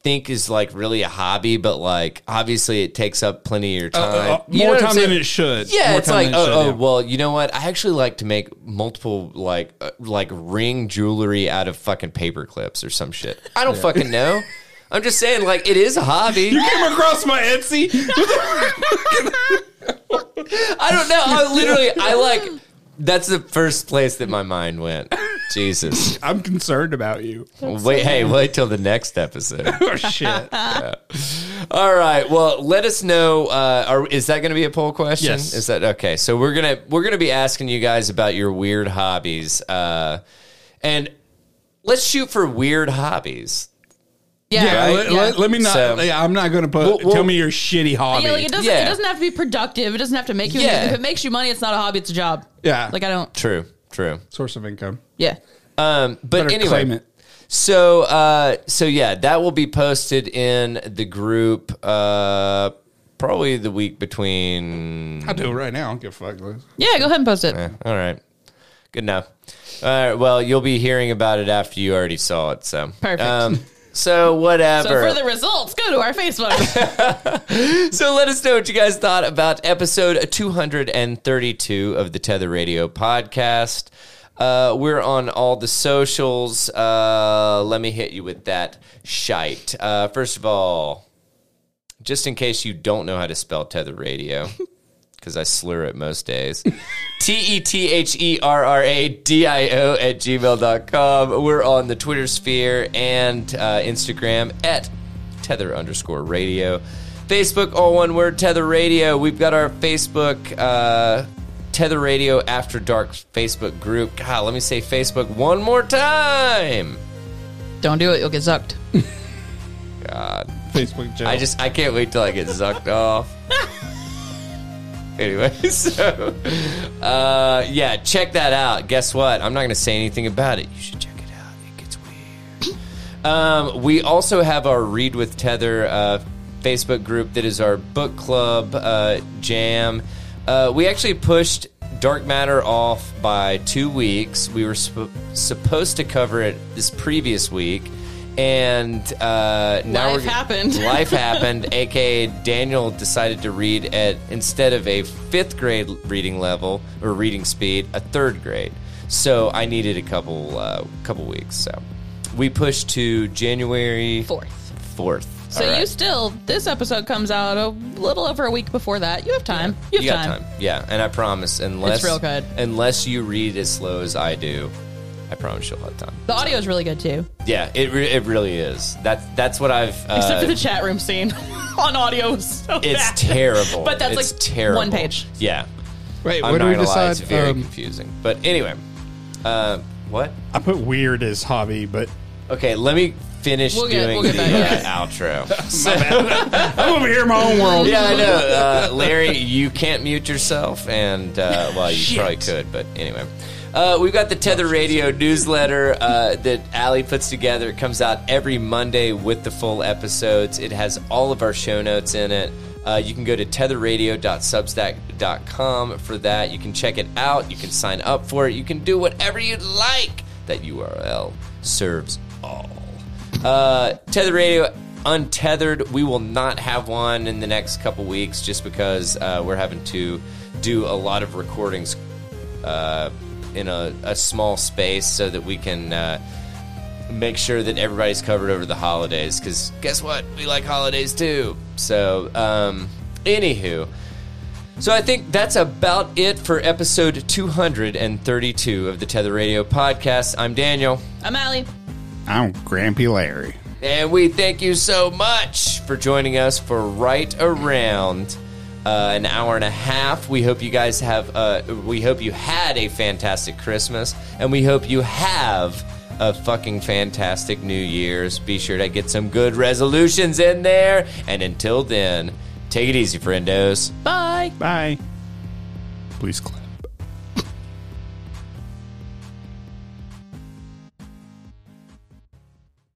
B: think is like really a hobby, but like obviously it takes up plenty of your time. Uh, You know
A: Uh, more
B: what I'm
A: time
B: saying?
A: than it should.
B: Yeah,
A: more
B: it's like,
A: it
B: oh, oh,
A: yeah.
B: well, you know what? I actually like to make multiple like uh, like ring jewelry out of fucking paper clips or some shit. I don't fucking know. I'm just saying, like, it is a hobby.
A: you came across my Etsy.
B: I don't know. I literally, I like. That's the first place that my mind went. Jesus.
A: I'm concerned about you.
B: Wait, hey, wait till the next episode.
A: Oh shit!
B: All right. Well, let us know. Uh, are, is that going to be a poll question?
A: Yes.
B: Is that okay? So we're gonna we're gonna be asking you guys about your weird hobbies, uh, and let's shoot for weird hobbies.
C: Yeah.
A: Yeah,
B: Right?
A: let,
C: Yeah.
A: Let, let me not.
B: So-
A: yeah, I'm not going to put.
B: Well, well-
A: tell me your shitty hobby.
C: Yeah,
A: Yeah,
C: like it doesn't.
B: Yeah.
C: It doesn't have to be productive. It doesn't have to make you.
B: Yeah.
C: If it makes you money, it's not a hobby. It's a job. Like I don't.
B: True. True.
A: source of income.
C: Yeah.
B: Um, but
A: Better
B: anyway,
A: claim it.
B: So, uh, so yeah, that will be posted in the group uh, probably the week between.
A: I do it right now. I don't give a fuck. Liz.
C: Yeah. Go ahead and post it.
B: Eh, all right, good enough. All right, well, you'll be hearing about it after you already saw it. So
C: Perfect.
B: so
C: So
B: whatever.
C: for the results, go to our Facebook.
B: So let us know what you guys thought about episode 232 of the Tether Radio podcast. Uh, we're on all the socials. Uh, let me hit you with that shite. Uh, first of all, just in case you don't know how to spell Tether Radio, because I slur it most days. T E T H E R R A D I O at gmail.com. We're on the Twitter sphere and uh, Instagram at tether underscore radio. Facebook, all one word, tether radio. We've got our Facebook, uh, tether radio after dark Facebook group. God, let me say Facebook one more time.
C: don't do it. You'll get zucked.
B: God.
A: Facebook jail.
B: I just I can't wait till I get zucked off. Anyway, so uh, yeah, check that out. Guess what? I'm not going to say anything about it. You should check it out. It gets weird. Um, we also have our Read with Tether uh, Facebook group that is our book club uh, jam. Uh, we actually pushed Dark Matter off by two weeks. We were sup- supposed to cover it this previous week, and uh, now
C: Life
B: we're,
C: happened.
B: Life happened, aka Daniel decided to read at instead of a fifth grade reading level or reading speed, a third grade. So I needed a couple uh, couple weeks. So we pushed to January
C: Fourth.
B: Fourth.
C: So
B: All right.
C: you still this episode comes out a little over a week before that. You have time. You have
B: You got
C: time.
B: time. Yeah, and I promise, unless
C: real good.
B: unless you read as slow as I do, I promise you'll have time.
C: The audio is really good too,
B: Yeah, it re- it really is. That's that's what I've. Uh,
C: except for the chat room scene on audio. Is so
B: it's
C: bad.
B: terrible,
C: But that's
B: It's
C: like
B: terrible.
C: one page.
B: Yeah,
A: Wait,
B: I'm
A: what
B: not
A: do we
B: gonna lie, it's
A: decide?
B: very
A: Um,
B: confusing. But anyway, uh, what?
A: I put weird as hobby, but
B: Okay, let me finish
C: We'll get-
B: doing
C: we'll get
B: the
C: back.
B: uh, outro.
A: I'm over here in my own world.
B: Oh, yeah, I know. Uh, Larry, you can't mute yourself, and uh, well, you probably could, but anyway. Uh, we've got the Tether Radio newsletter uh, that Allie puts together. It comes out every Monday with the full episodes. It has all of our show notes in it. Uh, you can go to tetherradio.substack.com for that. You can check it out. You can sign up for it. You can do whatever you'd like. That URL serves all. Uh, Tether Radio Untethered. We will not have one in the next couple weeks just because uh, we're having to do a lot of recordings uh, in a, a small space so that we can uh, make sure that everybody's covered over the holidays. Because guess what? We like holidays too. So, um, anywho. So I think that's about it for episode 232 of the Tether Radio podcast. I'm Daniel.
C: I'm Allie.
A: I'm Grampy Larry.
B: And we thank you so much for joining us for right around uh, an hour and a half. We hope you guys have, uh, we hope you had a fantastic Christmas, and we hope you have a fucking fantastic New Year's. Be sure to get some good resolutions in there. And until then, take it easy, friendos.
C: Bye.
A: Bye. Please clap.